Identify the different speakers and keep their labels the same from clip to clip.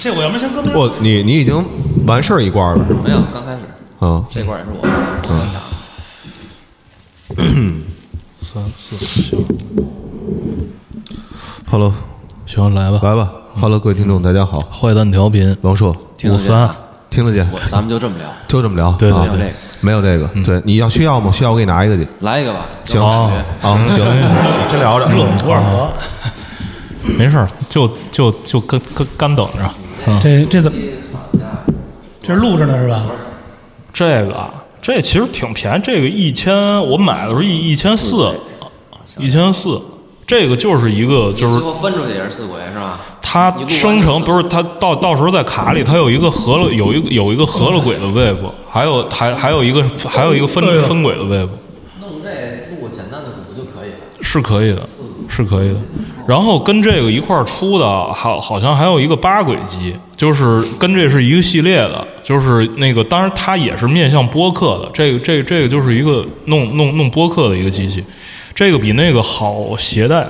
Speaker 1: 这我要不然先搁边
Speaker 2: 我你你已经完事儿一罐了是吗？
Speaker 3: 没有，刚开始
Speaker 2: 啊，
Speaker 3: 这块儿也是我我刚讲的。
Speaker 4: 三四行
Speaker 2: Hello，
Speaker 4: 行，来吧，
Speaker 2: 来吧，Hello，各位听众，大家好，
Speaker 4: 坏蛋调频
Speaker 2: 王硕，
Speaker 3: 嗯听得见
Speaker 4: 五三
Speaker 3: 吗
Speaker 2: 听得见，
Speaker 3: 我咱们就这么聊，
Speaker 2: 就这么聊，
Speaker 4: 对对
Speaker 2: 啊
Speaker 3: 对嗯对
Speaker 2: 没有这个，对，你要需要吗？需要我给你拿一个去，
Speaker 3: 来一个吧。
Speaker 2: 行
Speaker 3: 我感觉
Speaker 2: 啊，行，先聊着，嗯
Speaker 1: 土耳河，
Speaker 4: 啊没事儿，就就就干干干等着。
Speaker 1: 这这怎么？这是录着呢是吧？
Speaker 4: 这个啊，这其实挺便宜，这个一千，我买的时候一一千四，一千四。这个就是一个，就
Speaker 3: 你最
Speaker 4: 是
Speaker 3: 后分出去也是四鬼是吧？
Speaker 4: 它
Speaker 3: 你录完
Speaker 4: 生成
Speaker 3: 就
Speaker 4: 不是它到到时候在卡里，它有一个合了有一个有一个合了轨的 wave，还有还还有一个还有一个分
Speaker 1: 哎呦
Speaker 4: 分轨的 wave。
Speaker 3: 弄这录个简单的鼓就可以了。
Speaker 4: 是可以的，是可以的。然后跟这个一块儿出的，好，好像还有一个八轨机，就是跟这是一个系列的，就是那个，当然它也是面向播客的。这个，这个，这个就是一个弄弄弄播客的一个机器，这个比那个好携带，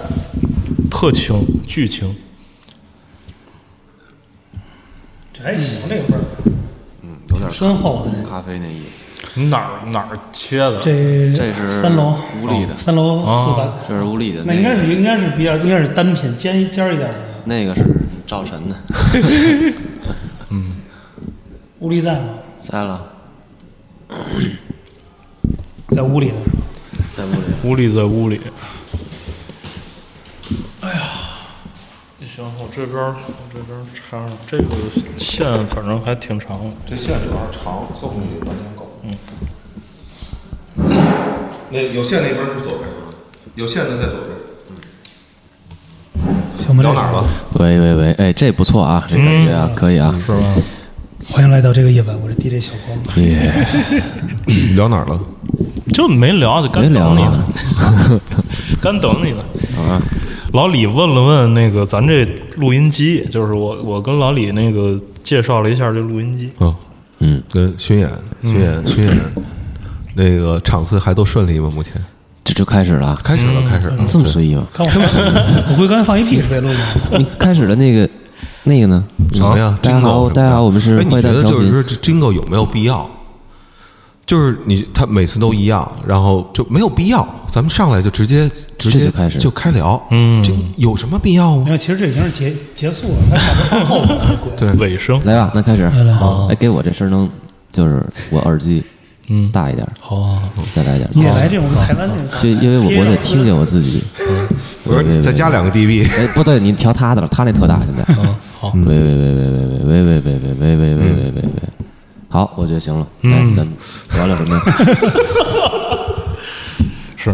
Speaker 4: 特轻，巨轻。
Speaker 1: 这还行，这个味儿
Speaker 3: 嗯，有点
Speaker 1: 真厚啊！
Speaker 3: 咖啡那意思。
Speaker 4: 你哪儿哪儿切的？
Speaker 1: 这
Speaker 3: 这是
Speaker 1: 三楼哦
Speaker 3: 无力的
Speaker 1: 三楼四百，
Speaker 3: 这是无力的，
Speaker 1: 那应该是应该是比较应该是单品尖尖儿一点的。
Speaker 3: 那个是赵晨的，
Speaker 1: 屋里在吗？
Speaker 3: 在了，
Speaker 1: 在屋里呢。
Speaker 3: 在屋里。
Speaker 4: 屋里在屋里。哎呀，行，我这边儿我这边儿插上这个线，反正还挺长的。
Speaker 2: 这线有点长，做不去完全够。嗯。
Speaker 3: 嗯
Speaker 2: 那有线那边是左边，有线的在左边。
Speaker 1: 行吧，
Speaker 2: 聊哪儿了？？
Speaker 3: 喂喂喂，哎，这不错啊，这感觉啊，可以啊，
Speaker 4: 是吧？
Speaker 1: 欢迎来到这个夜晚，我是 DJ 小光。
Speaker 3: 耶，嗯
Speaker 2: 聊哪儿了？
Speaker 4: 就没聊，就干
Speaker 3: 没聊
Speaker 4: 等你呢
Speaker 3: 啊，，
Speaker 4: 干等你呢。
Speaker 3: 啊，
Speaker 4: 老李问了问那个咱这录音机，就是我我跟老李那个介绍了一下这录音机，
Speaker 2: 嗯
Speaker 3: 嗯，
Speaker 2: 跟巡演，巡演，巡演，那个场次还都顺利吗？目前
Speaker 3: 这就开始了啊，
Speaker 2: 开始了，开始了。
Speaker 3: 这么随意吗？
Speaker 1: 看我， 我估计刚才放一屁是被录的。
Speaker 3: 你开始的那个那个呢？
Speaker 2: 什么呀？
Speaker 3: 大家好
Speaker 2: Jingle
Speaker 3: 大家好我们是
Speaker 2: 哎你
Speaker 3: 坏
Speaker 2: 觉
Speaker 3: 蛋
Speaker 2: 得
Speaker 3: 调
Speaker 2: 就
Speaker 3: 频
Speaker 2: 是这 Jingle 有没有必要？就是你他每次都一样，然后就没有必要，咱们上来就直接直
Speaker 3: 这
Speaker 2: 接
Speaker 3: 就开始
Speaker 2: 就开聊，
Speaker 4: 嗯
Speaker 2: 这有什么必要啊
Speaker 1: 没
Speaker 2: 吗？
Speaker 1: 有，其实这已经是结结束了，他感觉放后边了。鬼
Speaker 2: 对
Speaker 4: 尾声。
Speaker 3: 来吧，那开始
Speaker 1: 来来，
Speaker 3: 哎，给我这声能，就是我耳机
Speaker 4: 嗯，
Speaker 3: 大一点，
Speaker 4: 好啊，
Speaker 3: 再来一 点，
Speaker 1: 你得来这种台湾那种，
Speaker 3: 就因为我我得听见我自己，
Speaker 2: 我说你再加两个 dB，
Speaker 3: 哎，不对，你调他的了，他那特大现在。嗯
Speaker 4: 好
Speaker 3: 喂喂喂喂喂喂喂喂喂喂喂喂喂喂喂，好，我觉得行了。哎，咱们聊聊什么呀？
Speaker 4: 是，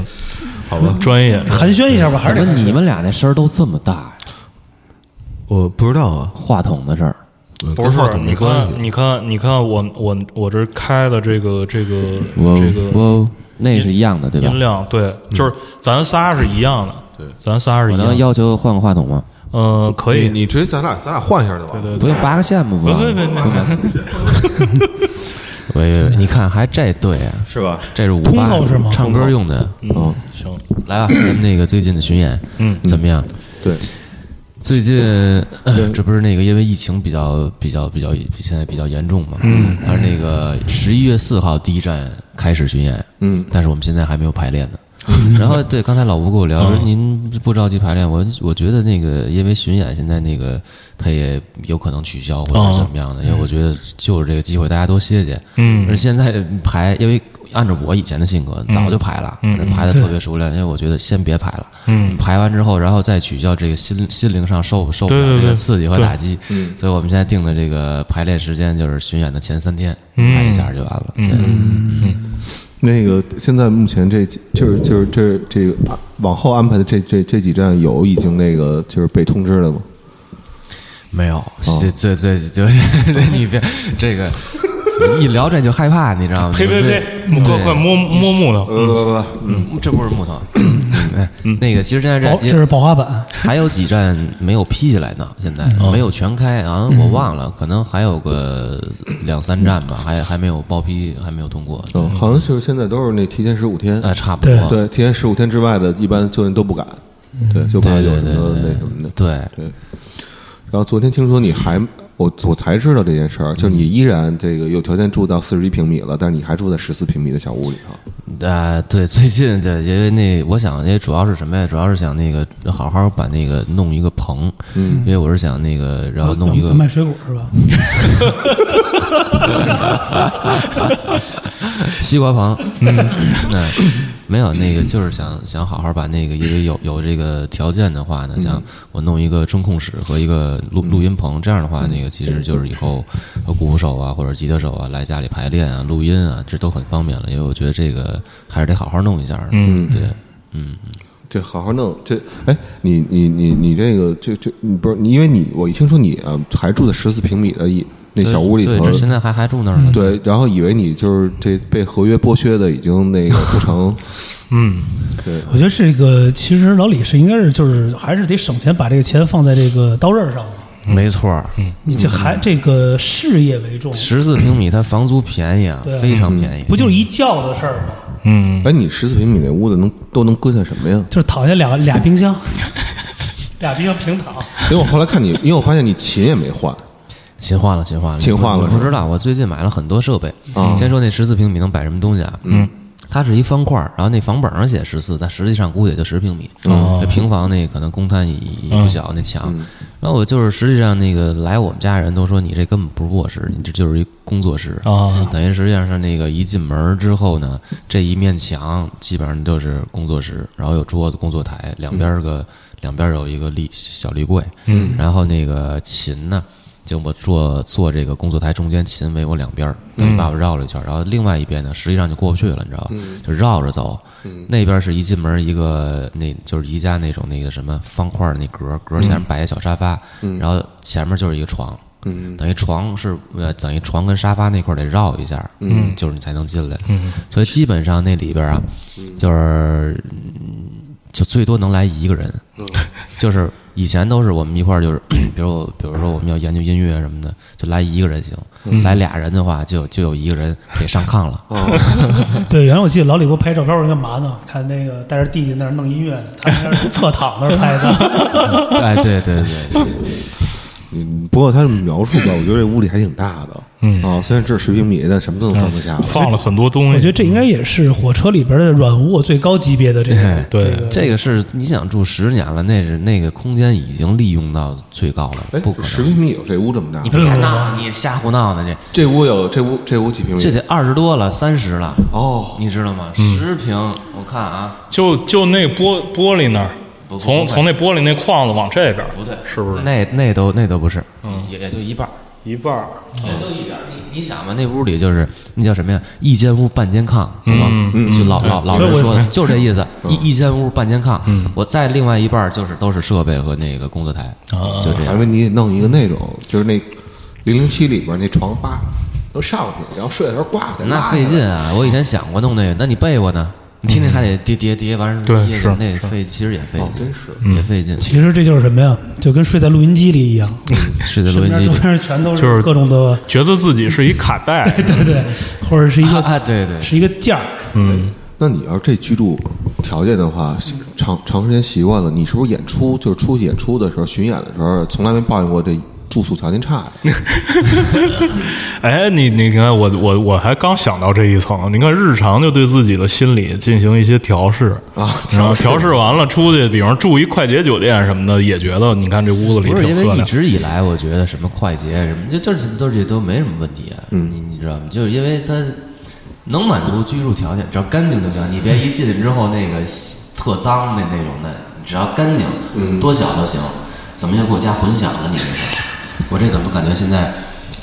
Speaker 4: 好吧，专业。
Speaker 1: 寒暄一下吧，还
Speaker 3: 怎
Speaker 1: 是
Speaker 3: 么
Speaker 1: 得
Speaker 3: 你们俩那声儿都这么大呀？
Speaker 2: 我不知道啊，
Speaker 3: 话筒的事儿，
Speaker 2: 嗯
Speaker 4: 不
Speaker 2: 跟
Speaker 4: 是
Speaker 2: 话筒，没
Speaker 4: 你
Speaker 2: 关
Speaker 4: 看，
Speaker 2: 系。
Speaker 4: 你看，你看，我我我这开的这个这个
Speaker 3: 哇哦
Speaker 4: 这个
Speaker 3: 哇，那是一样的对吧
Speaker 4: 音？量，对，就是咱仨是一样的，对，咱仨是一
Speaker 3: 我
Speaker 4: 样的。
Speaker 3: 能要求换个话筒吗？
Speaker 4: 嗯，可
Speaker 2: 你
Speaker 4: 以，
Speaker 2: 你直接咱俩咱俩换一下就完。
Speaker 4: 对
Speaker 3: 不用拔个线吗？不
Speaker 4: 不不不不
Speaker 3: 喂喂喂，你看还这对啊，
Speaker 2: 是吧？
Speaker 3: 这是五
Speaker 1: 通
Speaker 3: 八
Speaker 1: 透是吗
Speaker 3: 唱歌用的。
Speaker 4: 嗯，
Speaker 3: 哦
Speaker 4: 行，
Speaker 3: 来啊吧，咱们那个最近的巡演，
Speaker 4: 嗯
Speaker 3: 怎么样？
Speaker 2: 对，
Speaker 3: 最近、呃这不是那个因为疫情比较比较比较现在比较严重嘛，嗯，而那个十一月四号第一站开始巡演，
Speaker 2: 嗯，
Speaker 3: 但是我们现在还没有排 练呢。然后对，刚才老吴跟我聊，
Speaker 4: 嗯
Speaker 3: 说您不着急排练，我我觉得那个因为巡演现在那个他也有可能取消或
Speaker 4: 哦
Speaker 3: 者是怎么样的，因为我觉得就是这个机会，大家多歇歇。
Speaker 4: 嗯
Speaker 3: 而现在排，因为按照我以前的性格，早就排了，
Speaker 4: 嗯嗯
Speaker 3: 排的特别熟练，因为我觉得先别排了。
Speaker 4: 嗯，
Speaker 3: 排完之后，然后再取消这个心心灵上受受不
Speaker 4: 对对
Speaker 3: 了这
Speaker 4: 对
Speaker 3: 个刺激和
Speaker 4: 对嗯
Speaker 3: 打击，所以我们现在定的这个排练时间就是巡演的前三天，
Speaker 4: 嗯
Speaker 3: 排一下就完了。对，
Speaker 2: 那个现在目前这几就是就是这这个啊往后安排的这这这几站有已经那个就是被通知了吗？
Speaker 3: 没有，这这这就你别这个一聊这就害怕，你知道吗？
Speaker 4: 呸呸呸，快快摸摸木头，
Speaker 2: 呃不不不，
Speaker 3: 嗯，这不是木头，哎那个其实现在
Speaker 5: 哦
Speaker 1: 宝，
Speaker 3: 这
Speaker 1: 这是宝花板，
Speaker 3: 还有几站没有批下来呢，现在没有全开啊，我忘了，可能还有个两三站吧，还还没有报批，还没有通过，
Speaker 2: 嗯，好像就是现在都是那提前十五天，
Speaker 3: 呃，差不多，
Speaker 2: 对，提前十五天之外的，一般救援都不敢，对，就怕
Speaker 3: 嗯对
Speaker 2: 有
Speaker 3: 对
Speaker 2: 什
Speaker 3: 对
Speaker 2: 么
Speaker 3: 对
Speaker 2: 那什么的。
Speaker 3: 对，
Speaker 2: 对，然后昨天听说你还我我才知道这件事儿，
Speaker 3: 嗯
Speaker 2: 就是你依然这个有条件住到四十一平米了，但是你还住在十四平米的小屋里头。
Speaker 3: 啊，对，最近对，因为那我想也主要是什么呀？主要是想那个好好把那个弄一个棚，嗯，因为我是想那个，然后弄一个
Speaker 5: 卖水果是吧？
Speaker 3: 西瓜棚， 嗯，那没有那个，就是想想好好把那个，因为有有这个条件的话呢，想我弄一个中控室和一个录录音棚，这样的话，那个其实就是以后呃鼓手啊或者吉他手啊来家里排练啊、录音啊，这都很方便了。因为我觉得这个还是得好好弄一下的，嗯，对，
Speaker 2: 这好好弄，这哎，你你你你这个这这你不是你，因为你我一听说你啊还住在十四平米的一那小屋里
Speaker 3: 对，
Speaker 2: 头嗯
Speaker 3: 这，现在还还住那儿呢，
Speaker 2: 对，然后以为你就是这被合约剥削的已经那个不成，
Speaker 5: 我觉得这个其实老李是应该是就是还是得省钱，把这个钱放在这个刀刃上嘛。
Speaker 3: 没错儿，
Speaker 5: 你这还这个事业为重，
Speaker 3: 十四平米它房租便宜啊
Speaker 5: 对，
Speaker 3: 非常便宜，
Speaker 5: 不就是一觉的事儿吗？
Speaker 4: 嗯，
Speaker 2: 哎，你十四平米那屋子能都能搁下什么呀？
Speaker 5: 就是躺下俩俩冰箱，俩冰箱平躺。
Speaker 2: 因为我后来看你，因为我发现你琴也没换，
Speaker 3: 勤换了，勤换了，
Speaker 2: 勤换了
Speaker 3: 我
Speaker 2: 是吧
Speaker 3: 不知道，我最近买了很多设备。
Speaker 2: 啊
Speaker 3: 先说那十四平米能摆什么东西啊？嗯，它是一方块儿，然后那房本上写十四，但实际上估计也就十平米。
Speaker 4: 哦
Speaker 3: 那平房那可能公摊一不小那墙。
Speaker 2: 嗯
Speaker 3: 然后我就是实际上那个来我们家人都说你这根本不是卧室，你这就是一工作室
Speaker 4: 哦
Speaker 3: 啊等于实际上是那个一进门儿之后呢，这一面墙基本上就是工作室，然后有桌子、工作台，两边儿个、两边儿有一个立小立柜，嗯，然后那个琴呢，就我坐坐这个工作台中间，琴围我两边儿，等于把我绕了一圈儿，然后另外一边呢，实际上就过不去了，你知道吧？就绕着走，那边是一进门一个那就是宜家那种那个什么方块儿那格儿，格儿前面摆一小沙发，然后前面就是一个床。
Speaker 2: 嗯
Speaker 3: 等于床是呃，等于床跟沙发那块儿得绕一下，嗯，就是你才能进来，嗯，所以基本上那里边啊，就是嗯就最多能来一个人，就是以前都是我们一块儿，就是 比如我比如说我们要研究音乐什么的，就来一个人行，来俩人的话就有就有一个人得上炕 了，
Speaker 5: 对，原来我记得老李给我拍照片，我说干嘛呢？看那个带着弟弟那儿弄音乐呢，他们那是侧躺那儿拍的。
Speaker 3: 哎，对对对，
Speaker 2: 嗯，不过他这么描述吧，我觉得这屋里还挺大的，嗯啊，虽然只有十平米，但什么都能装得
Speaker 3: 嗯
Speaker 2: 下了。
Speaker 4: 放了很多东
Speaker 5: 我觉
Speaker 4: 西，
Speaker 5: 得这应该也是火车里边的软卧最高级别的 这个。
Speaker 4: 对，
Speaker 3: 这个是你想住十年了，那是那个空间已经利用到最高了，
Speaker 2: 哎
Speaker 3: 不可，
Speaker 2: 十
Speaker 3: 能。
Speaker 2: 平米有这屋这么大
Speaker 3: 你
Speaker 2: 吗？
Speaker 3: 别闹，你瞎胡闹呢！这
Speaker 2: 这屋有这屋这屋几平米？
Speaker 3: 这得二十多了，三十了，
Speaker 2: 哦，
Speaker 3: 你知道吗？十平，我看啊，
Speaker 4: 就就那玻玻璃那儿
Speaker 3: 不，
Speaker 4: 从
Speaker 3: 不
Speaker 4: 从那玻璃那框子往这边，
Speaker 3: 不对，
Speaker 4: 是不是
Speaker 3: 那那都那都不是，也也就一半儿。
Speaker 4: 一半儿？
Speaker 3: 也就一点儿，你你想嘛，那屋里就是那叫什么呀？一间屋半间炕，懂吗？就老老老人说的，就是这意思。一一间屋半间炕，我再另外一半儿就是都是设备和那个工作台，就这
Speaker 2: 还
Speaker 3: 样。
Speaker 2: 以为你得弄一个那种，就是那零零七里边那床吧，能上去，然后睡的时候挂在
Speaker 3: 那费劲啊！我以前想过弄那个，那你被窝呢？你天天还得叠叠叠，完事儿
Speaker 4: 对
Speaker 3: 掖
Speaker 4: 是
Speaker 3: 着那费，其实也费
Speaker 2: 哦
Speaker 3: 劲，
Speaker 2: 真是
Speaker 3: 也费劲。
Speaker 5: 其实这就是什么呀？就跟睡在录音机里一样，
Speaker 3: 睡在
Speaker 5: 身
Speaker 3: 录音
Speaker 5: 边
Speaker 3: 机
Speaker 5: 周
Speaker 3: 里，
Speaker 5: 边全都
Speaker 4: 就是
Speaker 5: 是各种的，
Speaker 4: 觉得自己是一卡 带，
Speaker 5: 对对，或者是一个
Speaker 3: 啊， 对对，
Speaker 5: 是一个架儿。
Speaker 2: 嗯，那你要是这居住条件的话，长长时间习惯了，你是不是演出就是出去演出的时候巡演的时候，从来没抱怨过这住宿条件差呀？
Speaker 4: 哎，你你看，我我我还刚想到这一层，你看日常就对自己的心理进行一些调试啊，调调试完了出去，比方住一快捷酒店什么的，也觉得你看这屋子里
Speaker 3: 不是
Speaker 4: 挺
Speaker 3: 因
Speaker 4: 喝
Speaker 3: 为一
Speaker 4: 亮，
Speaker 3: 直以来，我觉得什么快捷什么，就这这都这都没什么问题啊。
Speaker 2: 嗯
Speaker 3: 你你知道吗？就是因为它能满足居住条件，只要干净就行。你
Speaker 2: 嗯
Speaker 3: 别一进去之后那个特脏的那种的，只要干净，
Speaker 2: 嗯
Speaker 3: 多小都行。怎么又给我加混响了？你这是？我这怎么感觉现在？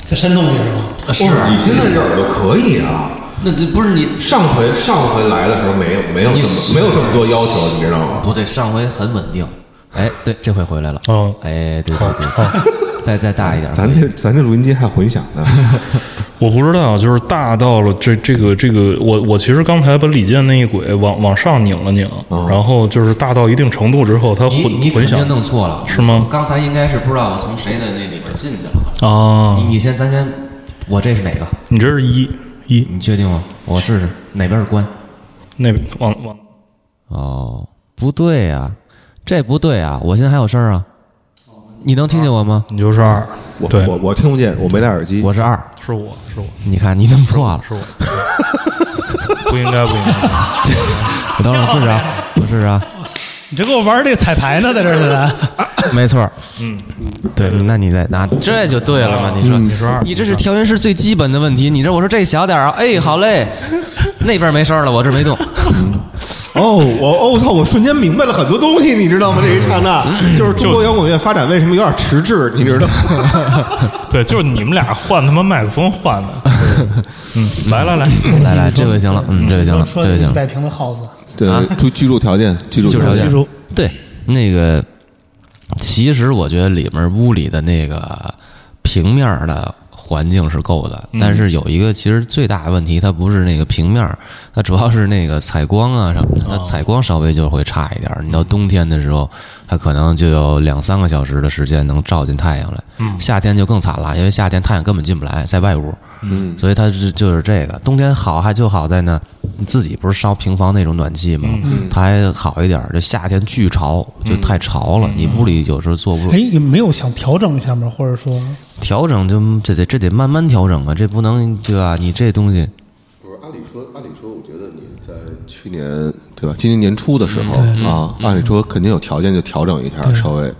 Speaker 5: 在山洞里是吗？
Speaker 3: 啊是
Speaker 2: 哦你现在这耳朵可以啊。
Speaker 3: 那这不是你
Speaker 2: 上回上回来的时候没有没有
Speaker 3: 你
Speaker 2: 这么没有这么多要求，你知道吗？
Speaker 3: 不对，上回很稳定。哎，对，这回回来了。
Speaker 2: 哦
Speaker 4: 嗯
Speaker 3: 哎，对对对， 再再大一点。
Speaker 2: 咱这咱这录音机还混响呢，
Speaker 4: 我不知道，就是大到了这这个这个，我我其实刚才把李健那一轨往往上拧了拧，然后就是大到一定程度之后，它混
Speaker 3: 哦你你
Speaker 4: 混
Speaker 3: 肯定
Speaker 4: 响
Speaker 3: 弄错了，
Speaker 4: 是吗
Speaker 3: 刚才应该是不知道我从谁的那里边进去了。
Speaker 4: 啊
Speaker 3: 你，你先，咱先，我这是哪个？
Speaker 4: 你这是一一
Speaker 3: 你确定吗？我试试哪边是关？
Speaker 4: 那往往
Speaker 3: 哦，不对呀、这不对啊！我现在还有事儿啊。你能听见我吗？
Speaker 4: 你就是二，
Speaker 2: 我
Speaker 4: 对，
Speaker 2: 我我听不见，我没戴耳机。
Speaker 3: 我是二，
Speaker 4: 是我是我
Speaker 3: 你看你弄错 了，
Speaker 4: 是我， 不应该不应该，
Speaker 3: 我等会儿试试啊，我试试啊，
Speaker 5: 你这给我玩这彩排呢，在这儿呢。
Speaker 3: 没错，嗯，对，那你再拿，这就对了嘛，你说。
Speaker 4: 你是二，
Speaker 3: 你这是调音师最基本的问题。你这我说这小点儿啊，哎，好 嘞，那边没声儿了，我这没 动。
Speaker 2: 哦，我哦我操！我瞬间明白了很多东西，你知道吗？这一刹那，就是中国摇滚乐发展为什么有点迟滞，你知道吗？
Speaker 4: 对，就是你们俩换他妈麦克风换的，嗯，来来来，
Speaker 3: 来来，这回行了，嗯，这 回行了，
Speaker 5: 说
Speaker 3: 这回行
Speaker 5: 一
Speaker 3: 了。
Speaker 5: 百平的 house，
Speaker 2: 对，住居住条件，居住
Speaker 3: 就是
Speaker 2: 条件
Speaker 3: 条件
Speaker 5: 技术
Speaker 3: 对，那个其实我觉得里面屋里的那个平面儿的环境是够的，但是有一个其实最大的问题，它不是那个平面儿，它主要是那个采光啊什么的，它采光稍微就会差一点儿。你到冬天的时候，它可能就有两三个小时的时间能照进太阳来，夏天就更惨了，因为夏天太阳根本进不来，在外屋。
Speaker 2: 嗯，
Speaker 3: 所以它是就是这个。冬天好还就好在呢，你自己不是烧平房那种暖气吗？它还好一点儿。这夏天巨潮，就太潮了，你屋里有时候坐不住嗯
Speaker 5: 哎，。有没有想调整一下吗？或者说，
Speaker 3: 调整就这得这得慢慢调整啊，这不能对吧？你这东西，
Speaker 2: 不是，按理说，按理说，我觉得你在去年对吧？今年年初的时候啊，按理说肯定有条件就调整一下，稍微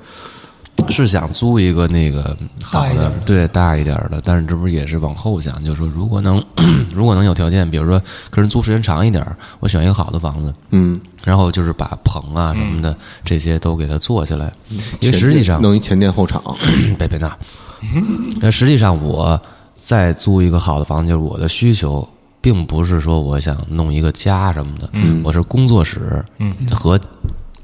Speaker 3: 是想租一个那个好
Speaker 5: 大一点
Speaker 3: 的
Speaker 5: 儿，
Speaker 3: 对大一点儿的，但是这不是也是往后想，就是说如果能 如果能有条件，比如说跟人租时间长一点儿，我选一个好的房子，
Speaker 2: 嗯，
Speaker 3: 然后就是把棚啊什么的、这些都给它做起来，因为
Speaker 2: 前
Speaker 3: 实际上
Speaker 2: 弄一前店后厂，
Speaker 3: 贝贝纳。那实际上，我再租一个好的房子，就是我的需求，并不是说我想弄一个家什么的，我是工作室和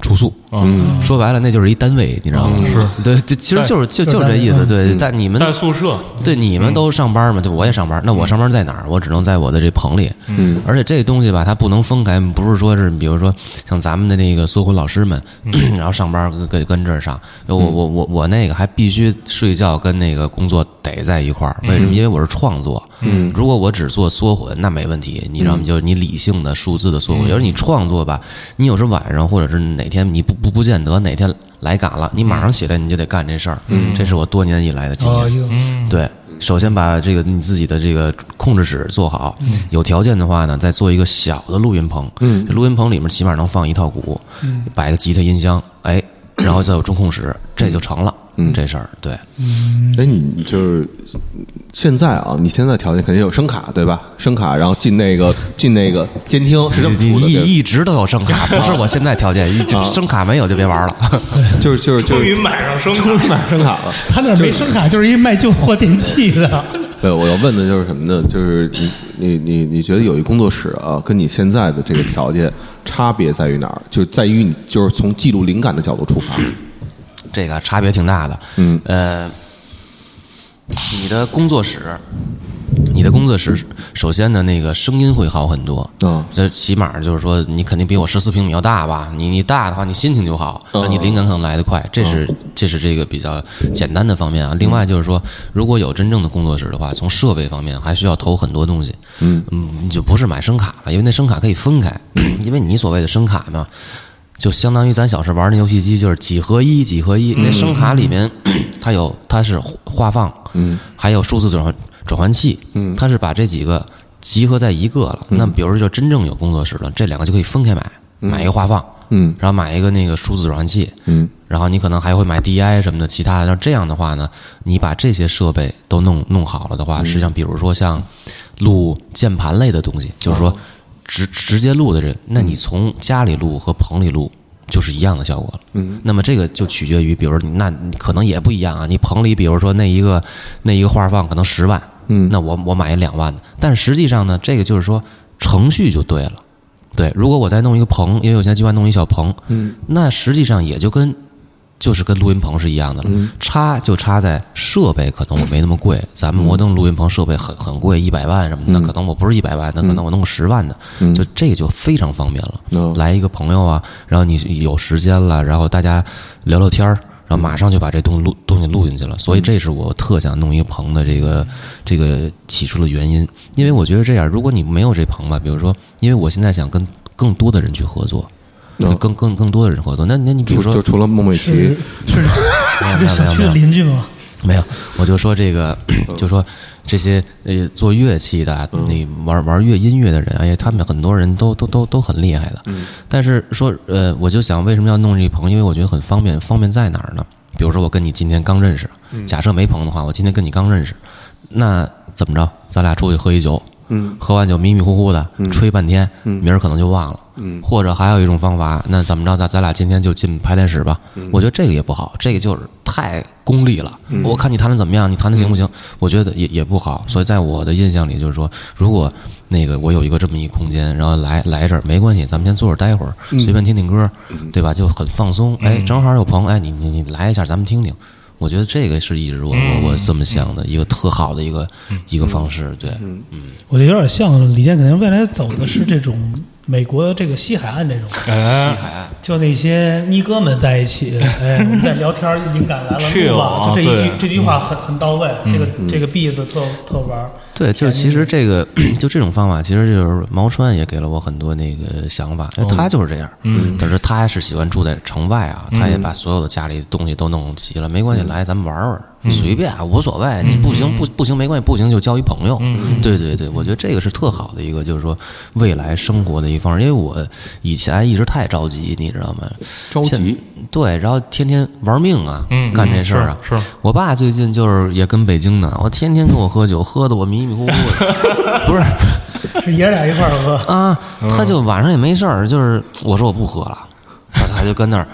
Speaker 3: 住宿。
Speaker 4: 嗯，
Speaker 3: 说白了，那就是一单位，你知道吗？哦嗯是对，就其实就是嗯就就这意思。对，但你们
Speaker 4: 带宿舍，
Speaker 3: 对你们都上班嘛，就我也上班。那我上班在哪儿？我只能在我的这棚里。
Speaker 2: 嗯，
Speaker 3: 而且这东西吧，它不能分开，不是说是比如说像咱们的那个缩混老师们， 然后上班跟跟跟这儿上。哎我我我我那个还必须睡觉跟那个工作得在一块儿，为什么？因为我是创作。嗯，如果我只做缩混，那没问题，你知道吗？就是你理性的数字的缩混。要是你创作吧，你有时候晚上或者是哪天你不不不见得哪天来赶了，你马上起来你就得干这事儿。嗯，这是我多年以来的经验
Speaker 5: 哦，。有
Speaker 3: 对，首先把这个你自己的这个控制室做好，有条件的话呢，再做一个小的录音棚。嗯，录音棚里面起码能放一套鼓，摆个吉他音箱，哎，然后再有中控室，这就成了。嗯，这事儿对，
Speaker 2: 哎，你就是现在啊，你现在条件肯定有声卡对吧？声卡，然后进那个进那个监听是这么啊
Speaker 3: 你
Speaker 2: 出的，对吧
Speaker 3: 一一直都有声卡，不是我现在 条件，一就声卡没有就别玩了。
Speaker 2: 就是就是就
Speaker 4: 终
Speaker 2: 是
Speaker 4: 于买上生
Speaker 2: 终于买声卡了。
Speaker 5: 他那儿没声卡，就是一卖旧货电器的。
Speaker 2: 对，我要问的就是什么呢？就是你你你你觉得有一工作室啊，跟你现在的这个条件差别在于哪儿？就在于你就是从记录灵感的角度出发。
Speaker 3: 这个差别挺大的。
Speaker 2: 嗯
Speaker 3: 呃，你的工作室，你的工作室，首先呢，那个声音会好很多。
Speaker 2: 啊
Speaker 3: 这起码就是说，你肯定比我十四平米要大吧？你你大的话，你心情就好，那你灵感可能来得快。这是这是这个比较简单的方面啊。另外就是说，如果有真正的工作室的话，从设备方面还需要投很多东西。嗯你就不是买声卡了，因为那声卡可以分开， 因为你所谓的声卡呢。就相当于咱小时候玩那游戏机，就是几合一，几合一。那声卡里面， 它有它是画放，嗯，还有数字转换转换器，嗯，它是把这几个集合在一个了。那比如说，就真正有工作室了，这两个就可以分开买，买一个画放，
Speaker 2: 嗯
Speaker 3: 然后买一个那个数字转换器，
Speaker 2: 嗯，
Speaker 3: 然后你可能还会买 DI 什么的，其他的。那这样的话呢，你把这些设备都弄弄好了的话，实际上比如说像录键盘类的东西，就是说直直接录的人，那你从家里录和棚里录。就是一样的效果了，嗯，那么这个就取决于，比如说你那你可能也不一样啊，你棚里比如说那一个那一个画放可能十万，嗯，那我我买一两万的，但实际上呢，这个就是说程序就对了，对，如果我再弄一个棚，因为我现在计划弄一小棚，嗯，那实际上也就跟就是跟录音棚是一样的了，差就差在设备可能我没那么贵，咱们摩登录音棚设备很很贵，一百万什么的，那可能我不是一百万，那可能我弄个十万的，就这个就非常方便了。
Speaker 2: 哦
Speaker 3: 来一个朋友啊，然后你有时间了，然后大家聊聊天儿。然后马上就把这东西录东西录进去了，所以这是我特想弄一个棚的这个这个起初的原因，因为我觉得这样，如果你没有这棚吧，比如说，因为我现在想跟更多的人去合作，
Speaker 2: 嗯
Speaker 3: 更更更多的人合作，那那你比
Speaker 2: 除
Speaker 3: 如说啊
Speaker 2: 就除了孟美岐，
Speaker 5: 是是
Speaker 3: 没有
Speaker 5: 这
Speaker 3: 没
Speaker 5: 小
Speaker 3: 有
Speaker 5: 区
Speaker 3: 没
Speaker 5: 的
Speaker 3: 有
Speaker 5: 邻居吗？
Speaker 3: 没有，我就说这个， 就说这些呃做乐器的啊，那玩玩乐音乐的人，哎呀，他们很多人都都都都很厉害的。但是说呃，我就想为什么要弄这棚？因为我觉得很方便，方便在哪儿呢？比如说我跟你今天刚认识，假设没棚的话，我今天跟你刚认识，那怎么着？咱俩出去喝一酒，
Speaker 2: 嗯，
Speaker 3: 喝完酒迷迷糊糊的，吹半天，明儿可能就忘了。
Speaker 2: 嗯
Speaker 3: 或者还有一种方法，那怎么着？咱咱俩今天就进排练室吧。
Speaker 2: 嗯
Speaker 3: 我觉得这个也不好，这个就是太功利了。我看你弹的怎么样，你弹的行不
Speaker 2: 嗯
Speaker 3: 行？我觉得也也不好。所以在我的印象里，就是说，如果那个我有一个这么一空间，然后来来这儿没关系，咱们先坐这儿待会儿，
Speaker 2: 嗯
Speaker 3: 随便听听歌，对吧？就很放松。哎，正好有朋友，哎，你你你来一下，咱们听听。我觉得这个是一直我我我这么想的一个特好的一个一个方式，对，
Speaker 5: 我觉得有点像李健，肯定未来走的是这种美国这个西海岸这种，
Speaker 4: 哎，
Speaker 5: 就那些尼哥们在一起， 哎，我们在聊天儿，灵感来了，
Speaker 4: Chill
Speaker 5: 录
Speaker 4: 啊
Speaker 5: 吧，就这一句
Speaker 4: 对
Speaker 5: 这句话很很到位，
Speaker 3: 嗯
Speaker 5: 这个这个 beat 特特玩儿。
Speaker 3: 对，就其实这个 就这种方法，其实就是毛川也给了我很多那个想法，因为他就是这样。哦嗯，但是他还是喜欢住在城外啊，他也把所有的家里东西都弄齐了，没关系，来咱们玩玩，随便啊，无所谓。你不行不不行没关系，不行就交一朋友。对对对，我觉得这个是特好的一个，就是说未来生活的一方式。因为我以前一直太着急，你知道吗？
Speaker 2: 着急
Speaker 3: 现，对，然后天天玩命啊，
Speaker 4: 嗯
Speaker 3: 干这事儿啊。
Speaker 4: 是是
Speaker 3: 我爸最近就是也跟北京呢，我天天跟我喝酒，喝的我迷迷糊糊的，不是
Speaker 5: 是爷俩一块儿喝，
Speaker 3: 啊？他就晚上也没事儿，就是我说我不喝了，他他就跟那儿。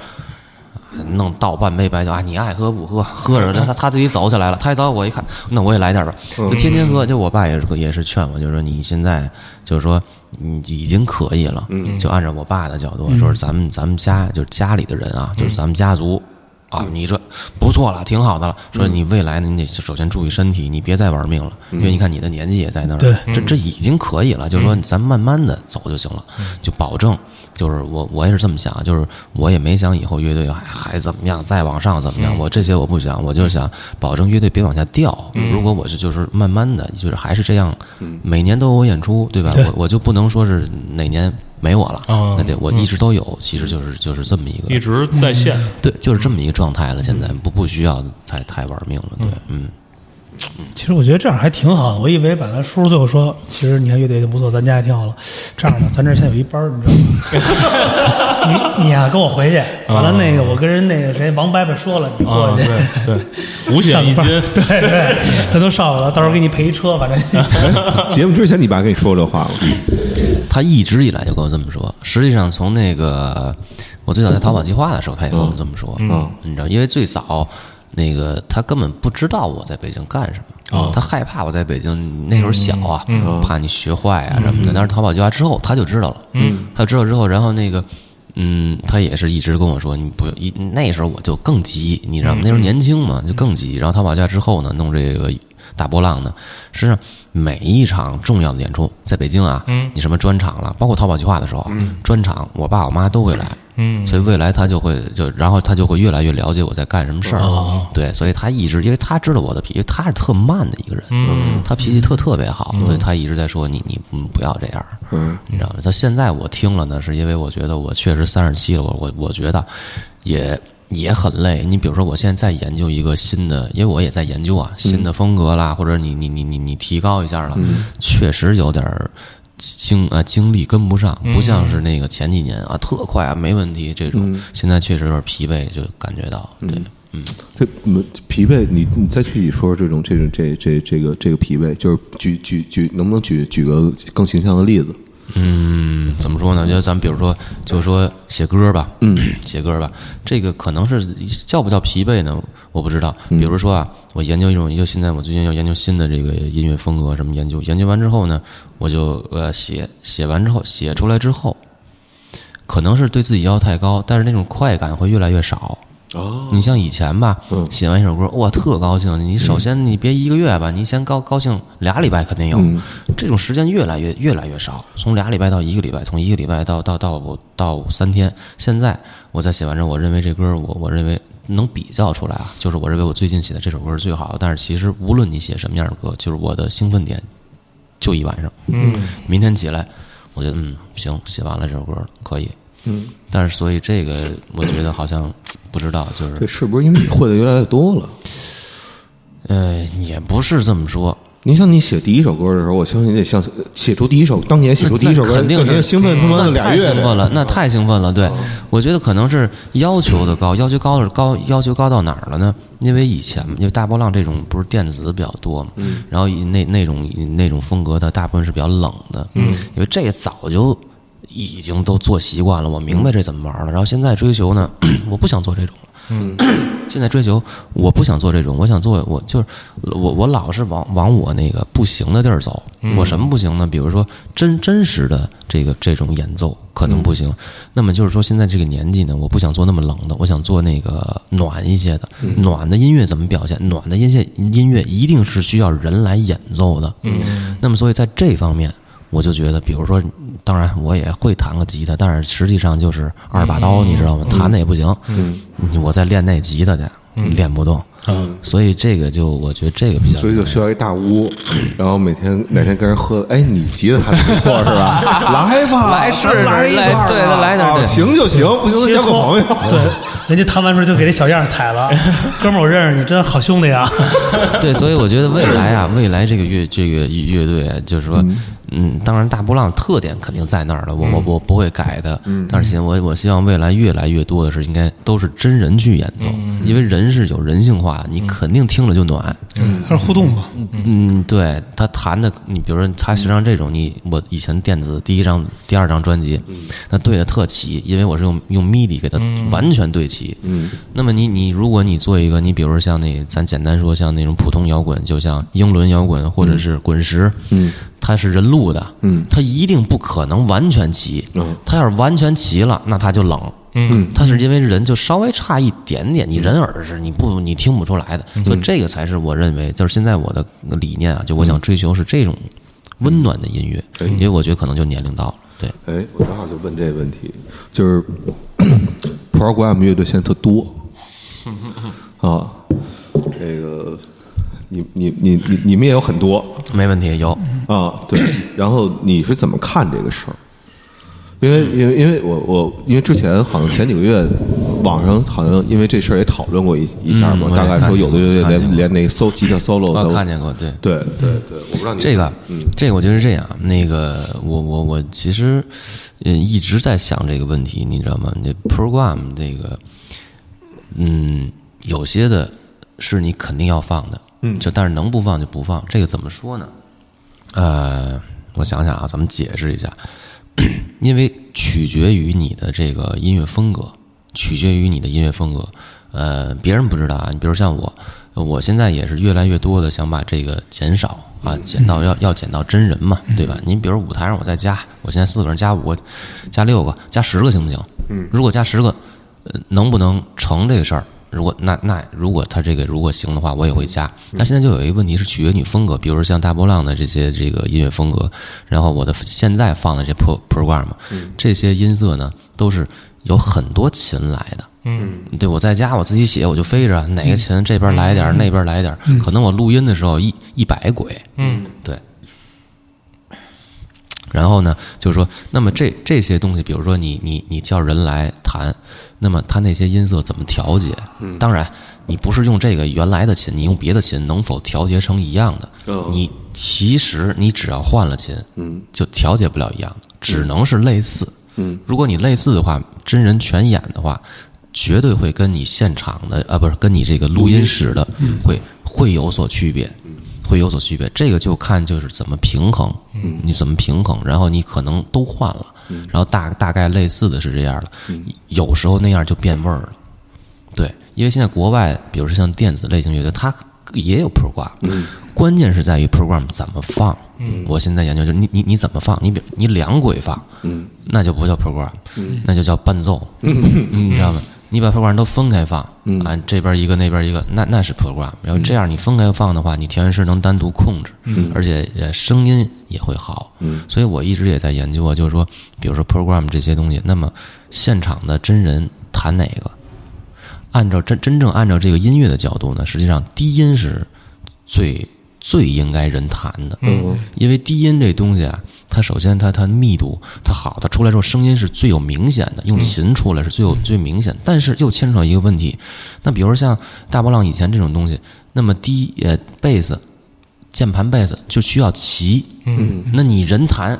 Speaker 3: 弄倒半杯白酒啊！你爱喝不喝，喝着他他自己走起来了。他一走，我一看，那我也来点吧，就天天喝。就我爸也是也是劝我，就说你现在就是说你已经可以了，就按照我爸的角度说，咱们咱们家就是家里的人啊，就是咱们家族。啊，你这不错了，挺好的了。说你未来呢，你得首先注意身体，你别再玩命了，因为你看你的年纪也在那儿，
Speaker 5: 对
Speaker 3: 这这已经可以了。就是说，咱慢慢的走就行了，就保证。就是我，我也是这么想，啊就是我也没想以后乐队还还怎么样，再往上怎么样，我这些我不想，我就想保证乐队别往下掉。如果我是就是慢慢的，就是还是这样，每年都有演出，对吧？
Speaker 5: 对
Speaker 3: 我我就不能说是哪年没我了，
Speaker 4: 嗯
Speaker 3: 那对我一直都有，其实就是就是这么一个
Speaker 4: 一直在线。
Speaker 3: 对，就是这么一个状态了。现在不不需要太太玩命了，对，嗯，
Speaker 5: 其实我觉得这样还挺好的。我以为本来叔叔最后说，其实你看乐队就不错，咱家也挺好了。这样吧，咱这儿现在有一班儿，你知道吗？你你呀、跟我回去，完了那个我跟人那个谁王伯伯说了，你
Speaker 4: 啊，
Speaker 5: 过去。
Speaker 4: 对对，五险一
Speaker 5: 嗯上班
Speaker 4: 金，
Speaker 5: 对对，他都上午了，到时候给你赔一车，反正
Speaker 2: 节目之前你爸跟你说这话了，
Speaker 3: 他一直以来就跟我这么说。实际上，从那个我最早在淘宝计划的时候，他也跟我这么说，嗯，
Speaker 2: 啊
Speaker 3: 你知道，因为最早。那个他根本不知道我在北京干什么，他害怕我在北京那时候小啊，怕你学坏啊什么的。但是淘宝计划之后，他就知道了，他知道之后，然后那个嗯，他也是一直跟我说，你不一那时候我就更急，你知道吗？那时候年轻嘛，就更急。然后他保家之后呢，弄这个大波浪呢，实际上每一场重要的演出，在北京啊，你什么专场了，包括淘宝计划的时候啊，专场我爸我妈都会来，
Speaker 4: 嗯，
Speaker 3: 所以未来他就会就，然后他就会越来越了解我在干什么事儿。对，所以他一直，因为他知道我的脾气，他是特慢的一个人，嗯，他脾气特特别好，所以他一直在说你你不不要这样，嗯，你知道吗？他现在我听了呢，是因为我觉得我确实三十七了，我我我觉得也。也很累。你比如说，我现在在研究一个新的，因为我也在研究啊，新的风格啦，或者你你你你你提高一下了，确实有点儿精啊精力跟不上，不像是那个前几年啊特快啊没问题这种，现在确实有点疲惫，就感觉到对。
Speaker 2: 这嗯疲惫，你你再具体说说这种这种这这这个这个疲惫，就是举举举，能不能举举个更形象的例子？
Speaker 3: 嗯，怎么说呢？就咱们比如说，就说写歌吧，嗯， 写歌吧，这个可能是叫不叫疲惫呢？我不知道。比如说啊，我研究一种，就现在我最近要研究新的这个音乐风格，什么研究，研究完之后呢，我就呃写，写完之后写出来之后，可能是对自己要求太高，但是那种快感会越来越少。
Speaker 2: 哦，
Speaker 3: 你像以前吧
Speaker 2: 嗯，
Speaker 3: 写完一首歌，哇，特高兴。你首先你别一个月吧，你先高高兴俩礼拜肯定有，
Speaker 2: 嗯
Speaker 3: 这种时间越来越越来越少，从俩礼拜到一个礼拜，从一个礼拜到到到我到三天。现在我在写完之后，我认为这歌我我认为能比较出来啊，就是我认为我最近写的这首歌是最好的。但是其实无论你写什么样的歌，就是我的兴奋点就一晚上。嗯，明天起来，我觉得嗯行，写完了这首歌可以。嗯，但是所以这个我觉得好像不知道，就是
Speaker 2: 这是不是因为你会的越来越多了？
Speaker 3: 呃，也不是这么说，
Speaker 2: 你想，你写第一首歌的时候，我相信你得像写出第一首，当年写出第一首歌，
Speaker 3: 那肯定是
Speaker 2: 兴奋他妈的
Speaker 3: 那
Speaker 2: 俩
Speaker 3: 太
Speaker 2: 月
Speaker 3: 兴奋了，那太兴奋了。对，我觉得可能是要求的高，要求高了高，要求高到哪儿了呢？因为以前因为大波浪这种不是电子比较多嘛，然后以那那种那种风格的大部分是比较冷的，嗯，因为这个早就已经都做习惯了，我明白这怎么玩了。然后现在追求呢， 我不想做这种。现在追求，我不想做这种，我想做我就是我我老是往往我那个不行的地儿走。我什么不行呢？比如说真真实的这个这种演奏可能不行。那么就是说现在这个年纪呢，我不想做那么冷的，我想做那个暖一些的。暖的音乐怎么表现？暖的音乐音乐一定是需要人来演奏的。嗯，那么所以在这方面。我就觉得，比如说，当然我也会弹个吉他，但是实际上就是二把刀，你知道吗？弹的也不行。嗯，我在练那吉他去，练不动。嗯，所以这个就我觉得这个比较
Speaker 2: 所以就需要一大屋，然后每天哪天跟人喝，哎，你吉他弹的不错是吧？来吧，
Speaker 3: 来
Speaker 2: 咱
Speaker 3: 试试
Speaker 2: 来一段吧
Speaker 3: 来对来一段
Speaker 2: 啊
Speaker 3: 对
Speaker 2: 行就行，不行就交个朋友。
Speaker 5: 对，人家弹完之后就给这小样儿踩了， 哥们儿，我认识你，真好兄弟啊！
Speaker 3: 对，所以我觉得未来啊，未来这个乐这个乐队啊，就是说，嗯，当然大波浪特点肯定在那儿了，我我我不会改的。但是，我我希望未来越来越多的是应该都是真人去演奏，因为人是有人性化的，你肯定听了就暖。
Speaker 5: 还是互动嘛，
Speaker 3: 嗯，对他弹的，你比如说他实际上这种，你我以前电子第一张、第二张专辑，那对的特齐，因为我是用用 MIDI 给它完全对齐。嗯，那么你你如果你做一个，你比如说像那咱简单说像那种普通摇滚，就像英伦摇滚或者是滚石，嗯，它是人录的，嗯，它一定不可能完全齐，嗯，它要是完全齐了，那它就冷。嗯，它是因为人就稍微差一点点，你人耳是你不你听不出来的，所以这个才是我认为就是现在我的理念啊，就我想追求是这种温暖的音乐，因为我觉得可能就年龄到了，对，
Speaker 2: 哎，我正好就问这个问题，就是 program 乐队现在特多啊，这个你你你你你们也有很多
Speaker 3: 没问题，有，
Speaker 2: 啊，对。然后你是怎么看这个事儿？因为因为因为我我因为之前好像前几个月网上好像因为这事儿也讨论过一一下嘛，
Speaker 3: 嗯我也
Speaker 2: 大概说有的乐队
Speaker 3: 看见过
Speaker 2: 连连那个 solo 吉他 solo
Speaker 3: 我
Speaker 2: 都
Speaker 3: 看见过，对，
Speaker 2: 对对对，我不知道你
Speaker 3: 这个，这个我觉得是这样。那个，我我我其实，嗯，一直在想这个问题，你知道吗？那 program 这个，嗯，有些的是你肯定要放的，嗯，就但是能不放就不放。这个怎么说呢？呃，我想想啊，咱们解释一下，因为取决于你的这个音乐风格，取决于你的音乐风格。呃，别人不知道啊，你比如像我，呃我现在也是越来越多的想把这个减少啊，减到要要减到真人嘛，对吧？你比如舞台上我在加，我现在四个人加五个，加六个，加十个行不行？嗯，如果加十个，呃，能不能成这个事儿？如果那那如果他这个如果行的话，我也会加。但现在就有一个问题是取决于你风格，比如说像大波浪的这些这个音乐风格，然后我的现在放的这 pro program，这些音色呢都是有很多琴来的。嗯，对我在家我自己写，我就飞着哪个琴这边来点儿，那边来点儿，可能我录音的时候一一百轨。嗯，对。然后呢，就是说，那么这这些东西，比如说你你你叫人来弹，那么他那些音色怎么调节？
Speaker 2: 嗯
Speaker 3: 当然，你不是用这个原来的琴，你用别的琴能否调节成一样的？
Speaker 2: 哦
Speaker 3: 你其实你只要换了琴，
Speaker 2: 嗯，
Speaker 3: 就调节不了一样的，只能是类似。嗯，如果你类似的话，真人全演的话，绝对会跟你现场的啊，不是跟你这个录音室的会会有所区别，会有所区别。这个就看就是怎么平衡，你怎么平衡，然后你可能都换了，然后大大概类似的是这样的，有时候那样就变味儿了。对，因为现在国外，比如说像电子类型乐队，它也有 program，、关键是在于 program 怎么放。我现在研究就是你你你怎么放，你比你两轨放，那就不叫 program，、那就叫伴奏，嗯你知道吗？你把 program 都分开放，啊，这边一个那边一个，那那是 program。然后这样你分开放的话，你调音师能单独控制，而且呃声音也会好。所以我一直也在研究啊，就是说，比如说 program 这些东西，那么现场的真人弹哪个？按照真真正按照这个音乐的角度呢，实际上低音是最最应该人弹的。嗯，因为低音这东西啊，它首先它它密度它好，它出来之后声音是最有明显的，用琴出来是最有、最明显。但是又牵扯一个问题，那比如像大波浪以前这种东西，那么低呃贝斯。键盘贝斯就需要齐，嗯，那你人弹，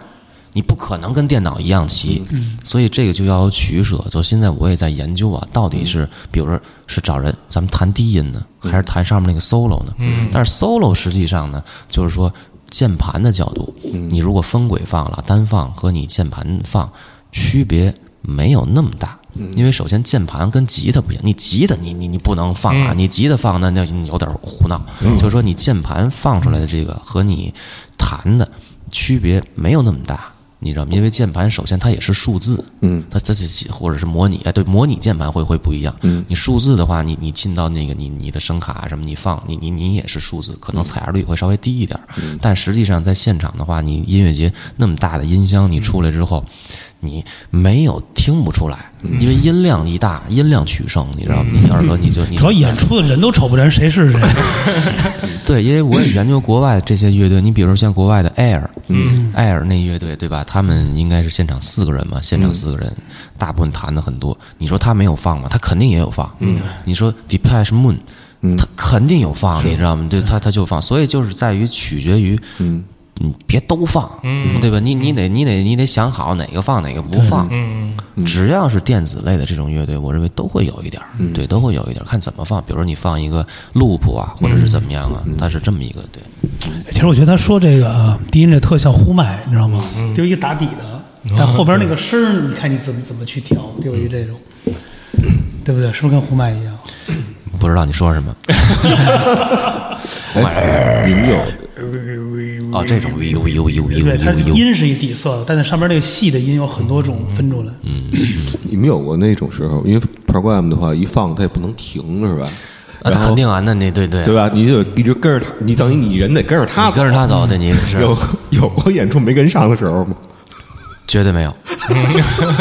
Speaker 3: 你不可能跟电脑一样齐，嗯，所以这个就要有取舍。就现在我也在研究啊，到底是比如说是找人咱们弹低音呢，还是弹上面那个 solo 呢？嗯，但是 solo 实际上呢，就是说键盘的角度，你如果分轨放了单放和你键盘放区别没有那么大。因为首先键盘跟吉他不一样，你吉他你你你不能放啊，你吉他放那那你有点胡闹。就是说你键盘放出来的这个和你弹的区别没有那么大，你知道吗？因为键盘首先它也是数字，嗯，它它这或者是模拟，哎，对，模拟键盘会会不一样。嗯，你数字的话，你你进到那个你你的声卡啊什么，你放你你你也是数字，可能采样率会稍微低一点，但实际上在现场的话，你音乐节那么大的音箱，你出来之后。你没有听不出来，因为音量一大，音量取胜，你知道吗？你耳朵你就你
Speaker 5: 主要演出的人都瞅不着谁是谁，
Speaker 3: 对，因为我也研究国外这些乐队，你比如像国外的 Air，嗯，Air 那乐队对吧？他们应该是现场四个人嘛，现场四个人，大部分弹的很多。你说他没有放吗？他肯定也有放。嗯，你说 Depeche Moon，他肯定有放，你知道吗？对他他就放，所以就是在于取决于嗯。你别都放，对吧？你你得你得你得想好哪个放哪个不放。
Speaker 4: 嗯
Speaker 3: 只要是电子类的这种乐队，我认为都会有一点儿，
Speaker 4: 嗯
Speaker 3: 对，都会有一点儿，看怎么放。比如说你放一个 loop 啊，或者是怎么样啊，
Speaker 4: 嗯
Speaker 3: 它是这么一个对。
Speaker 5: 其实我觉得他说这个啊，低音这特效呼麦，你知道吗？就一个打底的，但后边那个声儿，你看你怎么怎么去调，就有一这种，对不对？是不是跟呼麦一样？
Speaker 3: 不知道你说什么
Speaker 2: 哎，你们有
Speaker 3: 哦，这种 v u u u
Speaker 5: 嗯对，它是
Speaker 3: u u
Speaker 5: 音是一底色的，但是上面那个细的音有很多种分出来。
Speaker 2: 你们有过那种时候？因为 program 的话，一放它也不能停，是吧？
Speaker 3: 啊，那肯定啊，那那对对
Speaker 2: 对吧？你就一直跟着他，你等于你人得跟着他
Speaker 3: 你
Speaker 2: 走。
Speaker 3: 跟着他走的，你是
Speaker 2: 有有过演出没跟上的时候吗？
Speaker 3: 绝对 没有，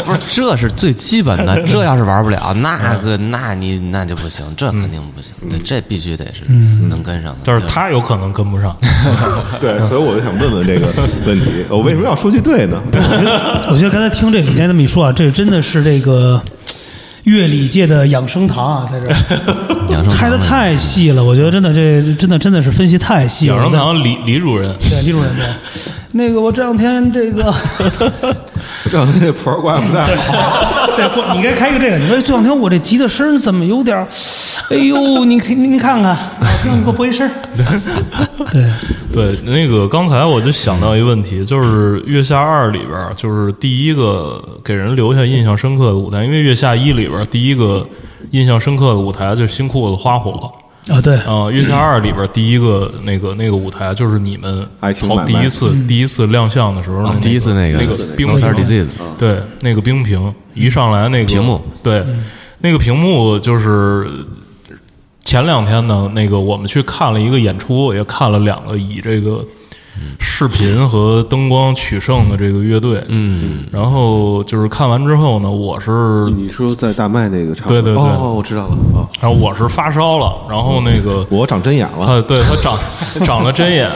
Speaker 3: 不是，这是最基本的。这要是玩不了，
Speaker 4: 嗯
Speaker 3: 那个，那你那就不行，这肯定不行。对，这必须得是能跟上的。
Speaker 4: 嗯但是他有可能跟不上，
Speaker 2: 对，所以我就想问问这个问题，我为什么要说句对呢？
Speaker 5: 我觉得刚才听这李健这么一说啊，这真的是这个乐理界的养生堂啊，在这儿
Speaker 3: 养生 堂啊
Speaker 5: 拆的太细了。我觉得真的这真的真的是分析太细了。
Speaker 4: 养生堂李李主任
Speaker 5: 对李主任对，那个我这两天这个
Speaker 2: 这两天这普洱瓜不太好，
Speaker 5: 对，不你该开个这个。你说这两天我这吉他声儿怎么有点儿？哎呦，你你你看看，我听你给我播一声儿。 对，
Speaker 4: 对那个刚才我就想到一个问题，就是《月下二》里边儿，就是第一个给人留下印象深刻的舞台，因为《月下一》里边儿第一个印象深刻的舞台就是新裤子花火。
Speaker 5: 啊对，
Speaker 4: 啊，《月下二》里边儿第一个那个那个舞台就是你们
Speaker 2: 爱情买
Speaker 4: 头
Speaker 2: 卖
Speaker 4: 第一次第一次亮相的时候的那个，
Speaker 3: 啊第一次那
Speaker 4: 那
Speaker 3: 个
Speaker 4: 冰
Speaker 3: No
Speaker 4: 屏
Speaker 3: Sir Disease
Speaker 2: 嗯
Speaker 4: 对，那个冰屏一上来那个
Speaker 3: 屏幕，
Speaker 4: 对，那个屏幕就是前两天呢，那个我们去看了一个演出，也看了两个以这个视频和灯光取胜的这个乐队，嗯，然后就是看完之后呢，我是
Speaker 2: 你说在大麦那个唱，
Speaker 4: 对对对
Speaker 2: 哦，我知道了哦，
Speaker 4: 然后我是发烧了，然后那个
Speaker 2: 我长针眼了，
Speaker 4: 啊，对他长 长了针眼，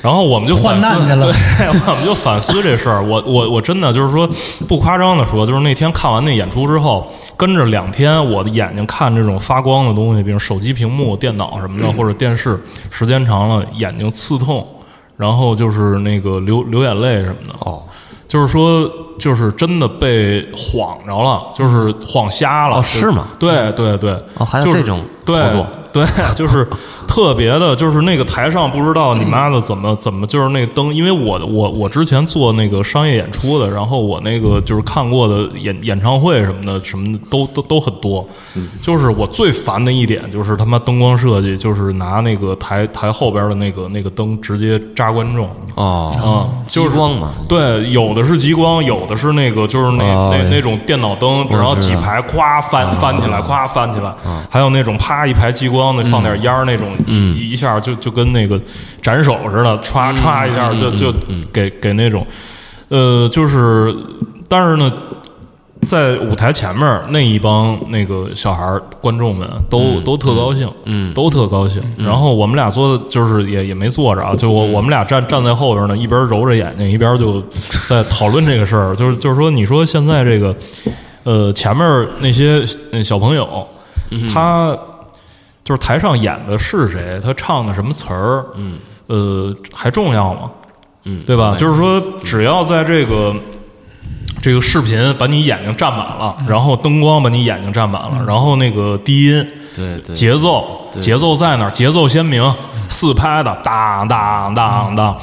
Speaker 4: 然后我们就反思
Speaker 5: 患难去了
Speaker 4: 对，我 们就反思这事儿。我我我真的就是说不夸张的说，就是那天看完那演出之后，跟着两天我的眼睛看这种发光的东西，比如手机屏幕、电脑什么的，或者电视，时间长了眼睛刺痛，然后就是那个流流眼泪什么的。
Speaker 3: 哦，
Speaker 4: 就是说，就是真的被晃着了，就是晃瞎了，
Speaker 3: 哦
Speaker 4: 就是
Speaker 3: 吗
Speaker 4: 对对对，
Speaker 3: 哦还有
Speaker 4: 就是
Speaker 3: 这种
Speaker 4: 对
Speaker 3: 操作，
Speaker 4: 对， 就是特别的，就是那个台上不知道你妈的怎么 怎么，就是那灯，因为我我我之前做那个商业演出的，然后我那个就是看过的演演唱会什么的，什么的都都都很多，
Speaker 3: 嗯
Speaker 4: 就是我最烦的一点就是他妈灯光设计，就是拿那个台台后边的那个那个灯直接扎观众，
Speaker 3: 哦，
Speaker 4: 啊，就是
Speaker 3: 激光嘛
Speaker 4: 对，有的是激光，有的是那个就是那、
Speaker 3: 哦
Speaker 4: 那
Speaker 3: 哎
Speaker 4: 那种电脑灯，然后
Speaker 3: 知
Speaker 4: 几
Speaker 3: 道嗯
Speaker 4: 排咵翻翻起来，咵翻起来，还有那种啪一排激光的，放点烟儿那种，
Speaker 3: 嗯
Speaker 4: 一一下就就跟那个斩首似的，歘歘一下
Speaker 3: 嗯
Speaker 4: 就就给给那种，呃，就是但是呢，在舞台前面儿那一帮那个小孩儿观众们啊都、都特高兴，嗯，都特高兴。然后我们俩坐的就是也也没坐着啊，就我我们俩站站在后边呢，一边揉着眼睛，一边就在讨论这个事儿， 就是就是说，你说现在这个呃前面儿那些呃小朋友，嗯他就是台上演的是谁，他唱的什么词儿，嗯，呃，还重要吗？
Speaker 3: 嗯，
Speaker 4: 对吧？
Speaker 3: 对
Speaker 4: 就是说，只要在这个这个视频把你眼睛占满了，
Speaker 3: 嗯
Speaker 4: 然后灯光把你眼睛占满了，然后那个低音、
Speaker 3: 对嗯对，嗯
Speaker 4: 节奏、节奏在那儿，节奏鲜明，四拍的，当当当当，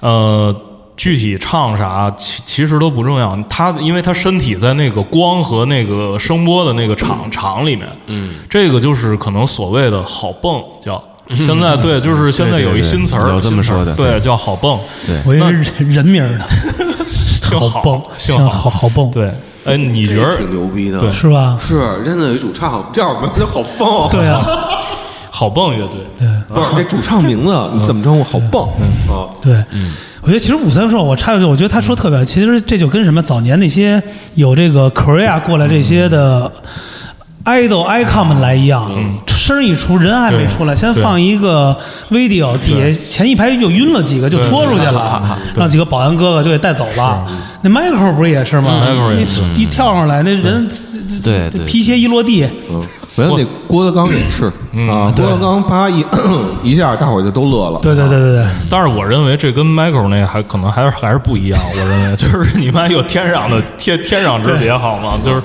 Speaker 4: 呃。具体唱啥，其其实都不重要。他因为他身体在那个光和那个声波的那个场场里面，嗯，这个就是可能所谓的好蹦叫。现在对，就是现在有一
Speaker 3: 嗯对对
Speaker 4: 新词儿，
Speaker 3: 有这么
Speaker 4: 新词儿
Speaker 3: 说的
Speaker 4: 对，叫好蹦。
Speaker 5: 我以为是人名 儿呢，
Speaker 4: 挺好
Speaker 5: 蹦，
Speaker 4: 挺
Speaker 5: 像
Speaker 4: 好
Speaker 5: 好好蹦，
Speaker 4: 对，哎，你觉
Speaker 2: 这
Speaker 4: 得
Speaker 2: 挺牛逼的，
Speaker 4: 对
Speaker 5: 是吧？
Speaker 2: 是真的有一主唱叫什么？叫好棒，
Speaker 5: 对啊，
Speaker 4: 好蹦乐队？
Speaker 2: 不是这主唱名字你怎么称呼？好棒啊！
Speaker 5: 对，我觉得其实武三说，我插一句，我觉得他说特别好，其实这就跟什么早年那些有这个 Korea 过来这些的 idol icon 们来一样，声一出，人还没出来，
Speaker 4: 对
Speaker 5: 先放一个 video，底下前一排就晕了几个，就拖出去了，啊让几个保安哥哥就给带走了。那 Michael 不是也是吗
Speaker 4: ，Michael 也是
Speaker 5: 一一跳上来，那人
Speaker 3: 对对
Speaker 5: 皮鞋一落地，
Speaker 2: 嗯，没有那郭德纲也是啊，郭德纲啪一 一下，大伙儿就都乐了。
Speaker 5: 对对对对对。
Speaker 4: 但是我认为这跟 Michael 那还可能还是还是不一样。我认为 就是你们有天壤的天天壤之别，好吗？就是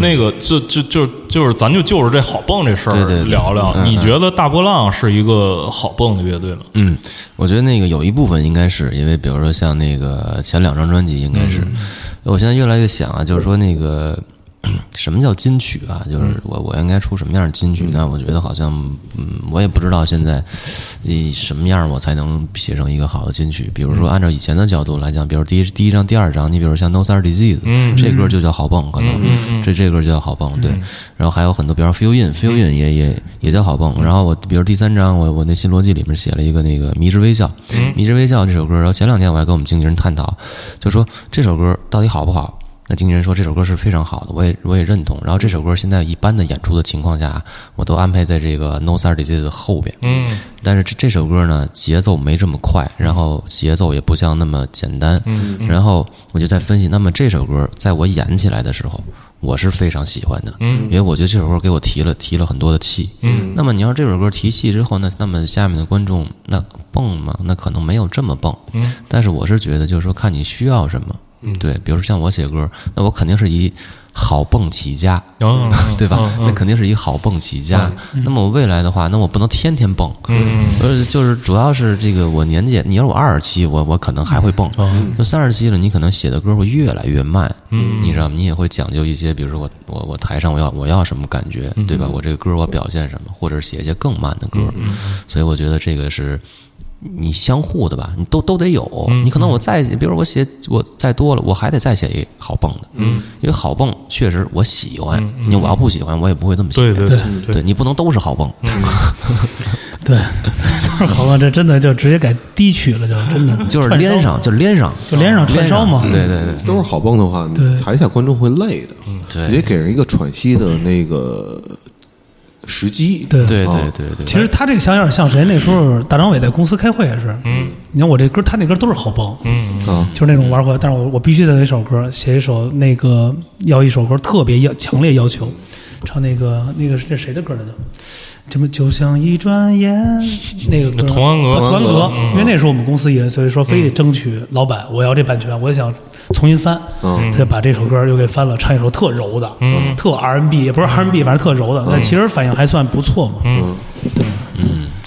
Speaker 4: 那个就就就就是咱就就是这好蹦这事
Speaker 3: 对
Speaker 4: 儿
Speaker 3: 对对
Speaker 4: 聊聊。你觉得大波浪是一个好蹦的乐队吗？
Speaker 3: 嗯，我觉得那个有一部分应该是因为，比如说像那个前两张专辑，应该是、我现在越来越想啊，就是说那个嗯什么叫金曲啊？就是我我应该出什么样的金曲？但我觉得好像，嗯，我也不知道现在以什么样我才能写成一个好的金曲。比如说，按照以前的角度来讲，比如第一第一张、第二张，你比如像《No s a r Disease》，
Speaker 4: 嗯
Speaker 3: 这歌就叫好蹦，可能、这这歌就叫好蹦，对。然后还有很多，比方《Feel In》，《Feel In》也
Speaker 4: 嗯
Speaker 3: 也也叫好蹦。然后我比如第三张，我我那新逻辑里面写了一个那个《迷之微笑》，
Speaker 4: 嗯
Speaker 3: 《迷之微笑》这首歌，然后前两天我还跟我们经纪人探讨，就说这首歌到底好不好？那经纪人说这首歌是非常好的，我也我也认同。然后这首歌现在一般的演出的情况下，我都安排在这个《No s a r Disease》的后边，
Speaker 4: 嗯
Speaker 3: 但是这这首歌呢，节奏没这么快，然后节奏也不像那么简单。嗯，然后我就在分析，那么这首歌在我演起来的时候，我是非常喜欢的。嗯，因为我觉得这首歌给我提了提了很多的气。嗯，那么你要这首歌提气之后呢，那么下面的观众那蹦嘛，那可能没有这么蹦。嗯，但是我是觉得就是说看你需要什么。嗯，对，比如说像我写歌，那我肯定是以好蹦起家。
Speaker 4: 嗯，
Speaker 3: 对吧？那肯定是以好蹦起家。那么我未来的话，那我不能天天蹦，嗯，呃，就是主要是这个我年纪，你要我二十七，我我可能还会蹦，就三十七了，你可能写的歌会越来越慢，嗯，你知道吗？你也会讲究一些，比如说我我我台上我要我要什么感觉，对吧？我这个歌我表现什么，或者是写一些更慢的歌，所以我觉得这个是。你相互的吧，你都都得有。你可能我再，比如我写我再多了，我还得再写一好蹦的，嗯，因为好蹦确实我喜欢，你我要不喜欢，我也不会这么写。
Speaker 4: 对对
Speaker 3: 对，嗯你不能都是好蹦，
Speaker 5: 对， 但是好吧，这真的就直接改低曲了，就真的
Speaker 3: 就是
Speaker 5: 串烧
Speaker 3: 连上就连上哦
Speaker 5: 就连上串烧嘛
Speaker 3: 连上对对对，
Speaker 2: 都是好蹦的话，
Speaker 5: 对
Speaker 2: 台下观众会累的，
Speaker 3: 对
Speaker 2: 你得给人一个喘息的那个时机。
Speaker 5: 对
Speaker 3: 对
Speaker 2: 啊
Speaker 3: 对对对，
Speaker 5: 其实他这个想法有点像谁？那时候大张伟在公司开会也是，嗯，你看我这歌，他那歌都是好蹦，嗯，
Speaker 2: 啊，
Speaker 5: 就是那种玩火，但是我我必须得有一首歌，写一首那个要一首歌特别要强烈要求，唱那个那个是这谁的歌来着？什么就像一转眼，那个歌
Speaker 4: 童安格
Speaker 5: 啊童安
Speaker 2: 童
Speaker 5: 格
Speaker 2: 安，
Speaker 5: 因为那是我们公司艺人，所以说非得争取老板，我要这版权，我也想重新翻，他就把这首歌又给翻了，唱一首特柔的，特 R&B，也不是 R&B，反正特柔的，但其实反应还算不错嘛，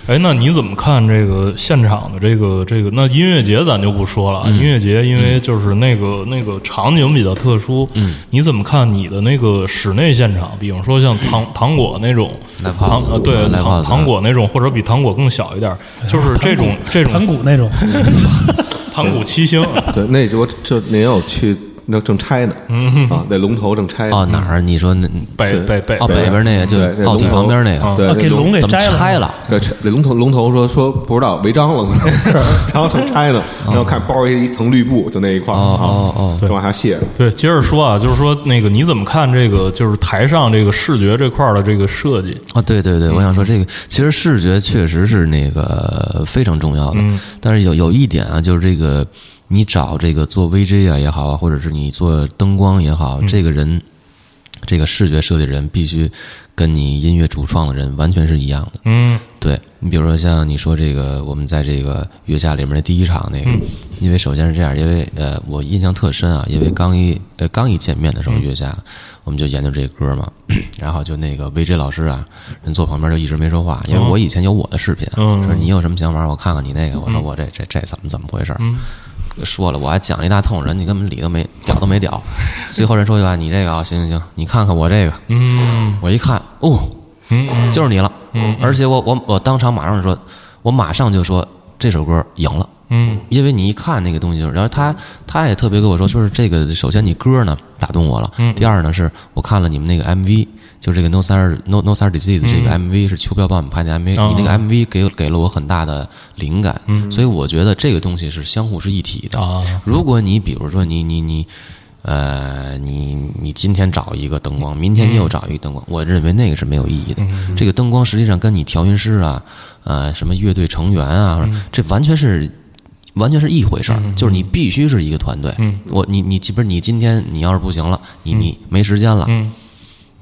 Speaker 4: 哎，那你怎么看这个现场的这个这个？那音乐节咱就不说了，啊音乐节因为就是那个、那个场景比较特殊。嗯，你怎么看你的那个室内现场？比方说像糖糖果那种，
Speaker 3: Live
Speaker 4: 糖
Speaker 3: house
Speaker 4: 呃对
Speaker 3: 嗯，live
Speaker 4: 糖
Speaker 3: house
Speaker 4: 糖果那种，或者比糖果更小一点，就是这嗯种这种
Speaker 5: 盘古那种，
Speaker 4: 糖果七星。
Speaker 2: 对，那我这您要去那正拆呢，
Speaker 5: 嗯
Speaker 2: 啊，那龙头正拆呢
Speaker 3: 哦，哪儿？你说那
Speaker 4: 北北啊北
Speaker 3: 哦北边那个就
Speaker 2: 对那
Speaker 3: 奥体
Speaker 2: 龙头
Speaker 3: 旁边那个
Speaker 2: 对
Speaker 5: 啊，，给
Speaker 2: 那
Speaker 5: 龙给
Speaker 3: 怎么
Speaker 5: 摘
Speaker 3: 拆
Speaker 5: 了
Speaker 3: 了？
Speaker 2: 对，拆那龙头龙头说说不知道违章了，可能是 然后正拆呢，然后看包一一层绿布，就那一块儿
Speaker 3: 哦
Speaker 2: 啊
Speaker 3: 哦哦，
Speaker 2: 正往下卸。
Speaker 4: 对，接着说啊，就是说那个你怎么看这个就是台上这个视觉这块儿的这个设计？
Speaker 3: 啊，对对对，我想说这
Speaker 5: 嗯
Speaker 3: 个，其实视觉确实是那个非常重要的，
Speaker 5: 嗯
Speaker 3: 但是有有一点啊，就是这个你找这个做 VJ 啊也好啊，或者是你做灯光也好，
Speaker 5: 嗯
Speaker 3: 这个人，这个视觉设计人必须跟你音乐主创的人完全是一样的。
Speaker 4: 嗯
Speaker 3: 对你比如说像你说这个，我们在这个月下里面的第一场那个，因为首先是这样，因为呃我印象特深啊，因为刚一呃刚一见面的时候，月下我们就研究这歌嘛， 然后就那个 VJ 老师啊，人坐旁边就一直没说话，因为我以前有我的视频，啊
Speaker 4: 嗯
Speaker 3: 说你有什么想法，我看看你那个，我说我这这这怎么怎么回事儿。说了，我还讲了一大通，人你根本理都没屌都没屌，最后人说句话，你这个啊，行行行，你看看我这个，
Speaker 4: 嗯
Speaker 3: 我一看，哦，
Speaker 4: 嗯
Speaker 3: 就是你了。而且我我我当场马上说，我马上就说这首歌赢了，
Speaker 4: 嗯
Speaker 3: 因为你一看那个东西就是，然后他他也特别跟我说，说是这个首先你歌呢打动我了，第二呢是我看了你们那个 MV，就是这个 No Sir No No Sir Disease 这个 MV 是邱彪帮我们拍的 MV，、
Speaker 4: 哦
Speaker 3: 你那个 MV 给给了我很大的灵感，所以我觉得这个东西是相互是一体的。
Speaker 4: 啊
Speaker 3: 如果你比如说你你你，呃，你你今天找一个灯光，明天又找一个灯光，我认为那个是没有意义的。这个灯光实际上跟你调音师啊，呃，什么乐队成员啊，这完全是。完全是一回事儿，就是你必须是一个团队。我你你，不是你今天你要是不行了，你你没时间了，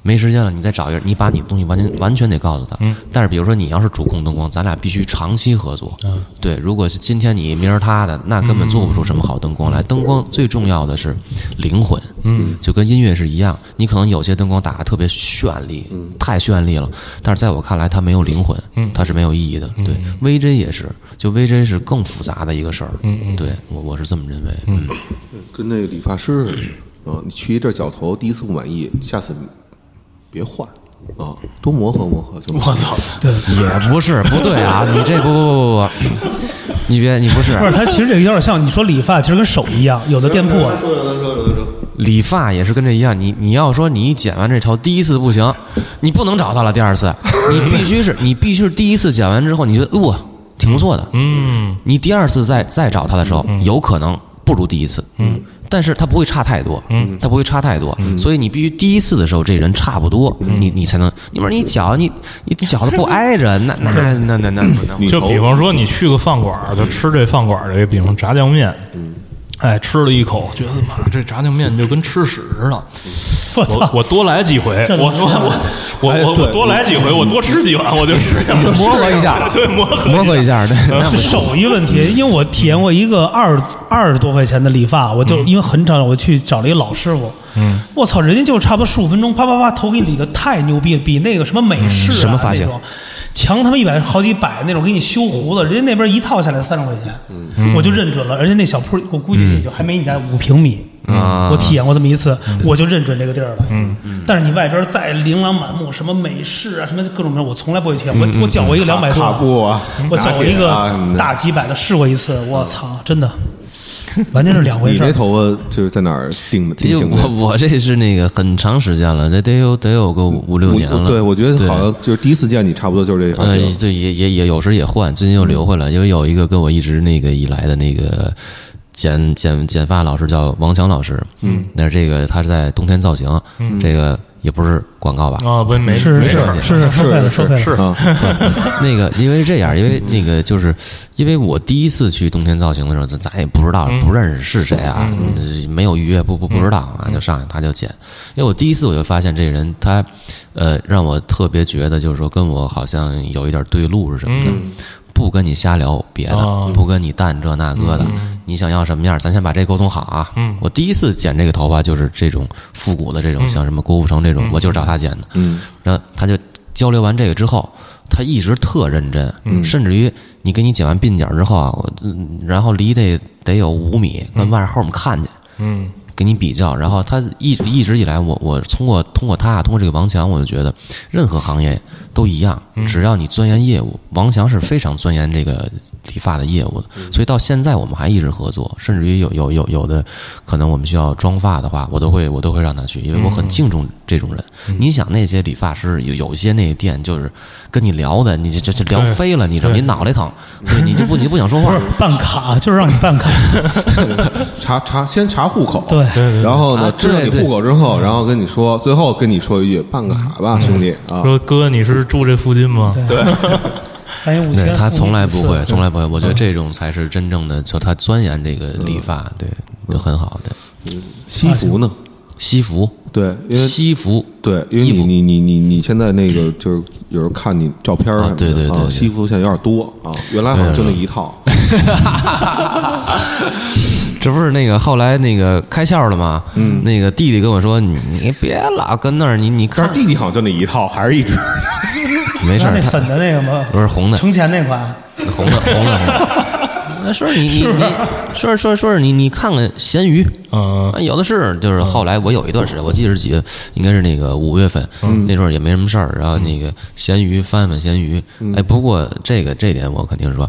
Speaker 3: 没时间了，你再找一个人，你把你的东西完全完全得告诉他。但是比如说你要是主控灯光，咱俩必须长期合作。对，如果是今天你明儿他的，那根本做不出什么好灯光来。灯光最重要的是灵魂，嗯，就跟音乐是一样，你可能有些灯光打得特别绚丽，太绚丽了，但是在我看来它没有灵魂，它是没有意义的。对，VJ 也是，就 VJ 是更复杂的一个事儿。嗯，对我我是这么认为。嗯，
Speaker 2: 跟那个理发师似的啊，你去一地儿绞头，第一次不满意，下次别换啊，多磨合磨合就。我操！
Speaker 5: 对，
Speaker 3: 也不是不对啊，你这不不不不不， 你别你不是
Speaker 5: 不是，它其实这个有点像你说理发，其实跟手一样，有的店铺啊
Speaker 2: 他，说他说他说，
Speaker 3: 理发也是跟这一样，你你要说你剪完这头第一次不行，你不能找他了。第二 次，你必须是你必须是第一次剪完之后，你觉得哇挺不错的，
Speaker 4: 嗯
Speaker 3: 你第二次再再找他的时候，有可能不如第一次，嗯，但是他不会差太多，嗯，嗯他不会差太多，所以你必须第一次的时候这人差不多，你你才能，你不是你脚你你脚都不挨着，那那那那那不能。
Speaker 2: 女
Speaker 4: 就
Speaker 2: 头
Speaker 4: 比方说你去个饭馆儿，就吃这饭馆儿这，比方炸酱面，哎，吃了一口，觉得妈这炸酱面就跟吃屎似的。
Speaker 5: 我
Speaker 4: 我
Speaker 5: 操，
Speaker 4: 我多来几回，
Speaker 5: 这
Speaker 4: 我
Speaker 5: 能
Speaker 4: 我我我
Speaker 2: 哎
Speaker 4: 我
Speaker 2: 对
Speaker 4: 我多来几回，我多吃几碗，我就适应了。
Speaker 3: 磨合一下
Speaker 4: 啊
Speaker 3: 嗯
Speaker 4: 对，磨合
Speaker 3: 磨合一下，对，那 不
Speaker 5: 这手艺问题，因为我体验过一个二二十多块钱的理发，我
Speaker 3: 嗯
Speaker 5: 就因为很长，我去找了一个老师傅，嗯，我操，人家就差不多十五分钟，啪啪啪头给你理的太牛逼了，比那个什么美式、啊
Speaker 3: 嗯什么发型
Speaker 5: 那种强他妈一百好几百那种，给你修胡子，人家那边一套下来三十块钱，嗯，我就认准了，而且那小铺我估计也就还没你家五平米。
Speaker 3: 嗯啊嗯
Speaker 5: 我体验过这么一次，我就认准这个地儿了。嗯，但是你外边再琳琅满目，什么美式啊，什么各种名，我从来不会去。
Speaker 3: 嗯
Speaker 5: 我我讲过一个两百多
Speaker 2: 卡
Speaker 5: 的，
Speaker 2: 布啊，
Speaker 5: 我找过一
Speaker 2: 拿
Speaker 5: 个
Speaker 2: 铁啊什么的
Speaker 5: 大几百的试过一次，我操，真的，完全是两回
Speaker 2: 你
Speaker 5: 事
Speaker 2: 那
Speaker 5: 儿。
Speaker 2: 头发就是在哪儿定的？定
Speaker 3: 这
Speaker 2: 型的
Speaker 3: 我？我这是那个很长时间了，得得有得有个五六
Speaker 2: 我
Speaker 3: 年了。
Speaker 2: 对，我觉得好像就是第一次见你，差不多就是这发
Speaker 3: 呃
Speaker 2: 型，。
Speaker 3: 对，也也也有时也换，最近又留回
Speaker 2: 嗯
Speaker 3: 来，因为有一个跟我一直那个以来的那个剪剪剪发老师叫王强老师，嗯，但是这个他是在冬天造型，这个也不是广告吧？
Speaker 4: 啊，不没
Speaker 5: 是
Speaker 4: 没
Speaker 5: 是
Speaker 4: 事儿
Speaker 5: 是是，收费了收费了。
Speaker 2: 啊，
Speaker 3: 那个，因为这样，因为那个就是，因为我第一次去冬天造型的时候，咱咱也不知道，不认识是谁啊，呃没有预约，不不不知道啊，就上去他就剪。因为我第一次我就发现这人他，呃，让我特别觉得就是说跟我好像有一点对路是什么的。不跟你瞎聊别的，
Speaker 4: 哦
Speaker 3: 不跟你淡这那个的，你想要什么样，咱先把这沟通好啊。我第一次剪这个头发就是这种复古的这种，像什么郭富城这种，我就是找他剪的。
Speaker 2: 嗯，
Speaker 3: 然后他就交流完这个之后，他一直特认真，甚至于你给你剪完鬓角之后啊，我嗯然后离得得有五米，跟外后面看见，
Speaker 4: 嗯
Speaker 3: 给你比较，然后他一直一直以来我，我通过通过他通过这个王强，我就觉得任何行业都一样，
Speaker 4: 嗯
Speaker 3: 只要你钻研业务，王强是非常钻研这个理发的业务的，
Speaker 4: 嗯
Speaker 3: 所以到现在我们还一直合作，甚至于有有有有的可能我们需要妆发的话，我都会我都会让他去，因为我
Speaker 4: 嗯
Speaker 3: 很敬重这种人。你想那些理发师有有一些那个店就是跟你聊的，你这这这聊
Speaker 4: 对
Speaker 3: 飞了，你知道你脑袋疼，对，你就不你就不想说
Speaker 5: 不
Speaker 3: 话
Speaker 5: 是。办卡，就是让你办卡。
Speaker 2: 查查先查户口，
Speaker 5: 对
Speaker 2: 然后呢
Speaker 3: 啊，
Speaker 2: 知道
Speaker 3: 对
Speaker 2: 你
Speaker 3: 对
Speaker 2: 户口之后，然后跟你说，最后跟你说一句，办个卡
Speaker 3: 嗯
Speaker 2: 吧，兄弟
Speaker 4: 嗯
Speaker 2: 啊，
Speaker 4: 说哥，你是住这附近吗？
Speaker 5: 对，咱哎有五
Speaker 3: 对
Speaker 5: 千，
Speaker 3: 他
Speaker 5: 送
Speaker 3: 从
Speaker 5: 你
Speaker 3: 来
Speaker 5: 几
Speaker 3: 不
Speaker 5: 次
Speaker 3: 会，从来不会。我觉得这种才是真正的，就他钻研这个理发，对，就很好的
Speaker 2: 西服呢？
Speaker 3: 西服，
Speaker 2: 对，因为
Speaker 3: 西服，
Speaker 2: 对，因为
Speaker 3: 衣服
Speaker 2: 你你你你你现在那个就是有时候看你照片儿
Speaker 3: 啊
Speaker 2: 什么的
Speaker 3: 对对对
Speaker 2: 啊
Speaker 3: 对
Speaker 2: 西服现在有点多啊，原来好像就那一套，
Speaker 3: 这不是那个后来那个开窍了吗？嗯，那个弟弟跟我说，你你别老跟那儿，你你
Speaker 2: 但
Speaker 3: 看
Speaker 2: 是弟弟好像就那一套，还是一直
Speaker 3: 没事
Speaker 5: 那
Speaker 3: 儿，
Speaker 5: 那
Speaker 3: 他
Speaker 5: 粉的那个吗？
Speaker 3: 不是红的，
Speaker 5: 成钱那款，
Speaker 3: 红的，红的，红的。 那说你你你，说说说你你看看咸鱼，
Speaker 4: 嗯
Speaker 3: 啊，有的是，就是后来我有一段时间，我记得是几月，应该是那个五月份，那时候也没什么事儿，然后那个咸鱼翻翻咸鱼，哎，不过这个这点我肯定说，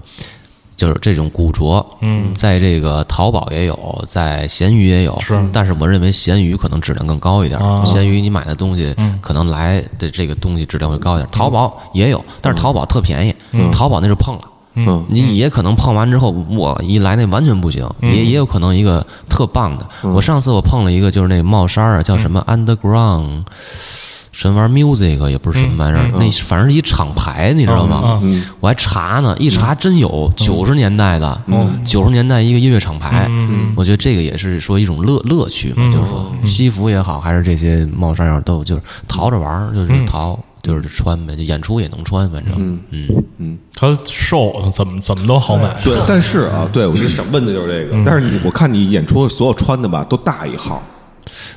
Speaker 3: 就是这种古着，嗯，在这个淘宝也有，在闲鱼也有，是，啊但是我认为闲鱼可能质量更高一点，闲鱼你买的东西可能来的这个东西质量会高一点，淘宝也有，但是淘宝特便宜，淘宝那是碰了。
Speaker 2: 嗯，
Speaker 3: 你也可能碰完之后，我一来那完全不行，也也有可能一个特棒的。我上次我碰了一个就是那帽衫儿啊，叫什么 Underground，什么玩意儿 music 也不是什么玩意儿，那反正是一厂牌，你知道吗？我还查呢，一查真有九十年代的，九十年代一个音乐厂牌，我觉得这个也是说一种乐乐趣嘛，就是说西服也好，还是这些帽衫也好，都有就是淘着玩儿，就是淘。就是穿呗，就演出也能穿，反正，嗯，
Speaker 4: 他瘦，怎么怎么都好买。
Speaker 2: 对，但是啊，对我就想问的就是这个，但是你我看你演出所有穿的吧，都大一号，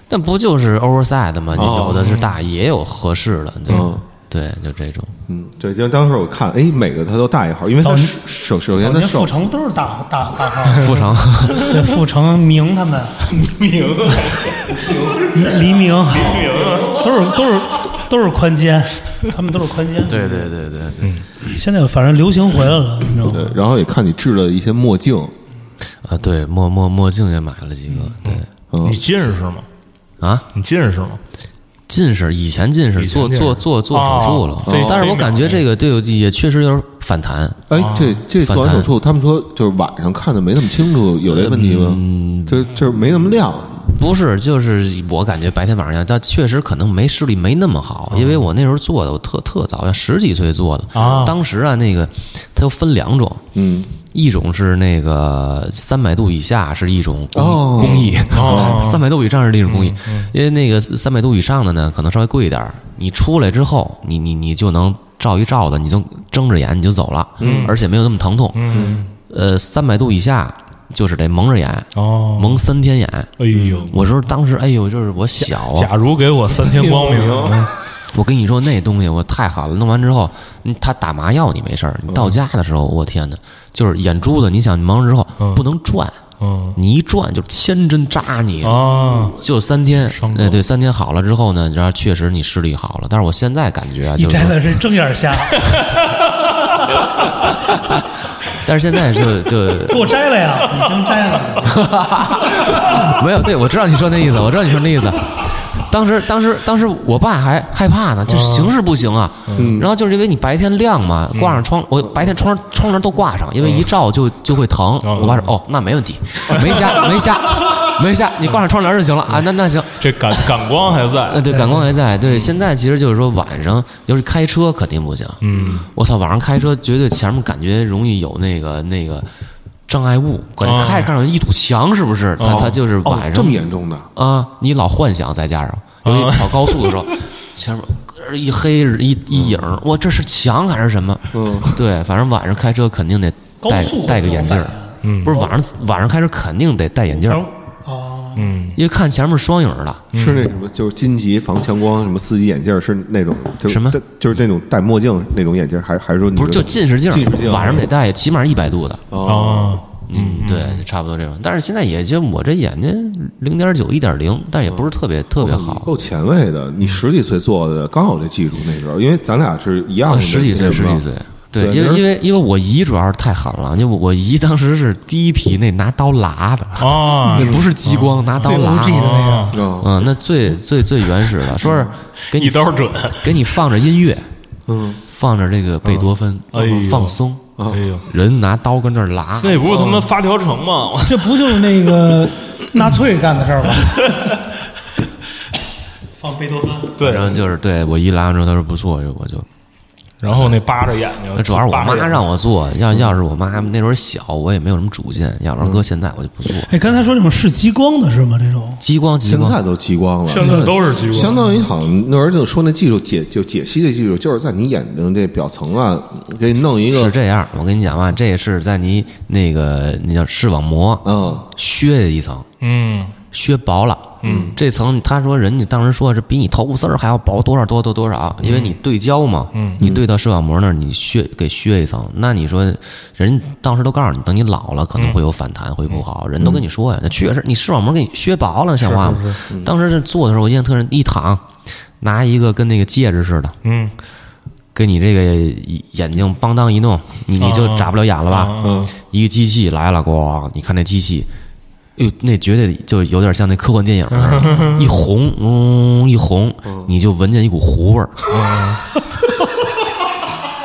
Speaker 3: 但不就是 oversize 的吗？你
Speaker 2: 哦
Speaker 3: 有的是大，也有合适的，对、
Speaker 2: 嗯
Speaker 3: 对，就这种。
Speaker 2: 嗯，对，就当时我看，哎，每个他都大一号，因为他
Speaker 5: 早
Speaker 2: 是首首
Speaker 5: 早
Speaker 2: 先他
Speaker 5: 年
Speaker 2: 瘦
Speaker 5: 阜，城都是大大大号，
Speaker 3: 富城
Speaker 5: 对，阜城明他们，明黎明，黎明都是都是都是宽肩，他们都是宽肩。
Speaker 3: 对对对对对，
Speaker 5: 现在反正流行回来了，你知道
Speaker 2: 对
Speaker 5: 吗？，
Speaker 2: 然后也看你制了一些墨镜，
Speaker 3: 啊，对，墨墨墨镜也买了几个，对
Speaker 2: 嗯
Speaker 4: 你，近视吗？
Speaker 3: 啊，
Speaker 4: 你近视吗？
Speaker 3: 近视以前近视做
Speaker 4: 近视
Speaker 3: 做做做手术了，
Speaker 4: 哦非
Speaker 3: 但是我
Speaker 4: 非秒
Speaker 3: 感觉这个对也确实有点反弹。
Speaker 2: 哎，这这做完
Speaker 3: 哦反弹
Speaker 2: 手术，他们说就是晚上看的没那么清楚，有这问题吗？
Speaker 3: 嗯
Speaker 2: 就就是没那么亮，
Speaker 3: 不是，就是我感觉白天晚上一样，但确实可能没视力没那么好，
Speaker 4: 嗯
Speaker 3: 因为我那时候做的，我特特早，十几岁做的。
Speaker 4: 啊
Speaker 3: 当时啊，那个它又分两种，
Speaker 2: 嗯，
Speaker 3: 一种是那个三百度以下是一种工艺
Speaker 2: 哦
Speaker 3: 工艺
Speaker 4: 哦， 嗯
Speaker 3: 三百、度以上是一种工艺，因为那个三百度以上的呢，可能稍微贵一点儿。你出来之后，你你你就能照一照的，你就睁着眼你就走了，而且没有那么疼痛。
Speaker 4: 嗯，
Speaker 3: 呃，三百度以下就是得蒙着眼，
Speaker 4: 哦，
Speaker 3: 蒙三天眼。
Speaker 4: 哎呦，
Speaker 3: 我说当时，哎呦，就是我小啊，
Speaker 4: 假如给我三天光明，
Speaker 3: 我跟你说那东西我太好了，弄完之后，嗯他打麻药你没事儿，你
Speaker 4: 嗯
Speaker 3: 到家的时候，我天哪，就是眼珠子，你想你蒙了之后不能转，
Speaker 4: 嗯
Speaker 3: 你一转就千针扎你，
Speaker 4: 啊，
Speaker 3: 就三天
Speaker 4: 伤，口
Speaker 3: 哎对，三天好了之后呢，然后确实你视力好了，但是我现在感觉啊，
Speaker 5: 你
Speaker 3: 就是
Speaker 5: 摘
Speaker 3: 说，
Speaker 5: 的是睁眼瞎，
Speaker 3: 但是现在就就
Speaker 5: 给我摘了呀，已经摘了。
Speaker 3: 没有，对我知道你说那意思，我知道你说那意思。当时，当时，当时，我爸还害怕呢，就是形势不行啊。
Speaker 4: 嗯
Speaker 3: 然后就是因为你白天亮嘛，挂上窗，我白天窗窗帘都挂上，因为一照就就会疼。
Speaker 4: 嗯
Speaker 3: 我爸说：“哦，那没问题，没瞎，没瞎，没瞎，你挂上窗帘就行了啊。那”那行，
Speaker 4: 这感感光还在
Speaker 3: 呃，，对，感光还在。对，现在其实就是说晚上，尤其开车肯定不行。
Speaker 4: 嗯，
Speaker 3: 我操，晚上开车绝对前面感觉容易有那个那个障碍物，感觉开着看着一堵墙，是不是？它它就是
Speaker 2: 哦
Speaker 3: 晚，
Speaker 2: 这
Speaker 3: 上
Speaker 2: 么严重的，
Speaker 3: 啊，你老幻想，再加上
Speaker 4: 哦
Speaker 3: 尤其跑高速的时候，前面咯一黑一一影
Speaker 4: 嗯
Speaker 3: 儿，哇，这是墙还是什么？
Speaker 2: 嗯，
Speaker 3: 对，反正晚上开车肯定得
Speaker 5: 高
Speaker 3: 戴
Speaker 5: 速
Speaker 3: 戴个眼镜儿
Speaker 5: 反正，
Speaker 4: 嗯
Speaker 3: 不是晚上晚上开车肯定得戴眼镜儿，
Speaker 5: 哦，
Speaker 4: 嗯，
Speaker 3: 因为看前面是双影儿的。
Speaker 2: 是那什么，就是金级防强光，什么四级眼镜儿是那种，就是
Speaker 3: 什么
Speaker 2: 戴就是那种戴墨镜那种眼镜儿，还还是说你
Speaker 3: 不是就
Speaker 2: 这种
Speaker 3: 近视镜儿，
Speaker 2: 近视镜儿啊
Speaker 3: 晚上得戴，起码一百度的。
Speaker 2: 哦
Speaker 4: 啊，
Speaker 3: 嗯，对，差差不多这种。但是现在也就抹着眼睛零点九、一点零，但也不是特别特别好。
Speaker 2: 够前卫的。你十几岁做的，刚好就记住那时候，因为咱俩是一样
Speaker 3: 啊，
Speaker 2: 的，
Speaker 3: 十几岁，十几岁。对，
Speaker 2: 对
Speaker 3: 因
Speaker 2: 你
Speaker 3: 为
Speaker 2: 是
Speaker 3: 因为因为我姨主要是太狠了，因为我姨当时是第一批那拿刀剌的，
Speaker 4: 啊，
Speaker 3: 不是激光，拿刀
Speaker 5: 最无 G 的
Speaker 3: 剌。
Speaker 5: 那个，
Speaker 2: 啊，
Speaker 3: 嗯，那最最最原始的，说是给你
Speaker 4: 一刀准，
Speaker 3: 给你放着音乐，
Speaker 2: 嗯，
Speaker 3: 放着这个贝多芬
Speaker 4: 哎呦，
Speaker 3: 放松，
Speaker 4: 哎呦，
Speaker 3: 人拿刀跟那儿剌。
Speaker 4: 那不是他妈发条城吗？我
Speaker 5: 这不就是那个纳粹干的事儿吗？ 放贝多芬，
Speaker 4: 对，
Speaker 3: 然后就是对我姨来完之后，她说不错，就我就
Speaker 4: 然后那扒着眼睛，
Speaker 2: 呃
Speaker 3: 那主要是我
Speaker 4: 扒着
Speaker 3: 妈
Speaker 4: 眼睛
Speaker 3: 让我做，要要是我妈那时候小，我也没有什么主见，要不
Speaker 2: 嗯
Speaker 3: 然搁现在我就不做。
Speaker 5: 哎，刚才说这种是激光的是吗？这种
Speaker 3: 激光激
Speaker 2: 现
Speaker 3: 光
Speaker 2: 在，都激光了，
Speaker 4: 现在都是激光，
Speaker 2: 相当于好像那时候就说那技术解就解析的技术，就是在你眼睛这表层啊，给你弄一
Speaker 3: 是
Speaker 2: 个，
Speaker 3: 这样，我跟你讲吧，啊这是在你那个那叫视网膜
Speaker 2: 嗯，
Speaker 3: 削的一层，
Speaker 4: 嗯，
Speaker 3: 削薄了。嗯，这层他说人家当时说是比你头发丝儿还要薄多少多多多少，因为你对焦嘛，嗯，你对到视网膜那儿，你削给削一层。那你说人当时都告诉你，等你老了可能会有反弹，会不好，人都跟你说呀，那确实你视网膜给你削薄了，像话吗？当时这做的时候，我印象特深，一躺拿一个跟那个戒指似的，
Speaker 4: 嗯，
Speaker 3: 给你这个眼睛邦当一弄，你你就眨不了眼了
Speaker 4: 啊
Speaker 3: 吧？嗯，一个机器来了，咣，你看那机器，哎呦，那绝对就有点像那科幻电影似的，一红，嗯，一红，你就闻见一股糊味儿，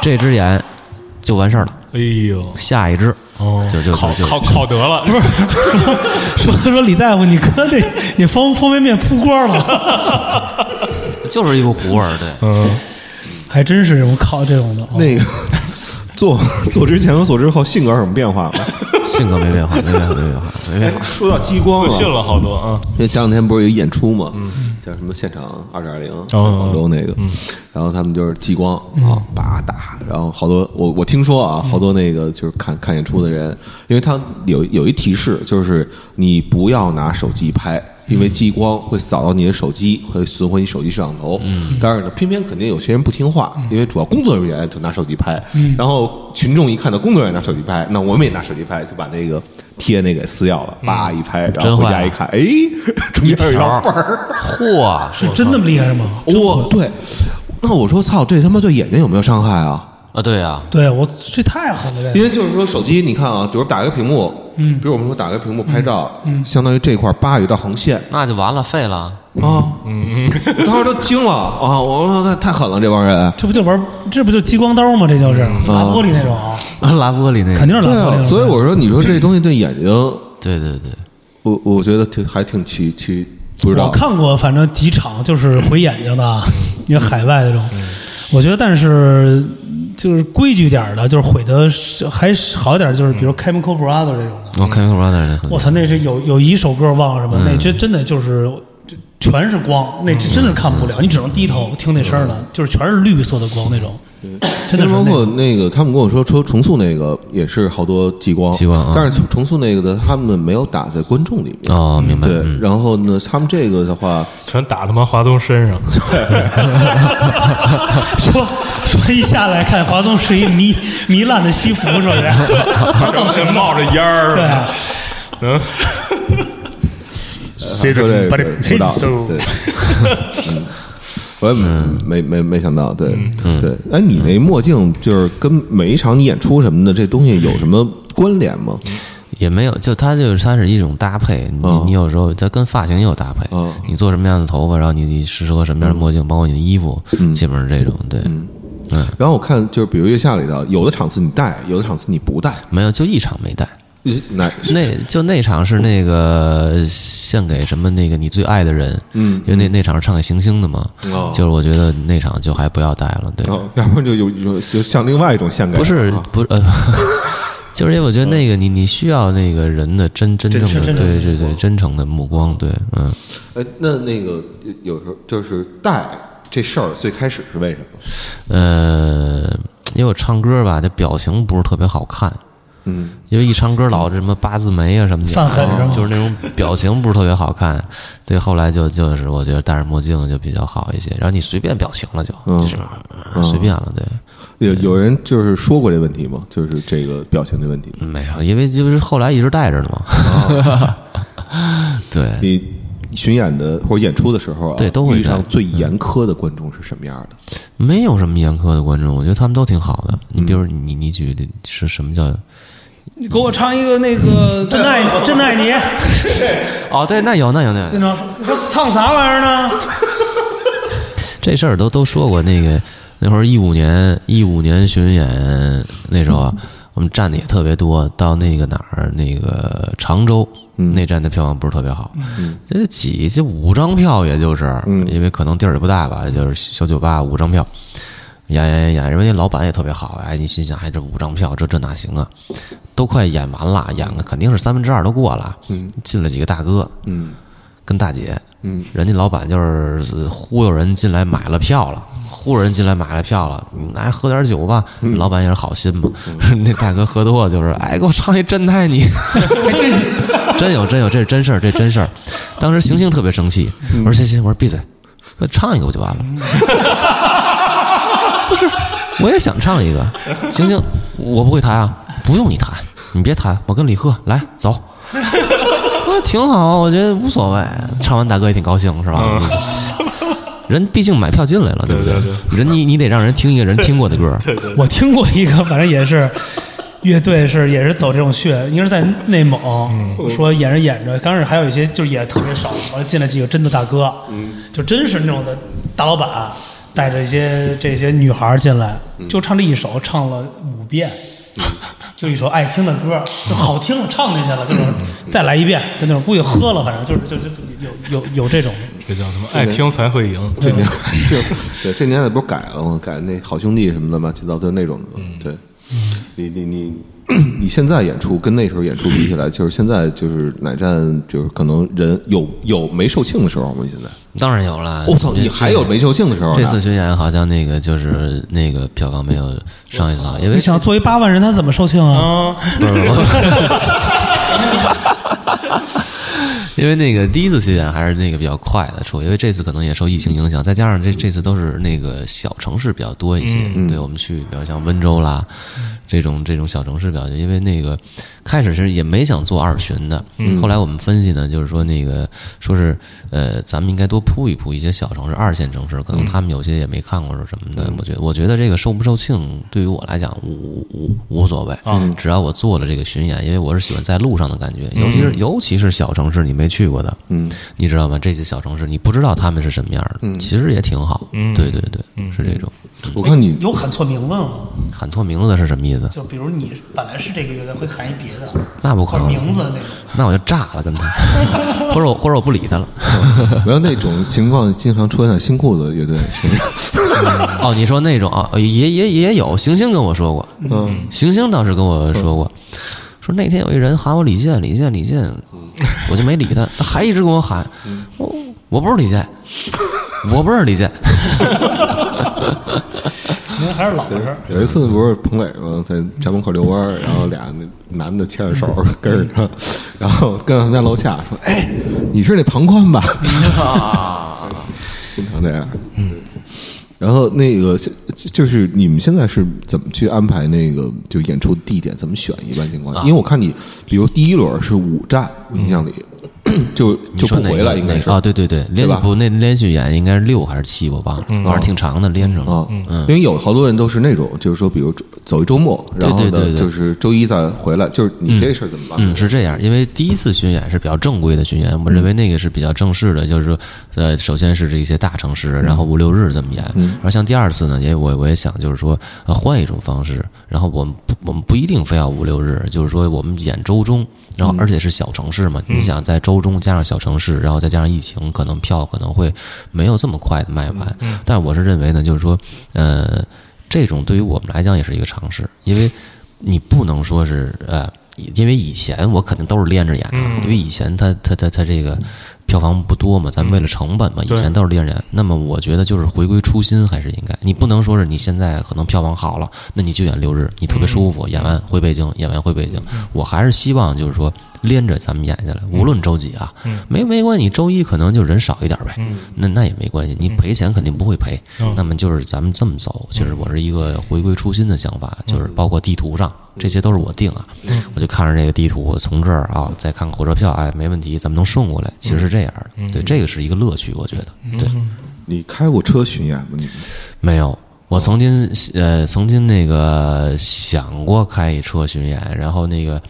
Speaker 3: 这只眼就完事儿了，
Speaker 4: 哎呦，
Speaker 3: 下一只
Speaker 4: 哦
Speaker 3: 就就
Speaker 4: 考
Speaker 3: 就
Speaker 4: 考考得了，不是
Speaker 5: 说说李大夫，你哥那你方方便面扑光了，
Speaker 3: 就是一股糊味儿，对，
Speaker 4: 嗯
Speaker 5: 还真是我靠这种的。哦
Speaker 2: 那个做做之前和做之后性格有什么变化吗？
Speaker 3: 性格没变化，没变化，没变化， 没变化。
Speaker 2: 哎说到激光
Speaker 4: 自信
Speaker 2: 了，
Speaker 4: 了好多啊，
Speaker 2: 因为前两天不是有一演出嘛，叫什么现场二点零，在
Speaker 4: 哦
Speaker 2: 广州那个，然后他们就是激光啊，叭打，然后好多我我听说啊，好多那个就是看看演出的人，因为他有有一提示，就是你不要拿手机拍。因为激光会扫到你的手机，会损毁你手机摄像头。嗯，但是呢，偏偏肯定有些人不听话，因为主要工作人员就拿手机拍，然后群众一看到工作人员拿手机拍，那我们也拿手机拍，就把那个贴那给撕掉了，叭一拍，然
Speaker 3: 真
Speaker 2: 后回
Speaker 3: 坏
Speaker 2: 家
Speaker 3: 了
Speaker 2: 一看，哎， 中间有一道缝儿。
Speaker 3: 嚯，啊
Speaker 5: 是真那么厉害吗？
Speaker 2: 我对，那我说操，这他妈对眼睛有没有伤害啊？
Speaker 3: 啊，对啊，
Speaker 5: 对我这太狠了，这
Speaker 2: 因为就是说手机，你看啊，比如打开屏幕，嗯，比如我们说打开屏幕拍照，嗯，相当于这块儿叭有一道横线
Speaker 3: 那就完了，废了。
Speaker 2: 啊，嗯，我当时都惊了啊！我说太太狠了，这帮人。
Speaker 5: 这不就玩，这不就激光刀吗？这就是拉玻璃那种， 啊
Speaker 3: 拉玻璃那个，
Speaker 5: 肯定
Speaker 2: 嗯
Speaker 5: 是
Speaker 2: 对
Speaker 5: 拉玻璃那
Speaker 2: 啊，
Speaker 5: 种。
Speaker 2: 所以我说，你说这东西对眼睛，
Speaker 3: 对对对，
Speaker 2: 我我觉得挺还挺奇奇，不知道。
Speaker 5: 我看过，反正几场就是毁眼睛 的，因为海外那种。
Speaker 2: 嗯
Speaker 5: 我觉得，但是就是规矩点儿的，就是毁的还好一点，
Speaker 2: 嗯
Speaker 5: 就是比如 Chemical Brother 这种的。
Speaker 3: 我看《Brother》很
Speaker 5: 我操，那是有有一首歌忘了什么，那
Speaker 2: 嗯
Speaker 5: 真真的就是全是光，那真是看不
Speaker 2: 嗯
Speaker 5: 了，你只能低头听那声儿了，就是全是绿色的光那种，
Speaker 2: 嗯
Speaker 5: 真的是
Speaker 2: 包
Speaker 5: 那
Speaker 2: 括那个，他们跟我说说重塑那个也是好多激光，
Speaker 3: 激光啊
Speaker 2: 但是重重塑那个的他们没有打在观众里面。
Speaker 3: 哦，明白。
Speaker 2: 对，
Speaker 3: 嗯
Speaker 2: 然后呢，他们这个的话，
Speaker 4: 全打他妈华东身 上，
Speaker 5: 说说一下来看华东是一糜糜烂的西服，说是，
Speaker 4: 然后先冒着烟儿，
Speaker 5: 对啊，
Speaker 4: 嗯，
Speaker 2: 说这个不知道，对，嗯我也
Speaker 3: 嗯
Speaker 2: 没没没没想到，对对。哎，你那墨镜就是跟每一场你演出什么的，这东西有什么关联吗？
Speaker 3: 也没有，就它就是它是一种搭配，你、
Speaker 2: 嗯
Speaker 3: 你有时候它跟发型也有搭配，
Speaker 2: 嗯
Speaker 3: 你做什么样的头发，然后你你适合什么样的墨镜，包括你的衣服，基本上这种对，嗯
Speaker 2: 然后我看就是，比如月下里头，有的场次你戴，有的场次你不戴，
Speaker 3: 没有就一场没带，
Speaker 2: 呃那
Speaker 3: 那就那场是那个献给什么那个你最爱的人，
Speaker 2: 嗯
Speaker 3: 因为那那场是唱给行星的嘛，
Speaker 2: 哦
Speaker 3: 就是我觉得那场就还不要带了，对，
Speaker 2: 哦要不 然就有有就像另外一种献给
Speaker 3: 不是
Speaker 2: 啊
Speaker 3: 不是呃， 就是因为我觉得那个你你需要那个人的真真正的
Speaker 5: 真诚的
Speaker 3: 对对对真诚的目光，对，嗯。
Speaker 2: 呃，那那个有时候就是戴这事儿最开始是为什么？
Speaker 3: 呃，因为我唱歌吧，这表情不是特别好看，
Speaker 2: 嗯，
Speaker 3: 因为一唱歌老什么八字眉啊什么的，
Speaker 5: 犯狠是吗
Speaker 3: 就是那种表情不是特别好看。对，后来就就是我觉得戴着墨镜就比较好一些，然后你随便表情了就，
Speaker 2: 嗯
Speaker 3: 就是随便了，对。
Speaker 2: 有有人就是说过这问题吗？就是这个表情的问题。
Speaker 3: 没有，因为就是后来一直戴着呢嘛。 对，
Speaker 2: 你巡演的或者演出的时候啊，
Speaker 3: 对都会
Speaker 2: 遇上
Speaker 3: 戴
Speaker 2: 最严苛的观众是什么样的？
Speaker 3: 没有什么严苛的观众，我觉得他们都挺好的。你比如你你你举例是什么叫？
Speaker 5: 你给我唱一个那个 真爱真爱你，
Speaker 3: 哦，对，那有那有那
Speaker 5: 那种说唱啥玩意儿呢？
Speaker 3: 这事儿都都说过。那个那会儿一五年一五年巡演那时候啊，我们站的也特别多，到那个哪儿那个常州。
Speaker 2: 嗯
Speaker 3: 嗯那站的票房不是特别好，这几这五张票，也就是、因为可能地儿也不大吧，也就是小酒吧五张票，演演演，因为老板也特别好，哎，你心想，哎，这五张票，这这哪行啊？都快演完了，演了肯定是三分之二都过了，进了几个大哥，
Speaker 2: 嗯，
Speaker 3: 跟大姐，
Speaker 2: 嗯，
Speaker 3: 人家老板就是呃忽悠人进来买了票了，忽悠人进来买了票了，你来喝点酒吧。老板也是好心嘛， 那大哥喝多了就是，哎，给我唱一真爱你，还真 真有真有，这是真事儿，这真事儿。当时行星特别生气，
Speaker 4: 嗯
Speaker 3: 我说行行，我说闭嘴，我唱一个不就完 了？我也想唱一个，行行，我不会弹啊，不用你弹，你别弹，我跟李贺来走。 我说挺好，我觉得无所谓。唱完大哥也挺高兴，是吧？ 人毕竟买票进来了，对不
Speaker 4: 嗯对对
Speaker 3: 人你你得让人听一个人听过的歌，
Speaker 5: 我听过一个，反正也是乐队是也是走这种血，应该是在内蒙，说演着演着，刚开始还有一些就是也特别少，完了进来几个真的大哥，就真是那种的大老板。带着一些这些女孩进来，就唱这一首，唱了五遍，嗯就一首爱听的歌，就好听了，唱进去了，就是再来一遍，就那种估计喝了，反正就是就是有有有这种，
Speaker 4: 这叫什么？爱听才会赢。
Speaker 2: 这年就对这年代不是改了吗？改那好兄弟什么的嘛，七糟就那种的。
Speaker 3: 嗯
Speaker 2: 对，你你你你现在演出跟那时候演出比起来，就是现在就是奶站就是可能人有有没售罄的时候吗？现在
Speaker 3: 当然有了。
Speaker 2: 我操，你还有没售罄的时候
Speaker 3: 呃这次
Speaker 2: 呢？
Speaker 3: 巡演好像那个就是那个票房没有上一次好，因为
Speaker 5: 你想作为八万人，他怎么售罄啊？
Speaker 4: 啊，
Speaker 3: 因为那个第一次巡演还是那个比较快的出，因为这次可能也受疫情影响，再加上这这次都是那个小城市比较多一些，对我们去，比如像温州啦，这种这种小城市比较多，因为那个开始是也没想做二巡的，后来我们分析呢，就是说那个说是呃，咱们应该多铺一铺一些小城市、二线城市，可能他们有些也没看过什么的，我觉得我觉得这个受不受罄对于我来讲无无无所谓，只要我做了这个巡演，因为我是喜欢在路上的感觉，尤其是尤其是小城市你没去过的，嗯，你知道吗？这些小城市你不知道他们是什么样的，其实也挺好，嗯，对对对，是这种。
Speaker 2: 我看你
Speaker 5: 有喊错名啊字吗？
Speaker 3: 喊错名字的是什么意思？
Speaker 5: 就比如你本来是这个乐队，会喊一别的，
Speaker 3: 那不可
Speaker 5: 或者
Speaker 3: 能，
Speaker 5: 名字的那种。
Speaker 3: 那我就炸了跟他，或者我或者我不理他了。
Speaker 2: 没有那种情况，经常出现在新裤子乐队是不是？
Speaker 3: 哦，你说那种啊，也也也有，行星跟我说过，
Speaker 2: 嗯，
Speaker 3: 行星倒是跟我说过，说那天有一人喊我李健，李健，李健，我就没理 他，他还一直跟我喊，
Speaker 2: 嗯
Speaker 3: 我我不是李健，我不是李健，
Speaker 5: 您还是老实，
Speaker 2: 有一次不是彭磊吗，在家门口遛弯儿，然后俩那男的牵着手
Speaker 3: 嗯
Speaker 2: 跟着他，然后跟他们家楼下说：“哎，你是那庞宽吧？” 经常这样。嗯。然后那个现就是你们现在是怎么去安排那个就演出地点？怎么选？一般情况，
Speaker 3: 啊
Speaker 2: 因为我看你，比如第一轮是五站，我印象里就
Speaker 3: 嗯 你
Speaker 2: 就不
Speaker 3: 说哪
Speaker 2: 回
Speaker 3: 个
Speaker 2: 来，应该
Speaker 3: 哪
Speaker 2: 是
Speaker 3: 个啊，对对对，连
Speaker 2: 吧嗯
Speaker 3: 不那连续演应该是六还是七，我忘了，反正挺长的，连着
Speaker 2: 啊
Speaker 3: 了，，
Speaker 2: 因为有好多人都是那种，就是说，比如周走一周末，
Speaker 3: 对
Speaker 2: 然后
Speaker 3: 对对
Speaker 2: 呢，
Speaker 3: 对
Speaker 2: 就是周一再回来，就是你这事儿怎么办？
Speaker 3: 嗯，是这样，因为第一次巡演是比较正规的巡演，我认为那个是比较正式的，就是说，呃，首先是这些大城市，然后五六日这么演。然后像第二次呢，也我我也想就是说，呃，换一种方式，然后我们不我们不一定非要五六日，就是说我们演周中，然后而且是小城市嘛，你想在周中加上小城市，然后再加上疫情，可能票可能会没有这么快的卖完。但我是认为呢，就是说，呃，这种对于我们来讲也是一个尝试，因为你不能说是呃，因为以前我肯定都是连着演的，因为以前他他他他这个票房不多嘛，咱们为了成本嘛，以
Speaker 4: 对
Speaker 3: 前都是练人。那么我觉得就是回归初心还是应该，你不能说是你现在可能票房好了，那你就演六日，你特别舒服，演完回北京，演完回北京。我还是希望就是说连着咱们演下来，无论周几啊，没没关系，你周一可能就人少一点呗，那那也没关系，你赔钱肯定不会赔。那么就是咱们这么走，其实我是一个回归初心的想法，就是包括地图上这些都是我定啊，我就看着这个地图，从这儿啊再看看火车票，哎，没问题，咱们能顺过来，其实是这样的，对，这个是一个乐趣，我觉得，对，
Speaker 2: 你开过车巡演吗？你
Speaker 3: 没有。我曾经呃，曾经那个想过开一车巡演，然后那个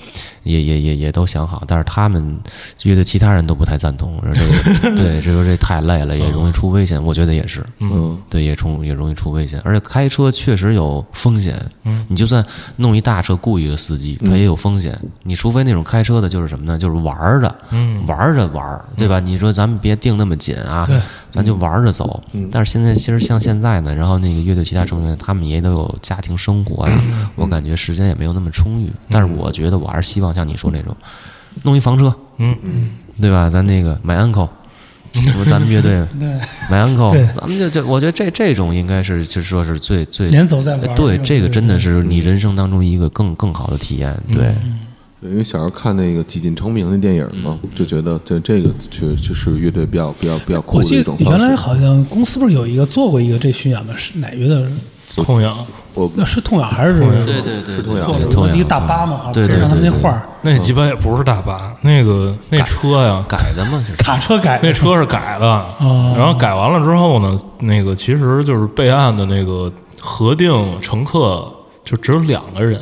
Speaker 3: 也也也也都想好，但是他们乐队其他人都不太赞同，说这个对，这说这太累了，也容易出危险，我觉得也是，
Speaker 2: 嗯，
Speaker 3: 对，也冲也容易出危险，而且开车确实有风险。嗯，你就算弄一大车雇一个司机，他也有风险。你除非那种开车的，就是什么呢？就是玩儿着，嗯，玩儿着玩儿，对吧？你说咱们别定那么紧啊，
Speaker 5: 对，
Speaker 3: 咱就玩儿着走。但是现在其实像现在呢，然后那个乐队其他成员他们也都有家庭生活呀，我感觉时间也没有那么充裕。但是我觉得我还是希望像你说那种，弄一房车，
Speaker 4: 嗯
Speaker 3: 嗯，对吧？咱那个买 uncle。咱们乐队
Speaker 5: 对，
Speaker 3: 买 uncle，
Speaker 5: 对
Speaker 3: 咱们就就我觉得这这种应该是就是说是最最
Speaker 5: 连走带玩
Speaker 3: 哎
Speaker 5: 儿。
Speaker 3: 对这个真的
Speaker 5: 是
Speaker 3: 是你人生当中一个更更好的体验，对，
Speaker 2: 因为小时候看那个《几近成名》的电影嘛，就觉得这这个确确实乐队比较比较比较酷
Speaker 5: 我
Speaker 2: 的
Speaker 5: 记
Speaker 2: 一
Speaker 5: 得
Speaker 2: 种方式。
Speaker 5: 原来好像公司不是有一个做过一个这巡演吗？是哪乐队？
Speaker 4: 痛痒，
Speaker 2: 我
Speaker 5: 那是痛痒还是
Speaker 3: 对对对，对
Speaker 5: 做
Speaker 3: 对
Speaker 5: 过
Speaker 3: 痛痒嗯
Speaker 5: 一个大巴嘛？好像
Speaker 3: 对对
Speaker 5: 是
Speaker 3: 对，
Speaker 5: 让他们那
Speaker 3: 对
Speaker 5: 画儿
Speaker 4: 那鸡巴也不是大巴，那个那车呀，
Speaker 3: 改的嘛，就是
Speaker 5: 卡车改的
Speaker 4: 那车是改的，
Speaker 5: 哦
Speaker 4: 然后改完了之后呢，那个其实就是备案的那个核定乘客就只有两个 人，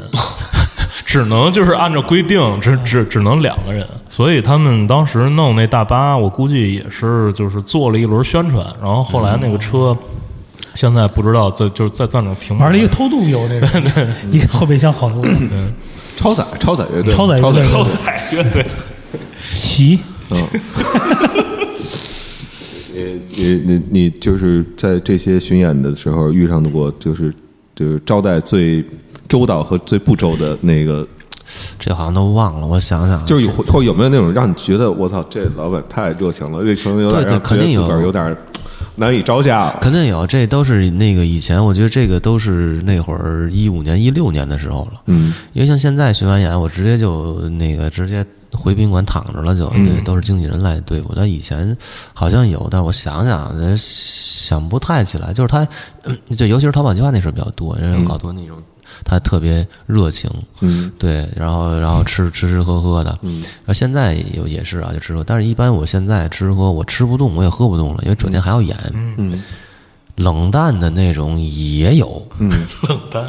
Speaker 4: 只能就是按照规定，
Speaker 3: 哦
Speaker 4: 只只只能两个人，所以他们当时弄那大巴，我估计也是就是做了一轮宣传，然后后来那个车
Speaker 3: 哦
Speaker 4: 现在不知道在就是在在哪儿停着
Speaker 5: 玩了一 个偷渡游 这种，一个后备箱好多，
Speaker 2: 超载超载乐队，
Speaker 5: 超载乐
Speaker 2: 超
Speaker 5: 队
Speaker 2: 载
Speaker 4: 超载乐队，
Speaker 5: 骑
Speaker 2: 你你你你就是在这些巡演的时候遇上的过，就是就是招待最周到和最不周的那个，
Speaker 3: 这好像都忘了，我想想啊，
Speaker 2: 就是有会会有没有那种让你觉得我操，这老板太热情了，这可能有点
Speaker 3: 对对
Speaker 2: 让觉
Speaker 3: 肯
Speaker 2: 得
Speaker 3: 定有
Speaker 2: 自个儿有点难以招架了。
Speaker 3: 肯定有，这都是那个以前，我觉得这个都是那会儿一五年、一六年的时候了。
Speaker 2: 嗯，
Speaker 3: 因为像现在巡完演，我直接就那个直接回宾馆躺着了就，
Speaker 2: 嗯
Speaker 3: 对，都是经纪人来对付。但以前好像有，但我想想呃想不太起来，就是他，嗯就尤其是淘宝计划那时候比较多，因为有好多那种。他特别热情，
Speaker 2: 嗯，
Speaker 3: 对，然后然后吃吃吃喝喝的，嗯，然后现在也也是啊，就吃喝，但是一般我现在吃喝我吃不动，我也喝不动了，因为转天还要演，
Speaker 2: 嗯，
Speaker 3: 冷淡的那种也有，嗯，冷淡，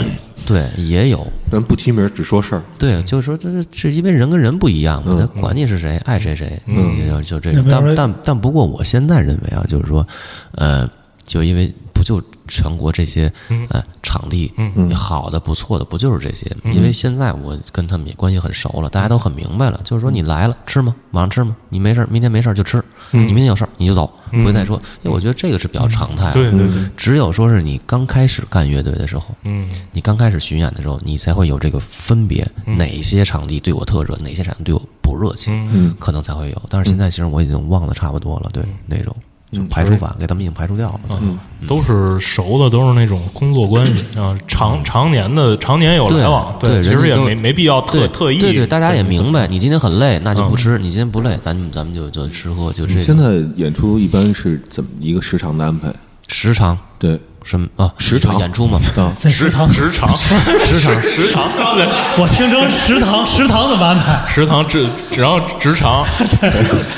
Speaker 3: 对，也有，
Speaker 2: 咱不提名儿，只说事儿。
Speaker 3: 对，就是说这这因为人跟人不一样嘛，他管你是谁，爱谁谁，嗯，就这种。
Speaker 5: 那比如
Speaker 3: 但
Speaker 5: 说
Speaker 3: 但但不过，我现在认为啊，就是说，呃，就因为不就全国这些呃场地，好的不错的不就是这些？因为现在我跟他们也关系很熟了，大家都很明白了，就是说你来了吃吗？马上吃吗？你没事儿，明天没事儿就吃，你明天有事儿你就走，回去再说。因为我觉得这个是比较常态啊，
Speaker 4: 对对对，
Speaker 3: 只有说是你刚开始干乐队的时候，
Speaker 4: 嗯，
Speaker 3: 你刚开始巡演的时候，你才会有这个分别，哪些场地对我特热，哪些场地对我不热情，嗯，可能才会有。但是现在其实我已经忘得差不多了，对那种就排除法给他们已经排除掉了。嗯，
Speaker 4: 都是熟的，都是那种工作关 系啊，常常年的常年有
Speaker 3: 对
Speaker 4: 来往，
Speaker 3: 嗯对
Speaker 4: 其
Speaker 3: 人
Speaker 4: 实
Speaker 3: 家
Speaker 4: 也
Speaker 3: 都
Speaker 4: 没没必要特
Speaker 3: 对
Speaker 4: 特意，
Speaker 3: 对对，嗯大家也明白，你今天很累，那就不吃；你今天不累，咱们咱们就就吃喝，就
Speaker 2: 你
Speaker 3: 这
Speaker 2: 现
Speaker 3: 种
Speaker 2: 在演出一般是怎么一个时长的安排？
Speaker 3: 时长
Speaker 2: 对，
Speaker 3: 什么啊？
Speaker 2: 时 长
Speaker 3: 演出嘛，
Speaker 2: 啊，
Speaker 5: 在 食堂，
Speaker 4: 食 堂，食 堂，食堂，
Speaker 5: 我听成食堂，食堂怎么安排？
Speaker 4: 食堂只只要直肠，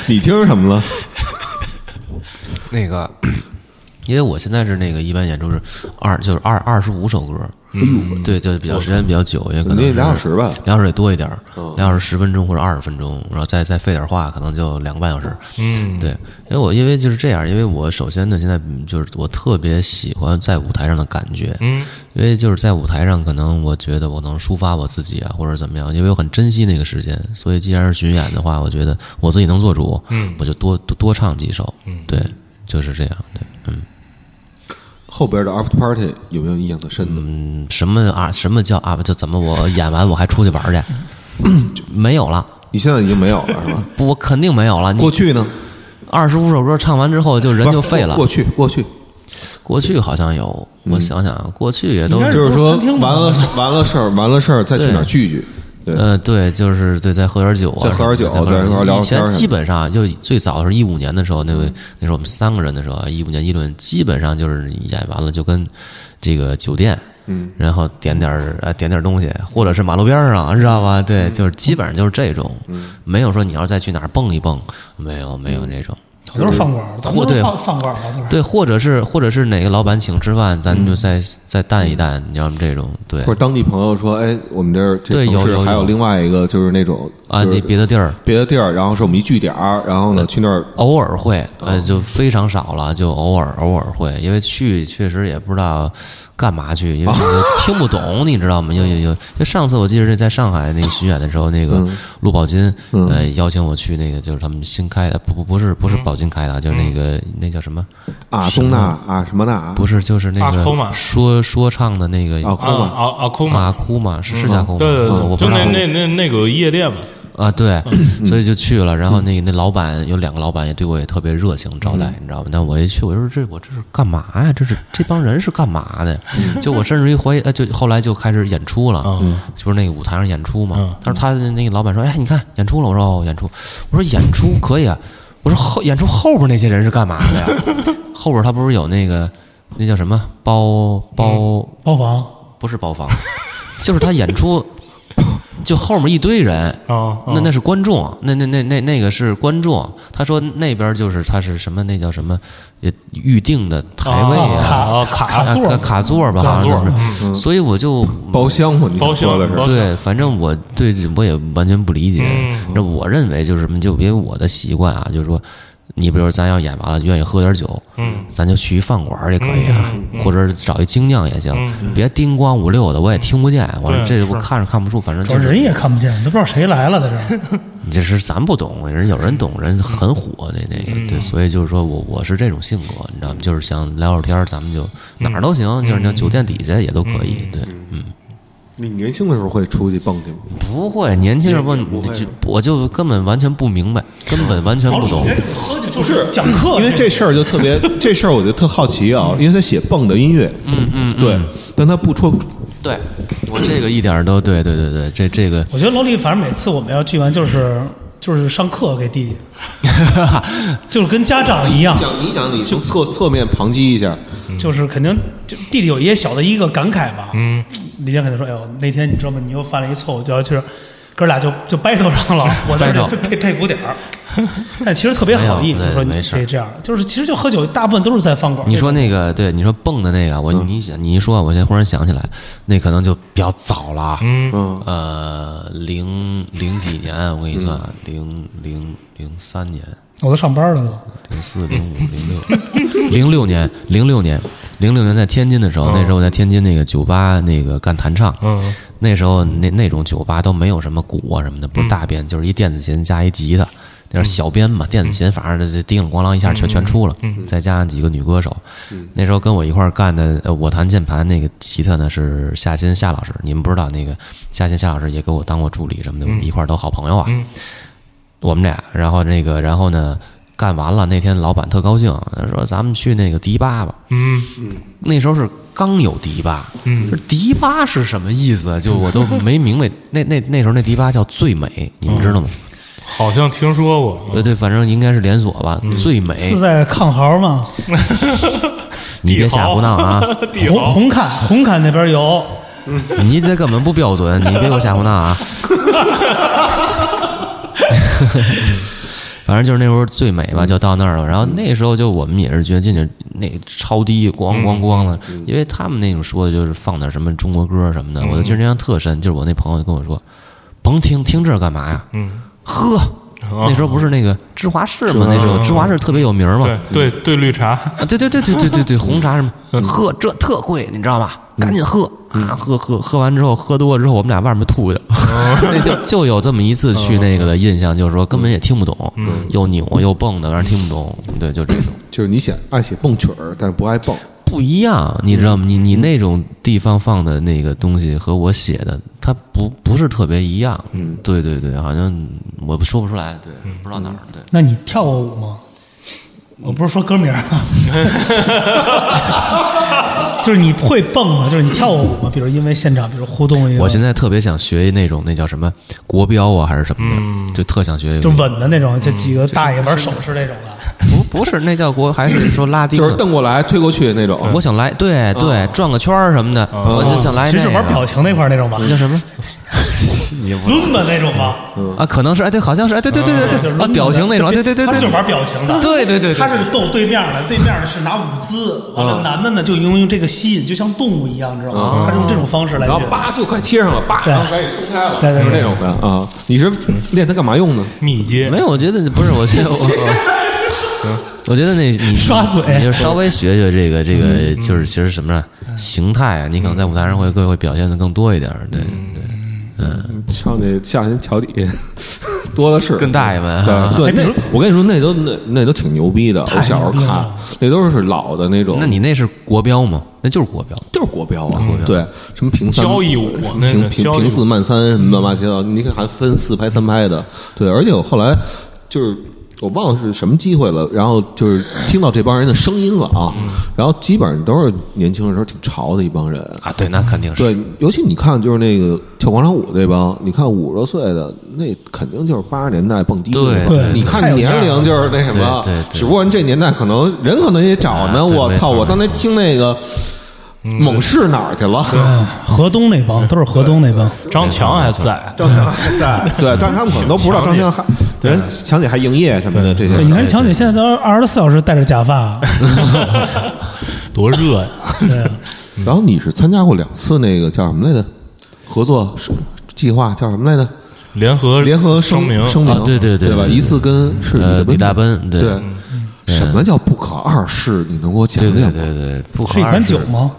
Speaker 2: 你听什
Speaker 3: 嗯
Speaker 2: 么了？
Speaker 3: 那个，因为我现在是那个一般演出是二就是二二十五首歌，嗯，对，就比较时间比较久，也可能
Speaker 2: 那
Speaker 3: 是
Speaker 2: 俩小时吧
Speaker 3: 两小时也多一点儿，两小时十分钟或者二十分钟，然后再再费点话，可能就两个半小时。嗯，对，因为我因为就是这样，因为我首先呢，现在嗯就是我特别喜欢在舞台上的感觉，嗯，因为就是在舞台上，可能我觉得我能抒发我自己啊，或者怎么样，因为我很珍惜那个时间，所以既然是巡演的话，我觉得我自己能做主，嗯，我就多多多唱几首，嗯，对，就是这样，对，嗯。
Speaker 2: 后边的 After Party 有没有印象特深的？
Speaker 3: 嗯，什么啊？什么叫啊？就怎么我演完我还出去玩儿去？ 没有了，
Speaker 2: 你现在已经没有了是吧？
Speaker 3: 嗯不，我肯定没有了。你
Speaker 2: 过去呢？
Speaker 3: 二十五首歌唱完之后，就人就废了
Speaker 2: 过。去过去，
Speaker 3: 过去好像有，我想想，过去也都
Speaker 5: 你
Speaker 2: 嗯
Speaker 5: 看
Speaker 2: 就是说
Speaker 5: 都是餐厅嘛
Speaker 2: 完了事完了事儿完了事儿再去哪儿聚聚，对，
Speaker 3: 呃，对，就是对，在喝点酒啊，
Speaker 2: 在喝点酒
Speaker 3: 在喝点
Speaker 2: 对一块儿聊
Speaker 3: 以前
Speaker 2: 天儿
Speaker 3: 基本上就最早的时候，一五年的时候，那
Speaker 2: 嗯
Speaker 3: 位那时候我们三个人的时候，一五年一轮基本上就是演完了就跟这个酒店，嗯，然后点点儿呃点点儿东西，或者是马路边儿上，知道
Speaker 2: 嗯
Speaker 3: 吧？对，就是基本上就是这种，没有说你要再去哪儿蹦一蹦，没有没
Speaker 2: 嗯
Speaker 3: 有这种。
Speaker 5: 好多是饭馆儿，咱们都
Speaker 3: 对
Speaker 5: 是饭饭馆儿了，都是。
Speaker 3: 对，或者是或者是哪个老板请吃饭，咱就再、再淡一淡，你知道吗？这种对
Speaker 2: 嗯或者当地朋友说，哎，我们这儿这
Speaker 3: 对
Speaker 2: 城
Speaker 3: 有
Speaker 2: 市
Speaker 3: 有
Speaker 2: 还有
Speaker 3: 有
Speaker 2: 另外一个就是那呃种
Speaker 3: 啊，
Speaker 2: 就是
Speaker 3: 你别的地儿
Speaker 2: 别的地儿，然后是我们一据点儿，然后呢去那儿
Speaker 3: 偶尔会，
Speaker 2: 哦
Speaker 3: 呃，就非常少了，就偶尔偶尔会，因为去确实也不知道干嘛 去，因为听不懂，你知道吗？有有有，就上次我记得是在上海那个巡演的时候，那
Speaker 2: 嗯
Speaker 3: 个陆宝金，呃，邀请我去那个就是他们新开的，不不不是不
Speaker 4: 嗯
Speaker 3: 是宝金开的啊，就是那个那叫什么？
Speaker 2: 啊宗纳啊什么纳啊
Speaker 3: 不是就是那
Speaker 4: 阿库
Speaker 3: 个
Speaker 4: 玛
Speaker 3: 说说唱的那个
Speaker 2: 啊库嗯
Speaker 4: 啊
Speaker 2: 嘛
Speaker 4: 啊啊，库
Speaker 3: 马
Speaker 4: 玛，
Speaker 3: 库嘛，是是叫库嘛？
Speaker 4: 对对对，
Speaker 3: 我不知
Speaker 4: 就
Speaker 3: 道
Speaker 4: 那那那那个夜店嘛，
Speaker 3: 啊，对， 所以就去了。然后那个那老板有两个老板也对我也特别热情招待，你知道吗？但我一去，我就说这我这是干嘛呀？这是这帮人是干嘛的？就我甚至于怀疑，哎，就后来就开始演出了，
Speaker 4: 嗯啊
Speaker 3: 就是那个舞台上演出嘛。他说他那个老板说，哎，你看演出了，我说哦，演出，我说演出可以啊，我说后演出后边那些人是干嘛的呀？后边他不是有那个那叫什么包包
Speaker 5: 包房
Speaker 3: 不是包房， 就是他演出， 就后面一堆人。
Speaker 4: 啊，啊
Speaker 3: 那那是观众，那那那那那个是观众。他说那边就是他是什么，那叫什么，也预定的台位
Speaker 4: 啊
Speaker 3: 啊，
Speaker 4: 卡卡
Speaker 5: 卡座
Speaker 3: 啊卡座吧，好
Speaker 4: 卡
Speaker 3: 像
Speaker 4: 座嗯
Speaker 3: 是不是。所以我就
Speaker 2: 包厢嘛，你
Speaker 4: 包厢
Speaker 2: 说的是
Speaker 4: 包
Speaker 3: 对，反正我对我也完全不理解
Speaker 4: 嗯。
Speaker 3: 那我认为就是什么，就因为我的习惯啊，就是说，你比如咱要演完了，愿意喝点酒，
Speaker 4: 嗯，
Speaker 3: 咱就去一饭馆儿也可以啊，或者找一精酿也行，别叮咣五六的，我也听不见，我
Speaker 4: 嗯对
Speaker 3: 这我
Speaker 4: 是
Speaker 3: 看着看不出，反正
Speaker 5: 主
Speaker 3: 就
Speaker 5: 要
Speaker 3: 是
Speaker 5: 人也看不见，都不知道谁来了在这儿。
Speaker 3: 这是咱不懂，人有人懂，人很火那那个，对，所以就是说我我是这种性格，你知道吗？就是想聊会儿天儿，咱们就哪儿都行，就是你知道酒店底下也都可以，对，嗯，
Speaker 2: 你年轻的时候会出去蹦去吗？
Speaker 3: 不会，年轻人不，
Speaker 2: 也也不会
Speaker 3: 你就我就根本完全不明白，根本完全 不懂，
Speaker 5: 喝酒就是讲
Speaker 4: 哦
Speaker 5: 课
Speaker 2: 因为这事儿就特别，这事儿我就特好奇啊，因为他写蹦的音乐，嗯嗯，对，但他不出，
Speaker 3: 对我这个一点儿都对，对对对，这这个
Speaker 5: 我觉得老李，反正每次我们要聚完，就是就是上课给弟弟， 就是跟家长一样，
Speaker 2: 讲你讲你从侧侧面旁击一下，
Speaker 3: 嗯
Speaker 5: 就是肯定就弟弟有一些小的一个感慨吧。嗯，李健肯定说：“哎呦，那天你知道吗？你又犯了一错误，就要去，哥俩就就掰头 上了，我在这
Speaker 3: 掰头
Speaker 5: 配配配鼓点儿。”但其实特别好意，
Speaker 3: 没有
Speaker 5: 就说
Speaker 3: 没
Speaker 5: 你
Speaker 3: 事
Speaker 5: 得这样，就是其实就喝酒，大部分都是在饭馆。
Speaker 3: 你说那个对，你说蹦的那个，啊
Speaker 2: 嗯
Speaker 3: 我你想你一说，我现在忽然想起来，那可能就比较早了，嗯
Speaker 2: 嗯
Speaker 3: 呃，零零几年，啊我跟你算，零零零三年，
Speaker 5: 我都上班了都，
Speaker 3: 零四、零五、零六，零六年，零六年，零六年在天津的时候，那时候我在天津那个酒吧那个干弹唱，嗯，那时候那那种酒吧都没有什么鼓啊什么的，不是大编，就是一电子琴加一吉他，那是小编嘛，电子琴反正这叮了咣啷一下全全出了，再加上几个女歌手，那时候跟我一块儿干的，呃我弹键盘那个吉他呢是夏新夏老师，你们不知道那个夏新夏老师也给我当过助理什么的，我们一块儿都好朋友啊，我们俩，然后那个，然后呢，干完了那天，老板特高兴，说咱们去那个迪吧吧。
Speaker 4: 嗯
Speaker 3: 那时候是刚有迪吧，嗯，迪吧是什么意思啊？就我都没明白。 那那那时候那迪吧叫最美，你们知道吗？
Speaker 4: 好像听说过，
Speaker 3: 呃，对，反正应该是连锁吧。最美
Speaker 5: 是，在抗豪嘛，
Speaker 3: 你别瞎胡闹啊！
Speaker 4: 帝
Speaker 5: 红
Speaker 4: 豪
Speaker 5: 红坎红坎那边有，
Speaker 3: 你这根本不标准，你别给我瞎胡闹啊！ 反正就是那时候最美吧，就到那儿了。然后那时候就我们也是觉得进去那超低咣咣咣的，因为他们那种说的就是放点什么中国歌什么的，我就印象特深。就是我那朋友就跟我说：“甭听听这干嘛呀？
Speaker 4: 嗯，
Speaker 3: 喝。”
Speaker 4: 啊
Speaker 3: 那时候不是那个啊芝华士嘛，那时候芝华士特别有名嘛。
Speaker 4: 对对对，绿茶，
Speaker 3: 啊，对对对对对对对，红茶什么，喝这特贵，你知道吧？赶紧喝啊，喝喝喝完之后，喝多了之后，我们俩外面吐去了。 那就就有这么一次去那个的印象，就是说根本也听不懂，又扭又蹦的，反正听不懂。对，就这种
Speaker 2: 就是你写爱写蹦曲儿，但是不爱蹦，
Speaker 3: 不一样，你知道吗？你你那种地方放的那个东西和我写的，它不不是特别一样。嗯，对对对，好像我说不出来，对，不知道哪儿对。
Speaker 5: 那你跳过舞吗？我不是说歌名儿啊， 就是你会蹦吗？就是你跳过舞吗？比如因为现场，比如互动一个，
Speaker 3: 我现在特别想学那种那叫什么国标啊，还是什么的，就特想学一个。
Speaker 5: 就稳的那种，就几
Speaker 3: 嗯
Speaker 5: 个大爷玩手势那种的，
Speaker 3: 不不是那叫国，还是说拉丁
Speaker 2: 就是
Speaker 3: 的。
Speaker 2: 瞪过来推过去那种。
Speaker 3: 我想来，对对，转个圈儿什么的，我就想来
Speaker 5: 啊其
Speaker 3: 那
Speaker 5: 实玩表
Speaker 3: 个。
Speaker 5: 情那块儿那种吧，
Speaker 3: 叫什么
Speaker 5: 抡吧那种吧，
Speaker 3: 啊？可能是哎，对，好像是哎，对对对对
Speaker 5: 就
Speaker 3: 对，
Speaker 5: 是
Speaker 3: 啊，表情那种，对对对
Speaker 5: 他
Speaker 3: 对，
Speaker 5: 们就是玩表情的，
Speaker 3: 对对嗯对对
Speaker 5: 他是逗对面的，对面的是拿舞姿，完了男的呢就用用这个吸引，就像动物一样，知道
Speaker 3: 嗯
Speaker 5: 吗？他是用这种方式来
Speaker 2: 然后
Speaker 5: 学，
Speaker 2: 叭就快贴上了，叭，
Speaker 5: 对
Speaker 2: 然后赶紧松开了，
Speaker 5: 对对
Speaker 2: 就
Speaker 5: 对
Speaker 2: 是那种的啊。你是练它干嘛用呢？
Speaker 4: 密接
Speaker 3: 没有，我觉得不是，我觉得我。我我觉得那你
Speaker 5: 刷嘴
Speaker 3: 你就稍微学学这个这个，就是其实什么呢？形态啊，你可能在舞台上会会会表现的更多一点儿，对对，
Speaker 2: 上去下人桥底多的是，
Speaker 3: 跟大爷们啊
Speaker 2: 对对，那我跟你说，那都那那都挺牛逼的。我小时候
Speaker 5: 哎牛逼
Speaker 2: 看
Speaker 5: 了，
Speaker 2: 那都是老的那种。
Speaker 3: 那你那是国标吗？那就是国标，
Speaker 2: 就是国标啊，
Speaker 3: 国标
Speaker 2: 对，什么平三
Speaker 4: 交谊舞
Speaker 2: 什么
Speaker 4: 那个
Speaker 2: 平平
Speaker 4: 交谊舞
Speaker 2: 平四慢三什么乱七八糟，你看还分四拍三拍的，对，而且我后来就是。我忘了是什么机会了，然后就是听到这帮人的声音了啊，
Speaker 3: 嗯
Speaker 2: 然后基本上都是年轻的时候挺潮的一帮人，
Speaker 3: 啊，对，那肯定是。
Speaker 2: 对，尤其你看就是那个跳广场舞那帮，你看五十多岁的那肯定就是八十年代蹦迪的
Speaker 3: 对
Speaker 2: 那帮，
Speaker 5: 对
Speaker 2: 你看
Speaker 5: 太有
Speaker 2: 年
Speaker 5: 样儿
Speaker 2: 龄就是那什么
Speaker 3: 对对对，
Speaker 2: 只不过人这年代可能人可能也找
Speaker 3: 啊
Speaker 2: 呢，
Speaker 3: 对
Speaker 2: 我
Speaker 3: 没
Speaker 2: 操，
Speaker 3: 错嗯
Speaker 2: 我刚才听那个猛士哪儿去了？
Speaker 5: 嗯河东那帮都是河东那帮，
Speaker 4: 张强还在，
Speaker 2: 张强还在， 对，但是他们可能都不知道张强还人强姐还营业什么的这些
Speaker 5: 对，你看强姐现在都二十四小时戴着 假发，
Speaker 4: 多热呀！
Speaker 5: 对，
Speaker 2: 然后你是参加过两次那个叫什么来着？合作是计划叫什么来着？
Speaker 4: 联合
Speaker 2: 联合
Speaker 4: 呃声明，
Speaker 2: 声明
Speaker 3: 啊，对对
Speaker 2: 对
Speaker 3: 对
Speaker 2: 吧？
Speaker 3: 对对
Speaker 2: 一次跟是
Speaker 3: 呃
Speaker 2: 李
Speaker 3: 李
Speaker 2: 大
Speaker 3: 大
Speaker 2: 奔
Speaker 3: 奔
Speaker 2: 吗，
Speaker 3: 对
Speaker 2: 什么叫不可二世？你能给我讲
Speaker 3: 对对
Speaker 2: 讲
Speaker 3: 对
Speaker 2: 吗？
Speaker 3: 对，不可
Speaker 5: 是一
Speaker 3: 二
Speaker 5: 款
Speaker 3: 世
Speaker 5: 酒吗？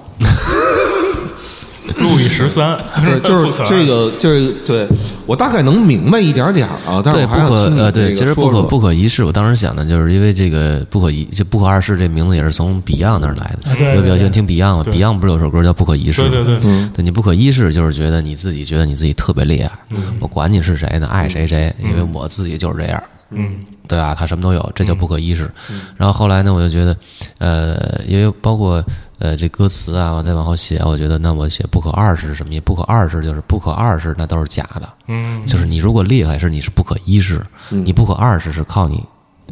Speaker 4: 路易十三，
Speaker 2: 对，就是这个，就是对我大概能明白一点点儿啊，但是
Speaker 3: 对，
Speaker 2: 我
Speaker 3: 不
Speaker 2: 还想
Speaker 3: 可
Speaker 2: 听你
Speaker 3: 呃，
Speaker 2: 这
Speaker 3: 对，
Speaker 2: 个
Speaker 3: 其实
Speaker 2: 说
Speaker 3: 不可
Speaker 2: 说
Speaker 3: 不可一世，我当时想的就是因为这个不可一，这不可二世这名字也是从 Beyond 那儿来的。
Speaker 5: 对
Speaker 3: 我比较
Speaker 5: 对
Speaker 3: 喜欢听 Beyond 嘛
Speaker 4: 啊对
Speaker 3: ，Beyond 不是有首歌叫《不可一世》
Speaker 4: 对
Speaker 3: 吗？
Speaker 4: 对对
Speaker 2: 嗯
Speaker 3: 对，你不可一世就是觉得你自己觉得你自己特别厉害，
Speaker 4: 嗯
Speaker 3: 我管你是谁呢，爱谁谁，因为我自己就是这样。
Speaker 4: 嗯，
Speaker 3: 对吧？他什么都有，这叫不可一世。然后后来呢，我就觉得，呃，因为包括呃这歌词啊，我再往后写，我觉得那我写不可二世是什么意思？不可二世就是不可二世，那都是假的。
Speaker 4: 嗯，
Speaker 3: 就是你如果厉害是你是不可一世，你不可二世是靠你，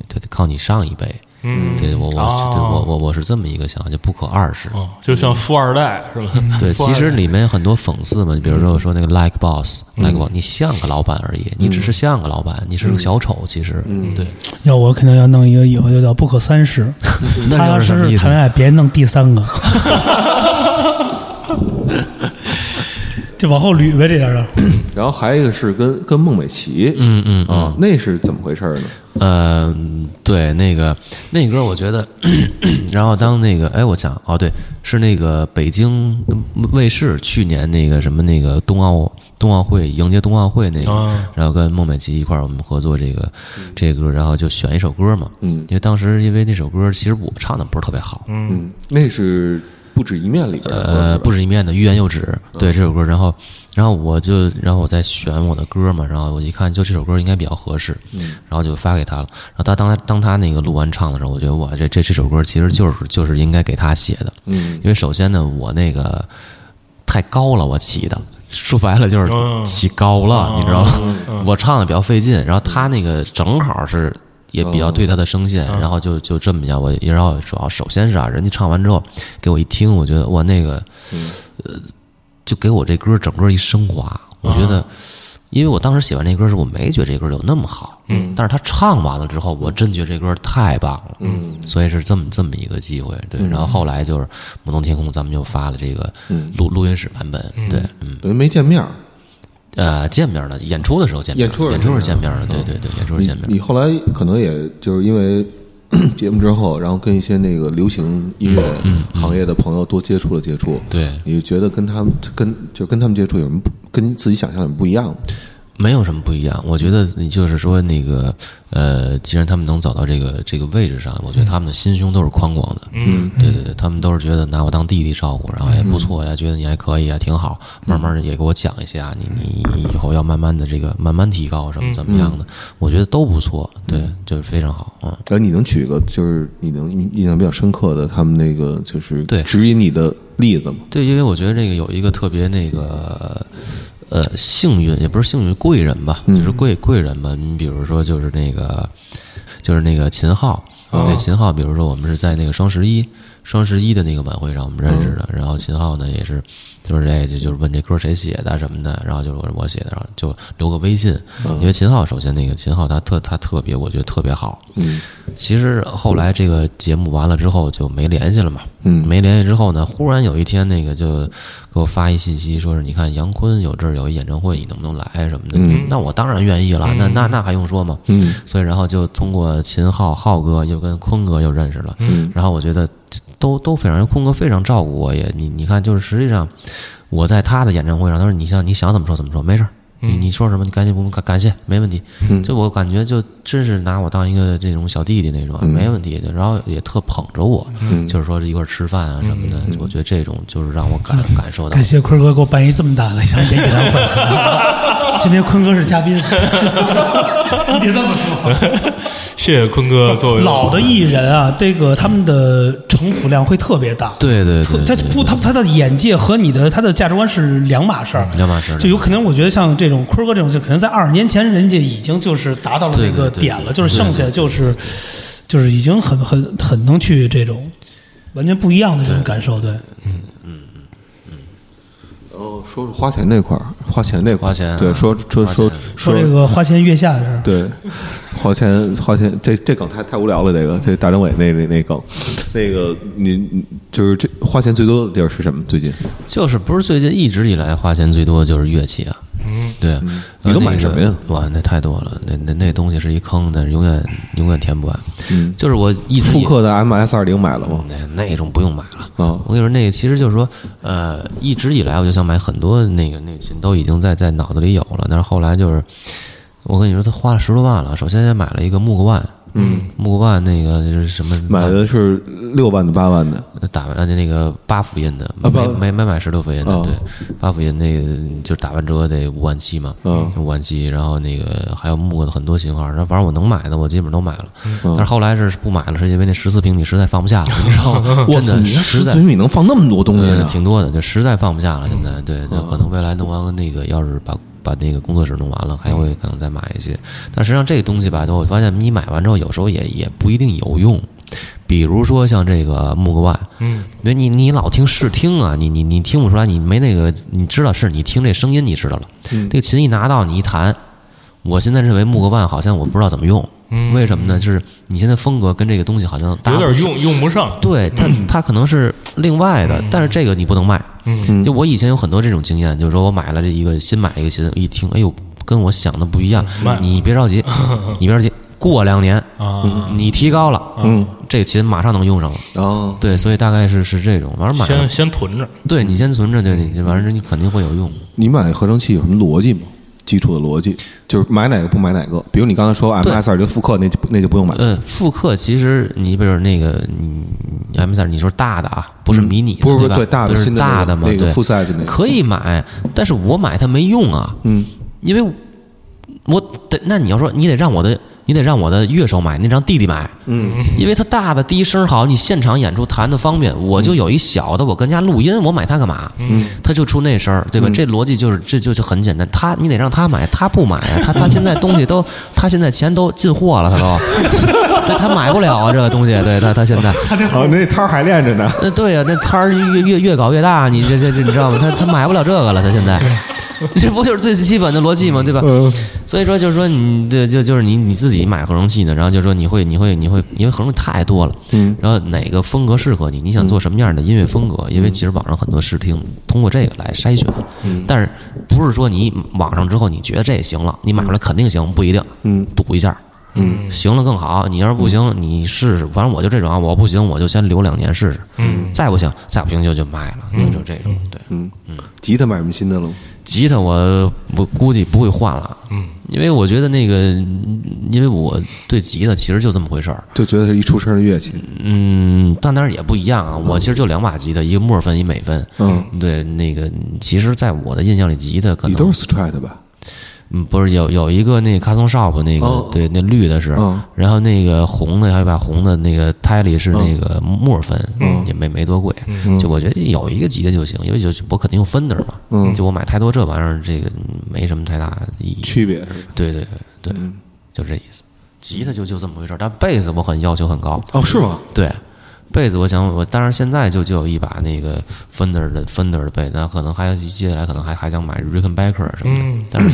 Speaker 3: 对，靠你上一辈。
Speaker 4: 嗯
Speaker 3: 对我我、
Speaker 4: 哦
Speaker 3: 对我我我是这么一个想法，就不可二世。
Speaker 4: 哦，就像富二代是吧？
Speaker 3: 嗯对，
Speaker 4: 富二嗯
Speaker 3: 其
Speaker 4: 代
Speaker 3: 实里面很多讽刺嘛，你比如说我说那个 like
Speaker 4: 嗯
Speaker 3: boss，like boss，你像个老板而已，你只是像个老板，你是个小丑，其实，
Speaker 4: 嗯
Speaker 3: 对，
Speaker 5: 要我肯定要弄一个，以后就叫不可三世，
Speaker 3: 那
Speaker 5: 踏
Speaker 3: 又
Speaker 5: 踏
Speaker 3: 是什
Speaker 5: 实
Speaker 3: 么意
Speaker 5: 实
Speaker 3: 思
Speaker 5: 谈？恋爱，别弄第 三个。就往后捋呗，这点儿啊的
Speaker 2: 然后还有一个是跟跟孟美岐，
Speaker 3: 嗯嗯嗯
Speaker 2: 啊，那是怎么回事呢？
Speaker 3: 呃，对，那个那歌我觉得， 然后当那个哎，我想哦，对，是那个北京卫视去年那个什么那个冬奥冬奥会迎接冬奥会那个，
Speaker 4: 啊
Speaker 3: 然后跟孟美岐一块儿我们合作这个、这个歌，然后就选一首歌嘛，
Speaker 2: 嗯
Speaker 3: 因为当时因为那首歌其实我唱的不是特别好，
Speaker 2: 嗯，那是不止一面里边的歌
Speaker 3: 呃，
Speaker 2: 是吧
Speaker 3: 不止一面的欲言又止，对这首歌，然后，然后我就，然后我在选我的歌嘛，然后我一看，就这首歌应该比较合适，然后就发给他了。然后他当他当他那个录完唱的时候，我觉得哇，这这这首歌其实就是就是应该给他写的，
Speaker 2: 嗯
Speaker 3: 因为首先呢，我那个太高了，我起的，说白了就是
Speaker 4: 嗯
Speaker 3: 起高了，你知道吗？我唱的比较费劲，然后他那个正好是也比较对他的声线，
Speaker 4: 嗯
Speaker 3: 然后就就这么样，我然后主要首先是啊，人家唱完之后给我一听，我觉得哇那个，呃，就给我这歌整个一升华，
Speaker 2: 啊
Speaker 3: 我觉得。因为我当时写完这歌时，我没觉得这歌有那么好，嗯，但是他唱完了之后，我真觉得这歌太棒了，嗯，所以是这么这么一个机会，
Speaker 2: 嗯
Speaker 3: 对。然后后来就是《摩登天空》，咱们就发了这个
Speaker 2: 嗯
Speaker 3: 录录音室版本，对，嗯，
Speaker 2: 等于没见面儿。
Speaker 3: 呃，见面了，演出的时候见面，
Speaker 2: 演出的
Speaker 3: 演
Speaker 2: 时候
Speaker 3: 出是见面了，对对对，演出是
Speaker 2: 你
Speaker 3: 见面了
Speaker 2: 你后来可能也就是因为节目之后，然后跟一些那个流行音乐
Speaker 3: 嗯
Speaker 2: 行业的朋友多接触了接触，
Speaker 3: 对
Speaker 2: 你就觉得跟他们跟就跟他们接触有什么不跟自己想象有什么不一样吗？
Speaker 3: 没有什么不一样，我觉得你就是说那个，呃，既然他们能走到这个这个位置上，我觉得他们的心胸都是宽广的。
Speaker 4: 嗯，
Speaker 3: 对对对，他们都是觉得拿我当弟弟照顾，然后也不错呀，觉得你还可以啊，挺好。慢慢地也给我讲一下，你你你以后要慢慢的这个慢慢提高什么怎么样的，我觉得都不错，对，就是非常好啊。
Speaker 2: 然后你能举一个就是你能印印象比较深刻的他们那个就是
Speaker 3: 对
Speaker 2: 指引你的例子吗？
Speaker 3: 对，因为我觉得这个有一个特别那个，呃，幸运也不是幸运，贵人吧，就是贵贵人吧。你比如说，就是那个，就是那个秦昊，对秦昊，比如说我们是在那个双十一，双十一的那个晚会上我们认识的。然后秦昊呢也是，就是哎，就就是问这歌谁写的啊什么的，然后就是我我写的，然后就留个微信，因为秦昊首先那个秦昊他特他特别，我觉得特别好，
Speaker 2: 嗯
Speaker 3: 其实后来这个节目完了之后就没联系了嘛，
Speaker 2: 嗯
Speaker 3: 没联系之后呢，忽然有一天那个就给我发一信息，说是你看杨坤有这儿有一演唱会，你能不能来什么的？
Speaker 2: 嗯
Speaker 3: 那我当然愿意了，那那那还用说吗？
Speaker 2: 嗯
Speaker 3: 所以然后就通过秦昊昊哥又跟坤哥又认识了，
Speaker 2: 嗯
Speaker 3: 然后我觉得都都非常坤哥非常照顾我也，你你看就是实际上我在他的演唱会上，他说你想你想怎么说怎么说，没事儿。你
Speaker 5: 嗯
Speaker 3: 你说什么？你赶紧不感感谢，没问题。就我感觉就真是拿我当一个这种小弟弟那
Speaker 5: 嗯
Speaker 3: 种，没问题。然后也特捧着我，就是说一块儿吃饭啊什么的。
Speaker 5: 嗯
Speaker 3: 我觉得这种就是让我感感受到
Speaker 5: 感谢坤哥给我办一这么大的一场演唱 会，今天坤哥是嘉宾，
Speaker 3: 哎
Speaker 5: 你别这么说。
Speaker 4: 谢谢坤哥作为
Speaker 5: 老的艺人啊，这个他们的城府量会特别大，
Speaker 3: 对对
Speaker 5: 特
Speaker 3: 对，
Speaker 5: 他不他他的眼界和你的他的价值观是两码事儿，
Speaker 3: 嗯两码事儿
Speaker 5: 就有可能我觉得像这种坤哥这种，就可能在二十年前人家已经就是达到了
Speaker 3: 对
Speaker 5: 那个
Speaker 3: 对对
Speaker 5: 点了，
Speaker 3: 对
Speaker 5: 就是剩下
Speaker 3: 对
Speaker 5: 就是就是已经很很很能去这种完全不一样的这种感受，对。
Speaker 2: 然后哦说说花钱那块儿，花钱那块儿，
Speaker 3: 花钱啊
Speaker 2: 对，说说
Speaker 3: 花
Speaker 2: 说
Speaker 3: 钱
Speaker 5: 说这个花前月下的事儿，
Speaker 2: 对，花钱花钱，这这梗太太无聊了。这个这大张伟那那那梗，那个你你就是这花钱最多的地儿是什么？最近
Speaker 3: 就是不是最近一直以来花钱最多的就是乐器啊？嗯，对，
Speaker 2: 你都
Speaker 3: 呃
Speaker 2: 买什么呀？
Speaker 3: 那个哇，那太多了，那那那东西是一坑，但是永远永远填不完。
Speaker 2: 嗯
Speaker 3: 就是我一直
Speaker 2: 复刻的 MS 二零买了吗？
Speaker 3: 那那种不用买了。
Speaker 2: 啊
Speaker 3: 我跟你说，那个其实就是说，呃，一直以来我就想买很多那个那个琴，都已经在在脑子里有了，但是后来就是，我跟你说，他花了十多万了。首先先买了一个木格万，嗯，木格万那个就是什么
Speaker 2: 买的是六万的、八万的，
Speaker 3: 打完那个八福音的，
Speaker 2: 啊
Speaker 3: 没
Speaker 2: 八
Speaker 3: 没没买十六福音的，
Speaker 2: 哦
Speaker 3: 对，八福音那个就是打完折得五万七嘛，
Speaker 2: 嗯
Speaker 3: 五万七，然后那个还有木的很多型号，然后反正我能买的我基本上都买了，
Speaker 2: 嗯
Speaker 3: 但是后来是不买了，是因为那十四平米实在放不下了，你知道吗？
Speaker 2: 我
Speaker 3: 真
Speaker 2: 操，
Speaker 3: 的
Speaker 2: 你这
Speaker 3: 实
Speaker 2: 十
Speaker 3: 在
Speaker 2: 四。米能放那么多东西
Speaker 3: 呃
Speaker 2: 呢，？
Speaker 3: 挺多的，嗯就实在放不下了。现在对，那可能未来弄完那个，要是把把那个工作室弄完了，还会可能再买一些。但实际上这个东西吧，就我发现你买完之后，有时候也也不一定有用。比如说像这个木格万，嗯，因为你你老听试听啊，你你你听不出来，你没那个，你知道是你听这声音你知道了，这个琴一拿到你一弹，我现在认为木格万好像我不知道怎么用，嗯、为什么呢？就是你现在风格跟这个东西好像搭
Speaker 4: 有
Speaker 3: 不
Speaker 4: 点
Speaker 3: 上
Speaker 4: 用用不上，
Speaker 3: 对它，它可能是另外的，但是这个你不能卖。嗯，就我以前有很多这种经验，就是说我买了这一个新买一个琴，一听，哎呦，跟我想的不一样。你别着 急，你别着急，过两年
Speaker 4: 啊
Speaker 3: 嗯你提高了，嗯，这个琴马上能用上了。
Speaker 2: 啊，
Speaker 3: 对，所以大概是是这种，反正买
Speaker 4: 先
Speaker 3: 了，
Speaker 4: 先囤着。
Speaker 3: 对你先存着，对你反正你肯定会有用。
Speaker 2: 你买合成器有什么逻辑吗？基础的逻辑就是买哪个不买哪个，比如你刚才说 MS 二零复刻那就不那就不用买，
Speaker 3: 呃，复刻其实你比如那个你 M 三，你说大的啊，不是迷你的，
Speaker 2: 不是不是
Speaker 3: 吧
Speaker 2: 对大的
Speaker 3: 都是
Speaker 2: 新的那个
Speaker 3: 大的嘛，
Speaker 2: 那个
Speaker 3: 对
Speaker 2: full size 那个
Speaker 3: 可以买，但是我买它没用啊，
Speaker 2: 嗯，
Speaker 3: 因为我得那你要说你得让我的。你得让我的乐手买，你得让弟弟买，嗯，因为他大的第一声好，你现场演出弹的方便。我就有一小的，我跟家录音，我买它干嘛？嗯，他就出那声儿，对吧？这逻辑就是这就就很简单。他你得让他买，他不买啊，他 他现在东西都，他现在钱都进货了，他都，对他买不了啊，这个东西，对他他现在，
Speaker 2: 啊，那摊儿还练着呢，
Speaker 3: 那对呀、啊那摊儿越越越搞越大，你这这这你知道吗？他他买不了这个了，他现在， 这不就是最基本的逻辑吗？对吧？所以说就是说你这就就是你你自己买合成器呢，然后就是说你会你会你会因为合成器太多了，
Speaker 2: 嗯，
Speaker 3: 然后哪个风格适合你？你想做什么样的音乐风格？因为其实网上很多试听通过这个来筛选，但是不是说你网上之后你觉得这也行了，你买回来肯定行，不一定，
Speaker 2: 嗯，
Speaker 3: 赌一下。嗯，行了更好。你要是不行，你试试。反正我就这种啊，我不行我就先留两年嗯试试。嗯，再不行，再不行就就卖了，就就这种。对，
Speaker 2: 吉他买什么新的了吗？
Speaker 3: 吉他我我估计不会换了，嗯，因为我觉得那个，因为我对吉他其实就这么回事儿，
Speaker 2: 就觉得是一出声的乐器。
Speaker 3: 嗯，但当然也不一样啊。我其实就两把吉他，一个墨分，一美分。
Speaker 2: 嗯，
Speaker 3: 对，那个其实，在我的印象里，吉他可
Speaker 2: 你
Speaker 3: 能
Speaker 2: 都是 strat 吧？
Speaker 3: 嗯，不是有有一个那个 custom shop 那个、
Speaker 2: 哦
Speaker 3: 对，那绿的是，
Speaker 2: 嗯
Speaker 3: 然后那个红的还有一把红的那个胎里是那个
Speaker 2: 嗯
Speaker 3: 墨分，也没没多贵，就我觉得有一个吉他就行，因为就是我肯定用 Fender 嘛，
Speaker 2: 嗯
Speaker 3: 就我买太多这玩意儿，这个没什么太大意义。
Speaker 2: 区别是嗯吧？
Speaker 3: 对对对，就这意思。吉他就就这么回事儿，但贝斯我很要求很高，
Speaker 2: 哦，是吗？
Speaker 3: 对，贝斯我想我，当然现在就就有一把那个 Fender 的 Fender 的贝斯，那可能还要接下来可能还还想买 Rickenbacker 什么的，
Speaker 2: 嗯
Speaker 3: 但是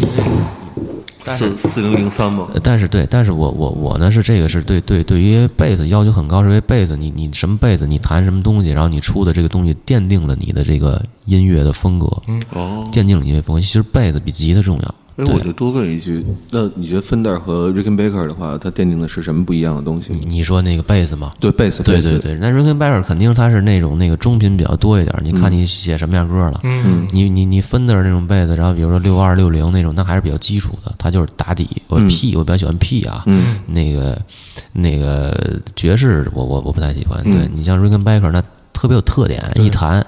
Speaker 2: 四四零零三吗？
Speaker 3: 呃但是对，但是我我我呢是这个是对对对于贝斯要求很高，是因为贝斯你你什么贝斯你弹什么东西，然后你出的这个东西奠定了你的这个音乐的风格，
Speaker 2: 哦，
Speaker 3: 奠定了音乐风格。其实贝斯比吉他重要。
Speaker 2: 哎，
Speaker 3: 呃对
Speaker 2: 我就多问一句，那你觉得 Fender 和 Rickenbacker 的话，它奠定的是什么不一样的东西吗？
Speaker 3: 你说那个贝斯吗？
Speaker 2: 对，贝斯，
Speaker 3: 嗯对
Speaker 2: 贝斯
Speaker 3: 对对，那 Rickenbacker 肯定它是那种那个中频比较多一点儿，你
Speaker 2: 嗯
Speaker 3: 看你写什么样歌了，嗯，你你你 Fender 那种贝斯，然后比如说六二六零那种，那还是比较基础的，它就是打底。我
Speaker 2: 嗯
Speaker 3: P 我比较喜欢 P 啊，嗯，那个那个爵士我我我不太喜欢，对你像 Rickenbacker 那特别有特点，一弹。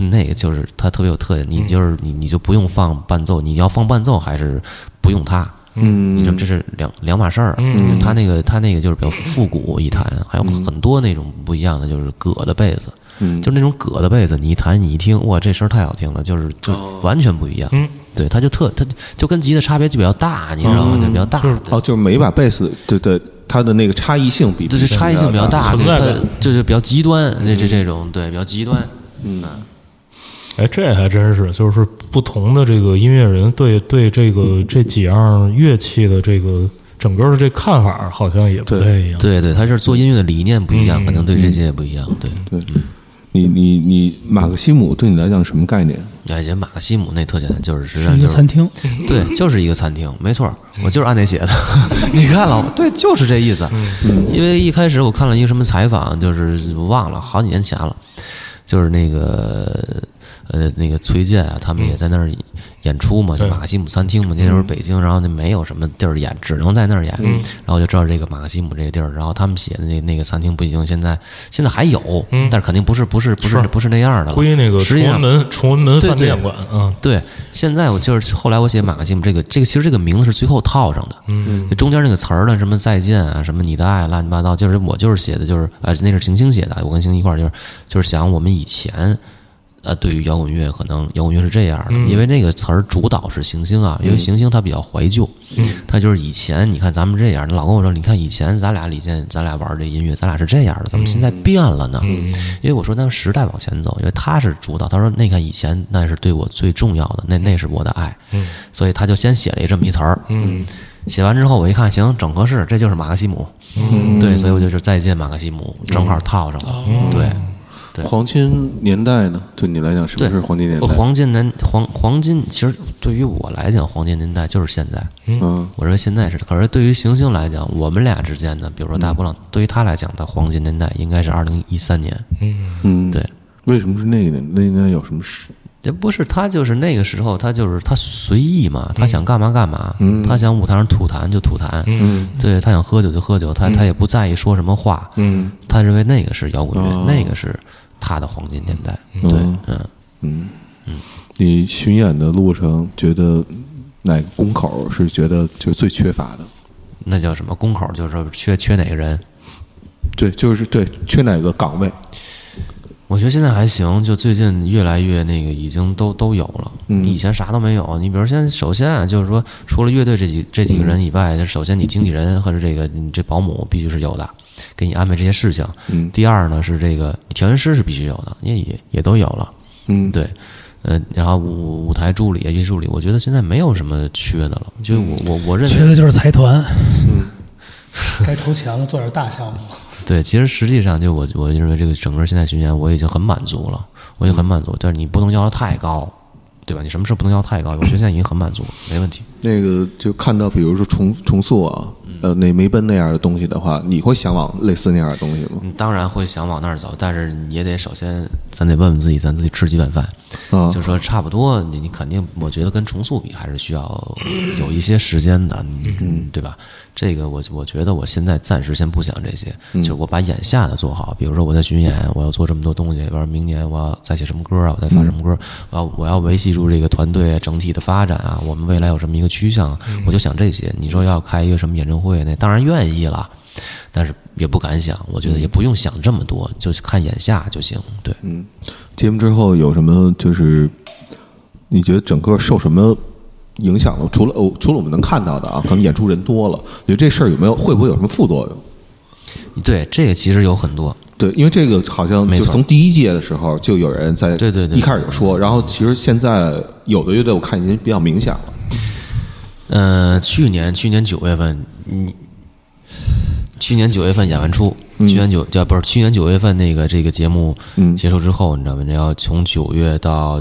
Speaker 3: 那个就是它特别有特点，你就是你你就不用放伴奏，你要放伴奏还是不用它，
Speaker 2: 嗯，
Speaker 3: 你知道这是两两码事儿。嗯，他那个他那个就是比较复古一弹，还有很多那种不一样的，就是葛的贝斯，
Speaker 2: 嗯，
Speaker 3: 就是那种葛的贝斯，你一弹你一听，哇，这声儿太好听了，就是就完全不一样。嗯，对，它就特它就跟吉他差别就比较大，你知道吗？就比较大，对
Speaker 2: 哦，就是每一把贝斯，对对，它的那个差异性比
Speaker 3: 对，就差异性比较大，对
Speaker 4: 存在
Speaker 3: 它
Speaker 4: 感
Speaker 3: 就是比较极端，这这这种对比较极端。嗯，
Speaker 4: 哎，这还真是，就是不同的这个音乐人对对这
Speaker 3: 嗯
Speaker 4: 个这几样乐器的这个整个的这看法，好像也不太一样。
Speaker 3: 对对，他是做音乐的理念不一样，可能对这些也不一样。对，
Speaker 2: 对，
Speaker 3: 嗯
Speaker 2: 你你你，马克西姆对你来讲什么概念？
Speaker 3: 哎，人马克西姆那特点就是实际
Speaker 5: 是
Speaker 3: 上
Speaker 5: 一
Speaker 3: 就
Speaker 5: 个
Speaker 3: 是
Speaker 5: 餐厅，
Speaker 3: 对，就是一个餐厅，没错儿，我就是按那写的。 你看了，对，就是这意思。
Speaker 4: 嗯
Speaker 3: 因为一开始我看了一个什么采访，就是我忘了好几年前了，就是那个呃那个崔健啊，他们也在那儿演出嘛，就
Speaker 4: 嗯对嗯
Speaker 3: 马克西姆餐厅嘛，那时候北京，然后就没有什么地儿演，只能在那儿演。然后我就知道这个马克西姆这个地儿，然后他们写的那那个餐厅不已经现在现在还有，但是肯定不是不是不是
Speaker 4: 嗯是
Speaker 3: 不是那样的了。
Speaker 4: 归那个
Speaker 3: 实
Speaker 4: 崇
Speaker 3: 际
Speaker 4: 文
Speaker 3: 上
Speaker 4: 门崇文门
Speaker 3: 对
Speaker 4: 饭
Speaker 3: 对
Speaker 4: 店管啊，
Speaker 3: 对，现在我就是后来我写马克西姆这个这个，其实这个名字是最后套上的，嗯，中间那个词儿呢，什么再见啊，什么你的爱，乱七八糟，就是我就是写的，就是呃，那是行星写的，我跟行星一块儿就是就是想我们以前。呃，对于摇滚乐，可能摇滚乐是这样的，因为那个词儿主导是行星啊，因为行星它比较怀旧，它就是以前你看咱们这样，老跟我说，你看以前咱俩李健，咱俩玩这音乐，咱俩是这样的，怎么现在变了呢？因为我说，那时代往前走，因为他是主导。他说，那个以前那是对我最重要的，那那是我的爱，所以他就先写了一这么一词儿，嗯，写完之后我一看，行，整合适，这就是马克西姆，对，所以我就是再见马克西姆，正好套上了，对。对
Speaker 2: 黄金年代呢？对你来讲，什么
Speaker 3: 对，
Speaker 2: 是黄金年代？
Speaker 3: 黄金年黄黄金，其实对于我来讲，黄金年代就是现在。
Speaker 2: 嗯，
Speaker 3: 我认为现在是，可是对于行星来讲，我们俩之间的，比如说大波浪，对于他来讲的黄金年代应该是二零一三年。
Speaker 2: 嗯，
Speaker 3: 对，
Speaker 2: 为什么是那个年？那年代有什么事？
Speaker 3: 这不是他，就是那个时候，他就是他随意嘛，
Speaker 2: 嗯
Speaker 3: 他想干嘛干嘛，他想舞台上吐痰就吐痰，对他想喝酒就喝酒，
Speaker 2: 嗯
Speaker 3: 他他也不在意说什么话，他认为那个是摇滚
Speaker 2: 哦
Speaker 3: 乐，那个是他的黄金年代，对，
Speaker 2: 嗯
Speaker 3: 嗯，
Speaker 2: 你巡演的路上，觉得哪个宫口是觉得就是最缺乏的？
Speaker 3: 那叫什么宫口，就是说缺缺哪个人，
Speaker 2: 对，就是对，缺哪个岗位？
Speaker 3: 我觉得现在还行，就最近越来越那个，已经都都有了。
Speaker 2: 嗯
Speaker 3: 以前啥都没有。你比如现在，首先啊，就是说，除了乐队这几这几个人以外，就首先你经纪人和这个你这保姆必须是有的，给你安排这些事情。
Speaker 2: 嗯
Speaker 3: 第二呢是这个调音师是必须有的，也也也都有了。
Speaker 2: 嗯，
Speaker 3: 对，呃，然后舞舞台助理、音助理，我觉得现在没有什么缺的了。就我我我认为嗯
Speaker 5: 缺的就是财团。 该投钱了，做点大项目。
Speaker 3: 对，其实实际上就我我认为这个整个现在巡演我已经很满足了，我已经很满足，但是你不能要求太高，对吧？你什么事不能要太高？我觉得现在已经很满足，没问题。
Speaker 2: 那个就看到，比如说重重塑啊，
Speaker 3: 嗯
Speaker 2: 呃，那梅奔那样的东西的话，你会向往类似那样的东西吗？
Speaker 3: 嗯当然会想往那儿走，但是你也得首先，咱得问问自己，咱自己吃几碗饭。
Speaker 2: 啊
Speaker 3: 就说差不多，你你肯定，我觉得跟重塑比还是需 要有一些时间的，嗯，对吧？这个我我觉得我现在暂时先不想这些，就是我把眼下的做好。比如说我在巡演，我要做这么多东西，比如说明年我要再写什么歌啊，我再发什么歌，我要我要维系住这个团队整体的发展啊，我们未来有什么一个趋向，啊我就想这些。你说要开一个什么演唱会，那当然愿意了。但是也不敢想，我觉得也不用想这么多，就是看眼下就行。对，
Speaker 2: 节目之后有什么就是你觉得整个受什么影响了？除了哦，除了我们能看到的啊，可能演出人多了，你觉得这事儿有没有会不会有什么副作用？
Speaker 3: 对，这个其实有很多，
Speaker 2: 对，因为这个好像
Speaker 3: 没
Speaker 2: 就
Speaker 3: 错
Speaker 2: 从第一届的时候就有人在，
Speaker 3: 对对对
Speaker 2: 一开始就说，然后其实现在有的乐队我看已经比较明显了，
Speaker 3: 呃，去年去年九月份，你去年九月份演完出，去年九叫不是去年九月份那个这个节目
Speaker 2: 嗯
Speaker 3: 结束之后，你知道吗？你要从九月到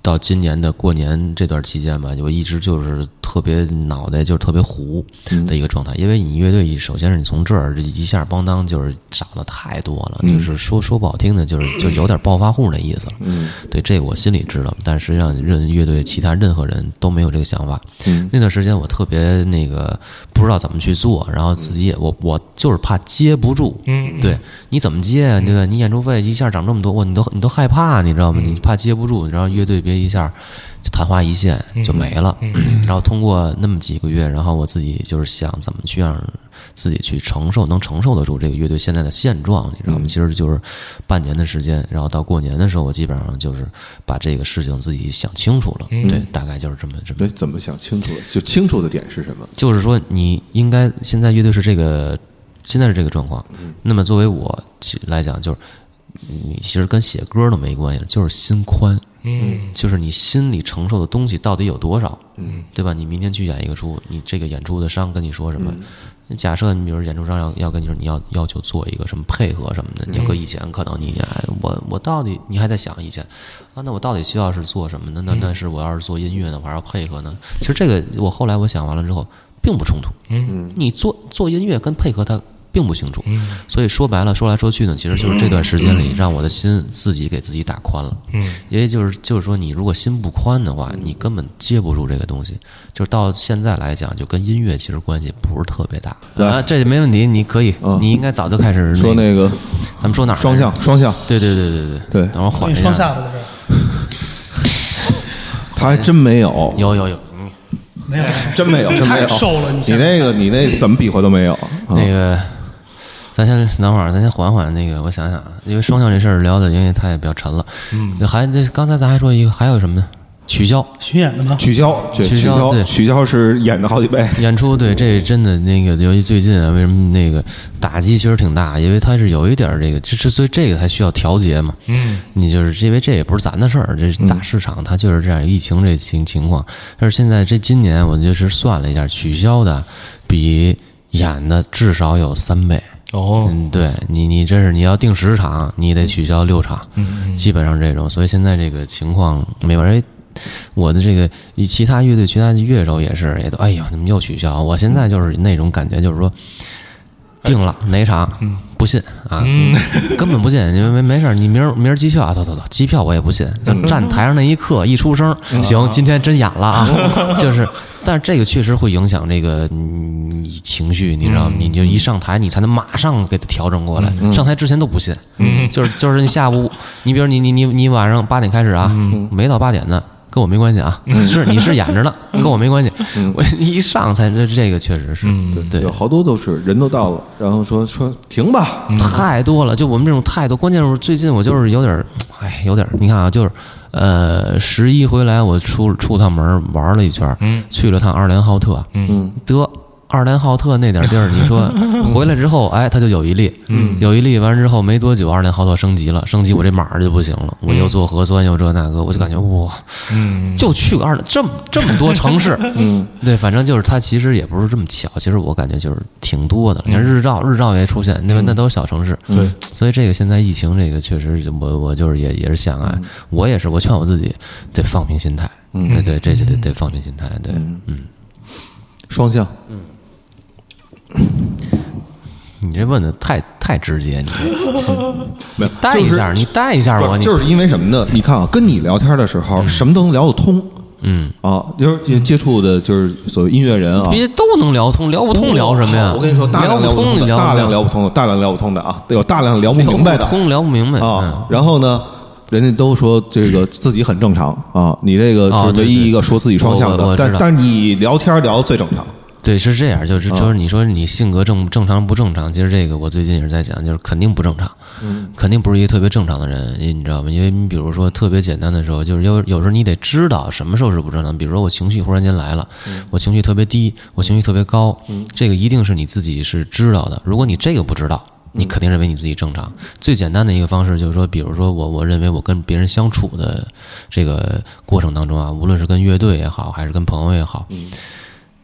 Speaker 3: 到今年的过年这段期间吧，我一直就是特别脑袋就是特别糊
Speaker 2: 嗯
Speaker 3: 的一个状态，因为你乐队首先是你从这儿一下邦当就是涨得太多了，
Speaker 2: 嗯
Speaker 3: 就是说说不好听的，就是就有点暴发户那意思了。嗯，对，这个我心里知道，但实际上任乐队其他任何人都没有这个想法。
Speaker 2: 嗯
Speaker 3: 那段时间我特别那个不知道怎么去做，然后自己也我我就是怕接不住，
Speaker 4: 嗯，
Speaker 3: 对，你怎么接啊？对吧？你演出费一下涨这么多，哇，你都你都害怕，你知道吗？你怕接不住，然后乐队别一下就昙花一现就没了。 然后通过那么几个月，然后我自己就是想怎么去让自己去承受，能承受得住这个乐队现在的现状，你知道吗？其实就是半年的时间，然后到过年的时候，我基本上就是把这个事情自己想清楚了。对，大概就是这么这么
Speaker 2: 那哎怎么想清楚了？就清楚的点是什么？
Speaker 3: 就是说你应该现在乐队是这个，现在是这个状况。那么作为我其来讲，就是你其实跟写歌都没关系，就是心宽，
Speaker 4: 嗯，
Speaker 3: 就是你心里承受的东西到底有多少，嗯，对吧？你明天去演一个出，你这个演出的商跟你说什么？假设你比如演出商要要跟你说你要要求做一个什么配合什么的，你要跟以前可能你哎我我到底你还在想以前啊，那我到底需要是做什么呢？那那是我要是做音乐呢，我还要配合呢？其实这个我后来我想完了之后并不冲突，嗯，你做做音乐跟配合它并不清楚，嗯，所以说白了说来说去呢，其实就是这段时间里让我的心自己给自己打宽了，嗯，因为就是就是说你如果心不宽的
Speaker 2: 嗯
Speaker 3: 话，你根本接不住这个东西，就是到现在来讲，就跟音乐其实关系不是特别大
Speaker 2: 来
Speaker 3: 啊，这没问题，你可以，
Speaker 2: 嗯
Speaker 3: 你应该早就开始
Speaker 2: 说
Speaker 3: 那
Speaker 2: 那个
Speaker 3: 咱们说哪儿来着
Speaker 2: 双向，双向，
Speaker 3: 对对对对对
Speaker 2: 对
Speaker 3: 等会儿
Speaker 5: 我
Speaker 3: 缓
Speaker 5: 给
Speaker 3: 一
Speaker 5: 你
Speaker 3: 下，
Speaker 5: 双下巴
Speaker 3: 哎
Speaker 5: 在这儿，
Speaker 2: 他还真没有，
Speaker 3: 有有有，嗯
Speaker 5: 没有，
Speaker 2: 真没有，真没有，
Speaker 5: 太瘦了，你
Speaker 2: 你
Speaker 5: 现在
Speaker 2: 那个你那怎么比划都没有啊？
Speaker 3: 那个，咱先等会儿，咱先缓缓。那个，我想想，啊，因为双向这事儿聊的，因为它也比较沉了。嗯，还那刚才咱还说一个，还有什么呢？取消
Speaker 5: 巡演的吗？
Speaker 2: 取消，取
Speaker 3: 取消
Speaker 2: 消，
Speaker 3: 对
Speaker 2: 取消是演的好几倍，
Speaker 3: 演出， 对，这真的那个，尤其最近啊，为什么那个打击其实挺大？因为它是有一点儿这个，这这所以这个才需要调节嘛。嗯，你就是因为这也不是咱的事儿，这是大市场它就是这样，疫情这情情况。但是现在这今年我就是算了一下，取消的比演的至少有三倍。
Speaker 4: 哦，
Speaker 3: 嗯，对你，你这是你要定十场，你得取消六场，基本上这种。所以现在这个情况没法儿。哎我的这个与其他乐队、其他乐手也是，也都哎呀，你们又取消。我现在就是那种感觉，就是说定了哪场，不信啊， 根本不信。你们没没事儿，你明儿明儿机票啊，走走走，机票我也不信。就站台上那一刻一出声，行，今天真演了啊，就是。但是这个确实会影响这个嗯你情绪，你知道吗？你就一上台，你才能马上给它调整过来。上台之前都不信，嗯就是就是你下午，你比如你你你你晚上八点开始啊，没到八点呢，跟我没关系啊，是你是演着呢，跟我没关系。我一上才这这个确实是对
Speaker 2: 有，好多都是人都到了，然后说说停吧，
Speaker 3: 太多了，就我们这种态度。关键是最近我就是有点儿，哎，有点儿，你看啊，就是呃，十一回来我出出趟门儿玩了一圈，嗯，去了趟二连浩特，嗯，得。二连浩特那点儿地儿，你 说回来之后，哎，他就有一例，嗯，有一例完之后没多久，二连浩特升级了，升级我这码儿就不行了，我又做核酸又这那个，我就感觉哇，嗯，就去个二这么这么多城市，嗯，对，反正就是他其实也不是这么巧，其实我感觉就是挺多的了，你
Speaker 2: 嗯
Speaker 3: 看日照日照也出现，那边那都是小城市，
Speaker 4: 对，
Speaker 3: 所以这个现在疫情这个确实就，我我就是也也是想啊，
Speaker 2: 嗯
Speaker 3: 我也是我劝我自己得放平心态，嗯，对，这就得得放平心态，对，嗯，
Speaker 2: 双向，
Speaker 3: 你这问的太太直接，你
Speaker 2: 没有
Speaker 3: 带一下，你带一下
Speaker 2: 不
Speaker 3: 我，
Speaker 2: 是，
Speaker 3: 你
Speaker 2: 就是因为什么呢？你看啊，跟你聊天的时候，什么都能聊得通，嗯啊，就是接触的就是所谓音乐人啊，
Speaker 3: 别都能聊通，聊不通聊什么呀？
Speaker 2: 我跟你说，大量
Speaker 3: 聊
Speaker 2: 聊
Speaker 3: 不
Speaker 2: 不通
Speaker 3: 你
Speaker 2: 的，
Speaker 3: 聊
Speaker 2: 大量聊不通的，大量聊不通的啊，有大量聊不明白的
Speaker 3: 聊不通聊不明白
Speaker 2: 啊
Speaker 3: 嗯。
Speaker 2: 然后呢，人家都说这个自己很正常啊，你这个
Speaker 3: 哦
Speaker 2: 是
Speaker 3: 对
Speaker 2: 唯一一个说自己双向
Speaker 3: 我我
Speaker 2: 的，
Speaker 3: 我知
Speaker 2: 但
Speaker 3: 道
Speaker 2: 但你聊天聊得最正常，
Speaker 3: 对，是这样，就是就是你说你性格正正常不正常，其实这个我最近也是在讲，就是肯定不正常，肯定不是一个特别正常的人，你知道吗？因为你比如说特别简单的时候，就是有有时候你得知道什么时候是不正常，比如说我情绪忽然间来了，我情绪特别低，我情绪特别高，这个一定是你自己是知道的，如果你这个不知道。你肯定认为你自己正常。最简单的一个方式就是说，比如说我，我认为我跟别人相处的这个过程当中啊，无论是跟乐队也好，还是跟朋友也好，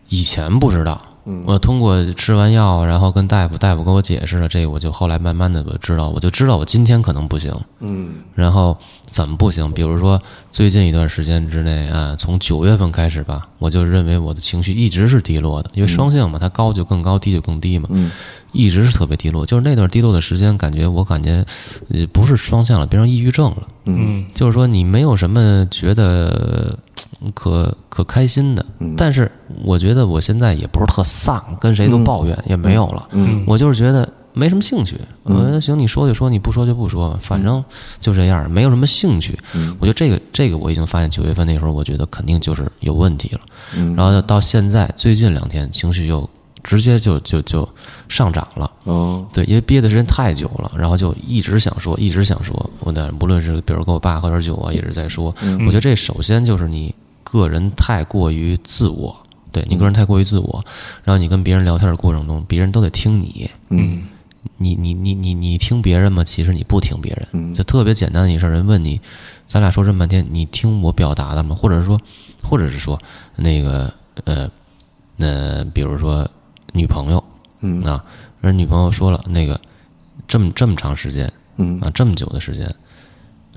Speaker 3: 以前不知道，
Speaker 2: 嗯
Speaker 3: 我通过吃完药，然后跟大夫，大夫跟我解释了这个，我就后来慢慢的我知道，我就知道我今天可能不行，
Speaker 2: 嗯
Speaker 3: 然后怎么不行？比如说最近一段时间之内啊，从九月份开始吧，我就认为我的情绪一直是低落的，因为双性嘛，它高就更高，低就更低嘛，
Speaker 2: 嗯
Speaker 3: 一直是特别低落。就是那段低落的时间，感觉我感觉呃不是双向了，变成抑郁症了。
Speaker 4: 嗯
Speaker 3: 就是说你没有什么觉得呃可可开心的，
Speaker 4: 嗯
Speaker 3: 但是我觉得我现在也不是特丧，跟谁都抱怨、也没有了，
Speaker 4: 嗯
Speaker 3: 我就是觉得没什么兴趣。我觉得行，你说就说，你不说就不说，反
Speaker 4: 嗯
Speaker 3: 正就这样，没有什么兴趣。我觉得这个这个我已经发现，九月份那时候我觉得肯定就是有问题了，
Speaker 4: 嗯
Speaker 3: 然后到现在最近两天情绪又直接就就就上涨了。
Speaker 2: 哦，
Speaker 3: 对，因为憋的时间太久了，然后就一直想说，一直想说。我的无论是比如跟我爸喝点酒啊，一直在说。我觉得这首先就是你个人太过于自我，对你个人太过于自我，然后你跟别人聊天的过程中，别人都得听你。
Speaker 4: 嗯
Speaker 3: 你你你你你听别人吗？其实你不听别
Speaker 2: 嗯
Speaker 3: 人，就特别简单的一事儿。人问你，咱俩说这么半天，你听我表达的吗？或者是说，或者是说那个呃，那、比如说女朋友，
Speaker 2: 嗯
Speaker 3: 啊，人女朋友说了那个这么这么长时间
Speaker 2: 嗯
Speaker 3: 啊，这么久的时间，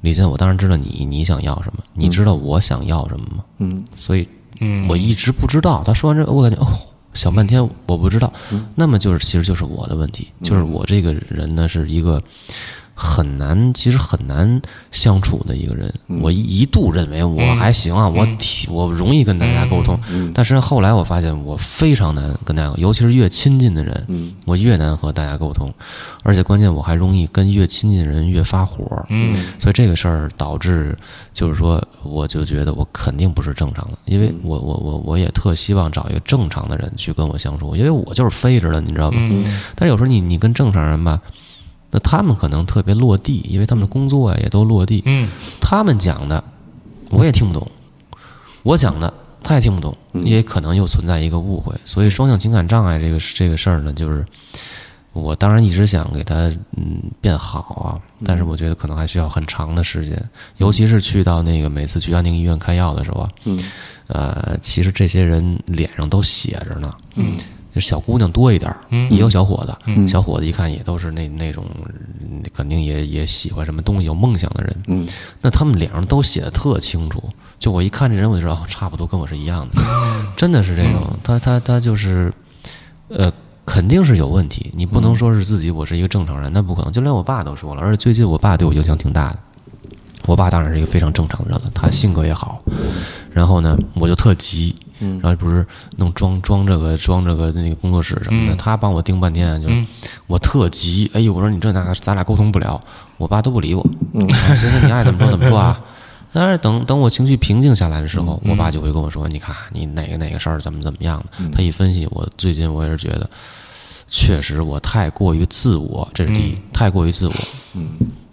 Speaker 3: 李健，我当然知道你你想要什么，你知道我想要什么吗？
Speaker 2: 嗯
Speaker 3: 所以
Speaker 4: 嗯，
Speaker 3: 我一直不知道。他说完之后，我感觉哦，想半天我不知道。那么就是，其实就是我的问题，就是我这个人呢是一个很难，其实很难相处的一个人。我一一度认为我还行啊，我挺我容易跟大家沟通，但是后来我发现我非常难跟大家，尤其是越亲近的人，
Speaker 2: 嗯
Speaker 3: 我越难和大家沟通，而且关键我还容易跟越亲近的人越发火。
Speaker 4: 嗯
Speaker 3: 所以这个事儿导致，就是说，我就觉得我肯定不是正常的，因
Speaker 4: 嗯
Speaker 3: 为我我我我也特希望找一个正常的人去跟我相处，因为我就是飞着的，你知道吗？
Speaker 4: 嗯
Speaker 3: 但是有时候你你跟正常人吧，那他们可能特别落地，因为他们的工作呀也都落地，
Speaker 4: 嗯
Speaker 3: 他们讲的我也听不懂，我讲的他也听不懂，也可能又存在一个误会，所以双向情感障碍这个这个事儿呢，就是我当然一直想给它嗯变好啊，但是我觉得可能还需要很长的时间，尤其是去到那个每次去安定医院开药的时候啊，
Speaker 2: 嗯
Speaker 3: 呃，其实这些人脸上都写着呢，
Speaker 4: 嗯
Speaker 3: 就小姑娘多一点儿，
Speaker 4: 嗯
Speaker 3: 也有小伙子，
Speaker 2: 嗯
Speaker 3: 小伙子一看也都是那那种，嗯肯定也也喜欢什么东西，有梦想的人。
Speaker 2: 嗯
Speaker 3: 那他们脸上都写的特清楚，就我一看这人，我就知道、哦差不多跟我是一样的，真的是这种。他他他就是，呃，肯定是有问题。你不能说是自己我是一个正常人，那不可能。就连我爸都说了，而且最近我爸对我影响挺大的。我爸当然是一个非常正常的人了，他性格也好。然后呢，我就特急，然后不是弄装装这个装这个那个工作室什么的，他帮我盯半天，就是我特急，哎呦，我说你这那个咱俩沟通不了，我爸都不理我，啊行行，你爱怎么说怎么说啊。但是等等我情绪平静下来的时候，我爸就会跟我说：“你看你哪个哪个事儿怎么怎么样的。”他一分析，我最近我也是觉得，确实我太过于自我，这是第一，太过于自我。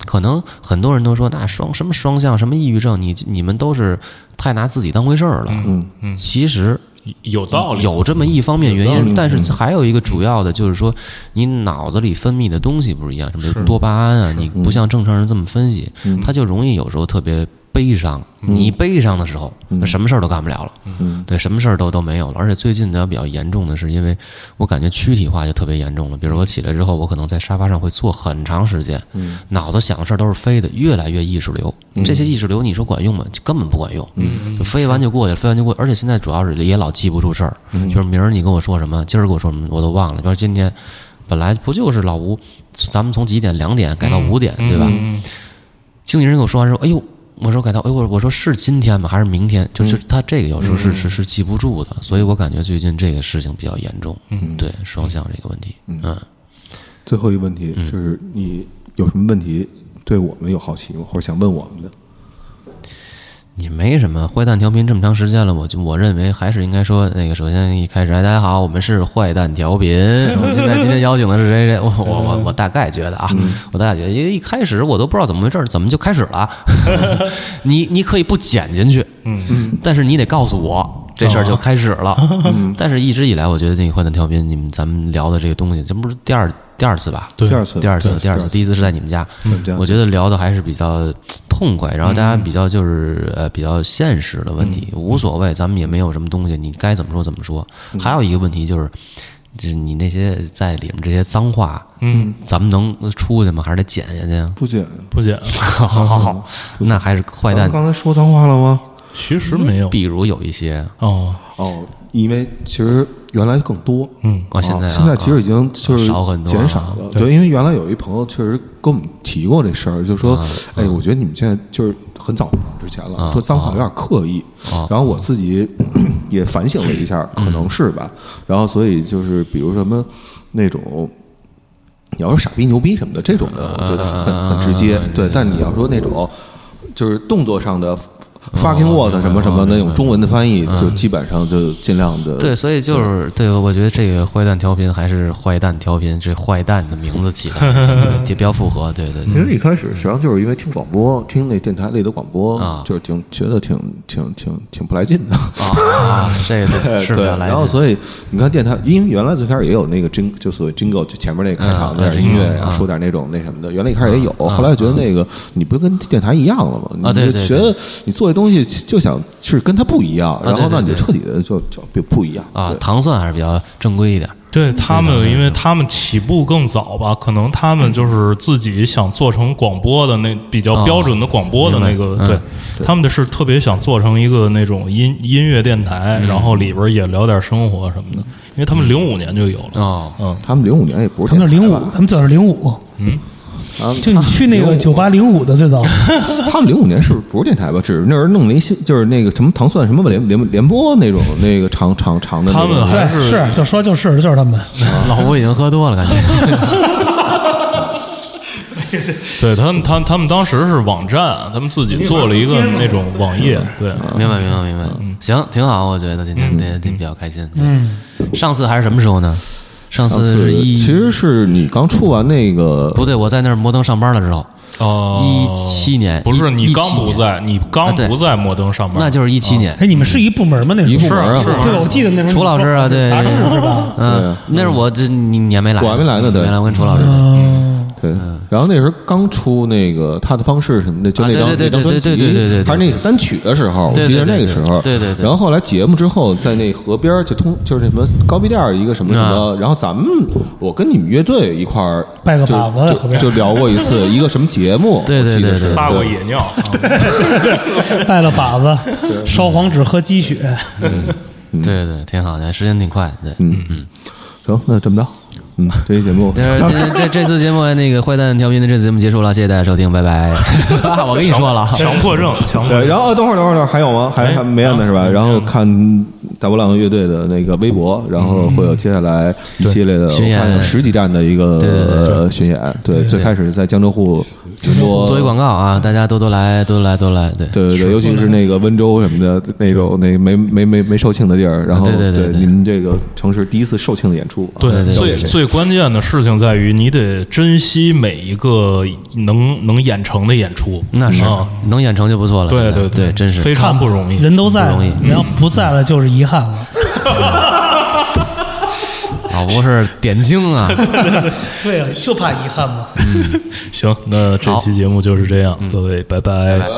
Speaker 3: 可能很多人都说，那双什么双向什么抑郁症，你你们都是太拿自己当回事儿了。
Speaker 2: 嗯
Speaker 4: 嗯
Speaker 3: 其实
Speaker 4: 有道理，
Speaker 3: 有这么一方面原
Speaker 4: 有道理嗯
Speaker 3: 因，但是还有一个主要的就是说，你脑子里分泌的
Speaker 4: 嗯
Speaker 3: 东西不一样，什么多巴胺啊，你不像正常人这么分析，他就容易有时候特别悲伤，
Speaker 4: 嗯
Speaker 3: 你悲伤的时候，那什么事儿都干不了了，对，什么事儿都都没有了。而且最近的比较严重的是，因为我感觉躯体化就特别严重了。比如我起来之后，我可能在沙发上会坐很长时间，脑子想的事儿都是飞的，越来越意识流。这些意识流，你说管用吗？根本不管用，就飞完就过去了，飞完就过去。而且现在主要是也老记不住事儿，就是明儿你跟我说什么，今儿跟我说什么，我都忘了。比如今天。本来不就是老吴，咱们从几点两点改到五点，对吧？
Speaker 4: 嗯
Speaker 3: 经纪人跟我说完之后，哎呦，我说改到，哎我我说是今天吗？还是明天？就是他这个有时候是、是是记不住的，所以我感觉最近这个事情比较严重。嗯，对，双向这个问题，嗯
Speaker 2: 最后一个问题就是，你有什么问题对我们有好奇吗？或者想问我们的？
Speaker 3: 也没什么。坏蛋调频这么长时间了，我就我认为还是应该说那个，首先一开始，哎，大家好，我们是坏蛋调频。我们现在今天邀请的是谁谁？我我我我大概觉得啊，我大概觉得，因为一开始我都不知道怎么回事儿，怎么就开始了 啊？你你可以不剪进去，嗯，但是你得告诉我。这事儿就开始了， 嗯、但是一直以来，我觉得这个坏蛋调频，你们咱们聊的这个东西，这不是第二第二次吧？
Speaker 2: 对第二次
Speaker 3: 第二次，
Speaker 2: 对
Speaker 3: 第二
Speaker 2: 第二
Speaker 3: 次，
Speaker 2: 次
Speaker 3: 第一次是在你们家
Speaker 2: 嗯对，
Speaker 3: 我觉得聊的还是比较痛快，然后大家比较
Speaker 2: 嗯
Speaker 3: 就是呃比较现实的问题，无所谓，咱们也没有什么东西，你该怎么说怎么说。
Speaker 2: 嗯
Speaker 3: 还有一个问题就是，就是你那些在里面这些脏话，嗯，咱们能出去吗？还是得剪下去啊？
Speaker 2: 不姐，
Speaker 4: 不剪，
Speaker 3: 好好 好，那还是坏
Speaker 2: 咱
Speaker 3: 蛋
Speaker 2: 们。刚才说脏话了吗？
Speaker 4: 其实没有
Speaker 3: 比如有一些，
Speaker 4: 哦，
Speaker 2: 哦，因为其实原来更多，
Speaker 4: 嗯
Speaker 3: 哦，现
Speaker 2: 啊
Speaker 3: 在、啊、
Speaker 2: 现在其实已经就是
Speaker 3: 少很多啊
Speaker 2: 减少了，对，因为原来有一朋友确实跟我们提过这事儿，就
Speaker 3: 啊
Speaker 2: 说，哎，我觉得你们现在就是很早之前了，说脏
Speaker 3: 啊
Speaker 2: 话有点刻意，然后我自己也反省了一下，可能是吧，
Speaker 3: 嗯
Speaker 2: 然后所以就是比如什么那种。你要说傻逼、牛逼什么的这种
Speaker 3: 啊
Speaker 2: 的，我觉得很很很直接，对。但你要说那种，就是动作上
Speaker 3: 哦
Speaker 2: 的 fucking what 什么什么那种中文的翻译，就基本上就尽量的
Speaker 3: 嗯对，所以就是对，我觉得这个坏蛋调频还是坏蛋调频，这坏蛋的名字起 的对也比较符合，对对对。
Speaker 2: 其实一开始实际上就是因为听广播，听那电台里的广播，
Speaker 3: 啊
Speaker 2: 就是挺觉得挺挺挺挺不来劲的。
Speaker 3: 啊，啊 这个 是
Speaker 2: 对，
Speaker 3: 的，来
Speaker 2: 然后
Speaker 3: 自
Speaker 2: 所以你看电台，因为原来最开始也有那个 jing，就所谓 jingle，就前面那个开场那
Speaker 3: 啊
Speaker 2: 点音乐呀，说点那种那什么的。原来一开始也有，后来觉得那个你不是跟电台一样了吗？
Speaker 3: 啊对
Speaker 2: 你就
Speaker 3: 对啊
Speaker 2: 觉得你做这东西就想是跟它不一样，然后
Speaker 3: 对
Speaker 2: 那
Speaker 3: 对
Speaker 2: 你就
Speaker 3: 对
Speaker 2: 彻底的就就就不一样
Speaker 3: 啊
Speaker 2: 对，
Speaker 3: 糖蒜还是比较正规一点。
Speaker 4: 对他们，因为他们起步更早吧，可能他
Speaker 3: 嗯
Speaker 4: 们就是自己想做成广播的那比
Speaker 3: 哦
Speaker 4: 较标准的广播的那个，
Speaker 3: 嗯
Speaker 4: 对他们的是特别想做成一个那种音音乐电台，
Speaker 3: 嗯
Speaker 4: 然后里边也聊点生活什么的，因为他们零五年就有了，
Speaker 3: 哦，
Speaker 4: 嗯，
Speaker 2: 他们零五年也不是
Speaker 5: 他们是
Speaker 2: 电
Speaker 5: 零
Speaker 2: 台
Speaker 5: 五
Speaker 2: 吧，
Speaker 5: 他们早是零五，
Speaker 2: 啊
Speaker 5: 就你去那个酒吧零五的最 早，
Speaker 2: 他们零五年是不是不是电台吧？只是那时候弄了一些，就是那个什么糖蒜什么联联联播那种那个长长长的那种。
Speaker 4: 他们还
Speaker 5: 对，是就说就是就是他们，
Speaker 2: 嗯
Speaker 3: 老吴已经喝多了，感觉
Speaker 4: 对他们，他他们当时是网站，他们自己做了一个那种网页，
Speaker 3: 嗯
Speaker 4: 对，
Speaker 3: 明白明白明
Speaker 2: 嗯
Speaker 3: 白。嗯行，挺好，我觉得今天这这比较开心。嗯，上次还是什么时候呢？上
Speaker 2: 上
Speaker 3: 次
Speaker 2: 次
Speaker 3: 是一
Speaker 2: 其实是你刚出完那个，
Speaker 3: 不对，我在那儿摩登上班的时候，
Speaker 4: 哦
Speaker 3: 一七年
Speaker 4: 不是
Speaker 3: 一
Speaker 4: 你刚不
Speaker 3: 17
Speaker 4: 在，你刚
Speaker 3: 啊对
Speaker 4: 不在摩登上班，
Speaker 3: 那就是一七
Speaker 2: 啊
Speaker 3: 年。
Speaker 5: 哎，你们是一部门吗？那时候
Speaker 2: 一部门啊
Speaker 4: 是啊
Speaker 5: 对吧？我记得那时候
Speaker 3: 楚老师啊，
Speaker 5: 你说
Speaker 3: 对，
Speaker 5: 杂志是吧？
Speaker 3: 嗯，那是我这你你还没来，
Speaker 2: 我还没来呢对
Speaker 3: 没来，我跟楚老师。
Speaker 5: 嗯，
Speaker 2: 对，然后那时候刚出那个他的方式什么的，就那张
Speaker 3: 啊
Speaker 2: 那
Speaker 3: 对对对
Speaker 2: 张专
Speaker 3: 对对对对
Speaker 2: 辑，
Speaker 3: 对
Speaker 2: 还是那个单曲的时候，我
Speaker 3: 对对
Speaker 2: 记得
Speaker 3: 对
Speaker 2: 那个时候。
Speaker 3: 对对对
Speaker 2: 然后后来节目之后，在那河边儿就通就是那什么高碑店儿一个什么什
Speaker 3: 啊
Speaker 2: 么，然后咱们我跟你们乐队一块儿
Speaker 5: 拜个
Speaker 2: 就
Speaker 5: 把子在河
Speaker 2: 就
Speaker 5: 边儿
Speaker 2: 就聊过一次 一个什么节目，
Speaker 3: 对对
Speaker 2: 我记得
Speaker 3: 对对
Speaker 2: 是
Speaker 4: 撒过
Speaker 2: 对
Speaker 4: 野 尿，
Speaker 5: 拜嗯了把子，烧黄纸喝鸡血，
Speaker 3: 对对，挺好的，时间挺快。对，
Speaker 2: 嗯嗯，行，那 这么着，嗯，这期节目
Speaker 3: 这呃 这这这次节目那个坏蛋调频的这次节目结束了，谢谢大家收听，拜拜。啊我跟你说了啊，
Speaker 4: 强迫症，强迫
Speaker 2: 对，
Speaker 4: 症
Speaker 2: 然。后呃等会儿等会儿等会儿还有吗？
Speaker 3: 哎
Speaker 2: 还还没按的是吧？然后看大波浪乐队的那个微博，然后会有接下来一系列的，我
Speaker 3: 嗯巡演
Speaker 2: 看有十几站的一个呃巡演。对，最开始在江浙沪直播，
Speaker 3: 作为广告啊，大家多多来，多多来，多多来，对。
Speaker 2: 对对对，尤其是那个温州什么的那种那没没没没售罄的地儿，然后
Speaker 3: 啊对对对对
Speaker 2: 你们这个城市第一次售罄的演出，啊
Speaker 4: 对，
Speaker 3: 对
Speaker 4: 最
Speaker 3: 对对
Speaker 4: 最关键的事情在于，你得珍惜每一个能能演成的演出。
Speaker 3: 那是
Speaker 4: 啊
Speaker 3: 能演成就不错了。
Speaker 4: 对
Speaker 3: 对
Speaker 4: 对对，
Speaker 3: 真是
Speaker 4: 非常不容易。
Speaker 5: 人都在
Speaker 3: 不
Speaker 5: 了
Speaker 3: 容，易
Speaker 5: 你要不在了就是遗憾了。
Speaker 3: 老吴是点 睛啊，
Speaker 5: 对啊，就怕遗憾嘛。
Speaker 4: 行，那这期节目就是这样，各位，拜拜
Speaker 2: 哎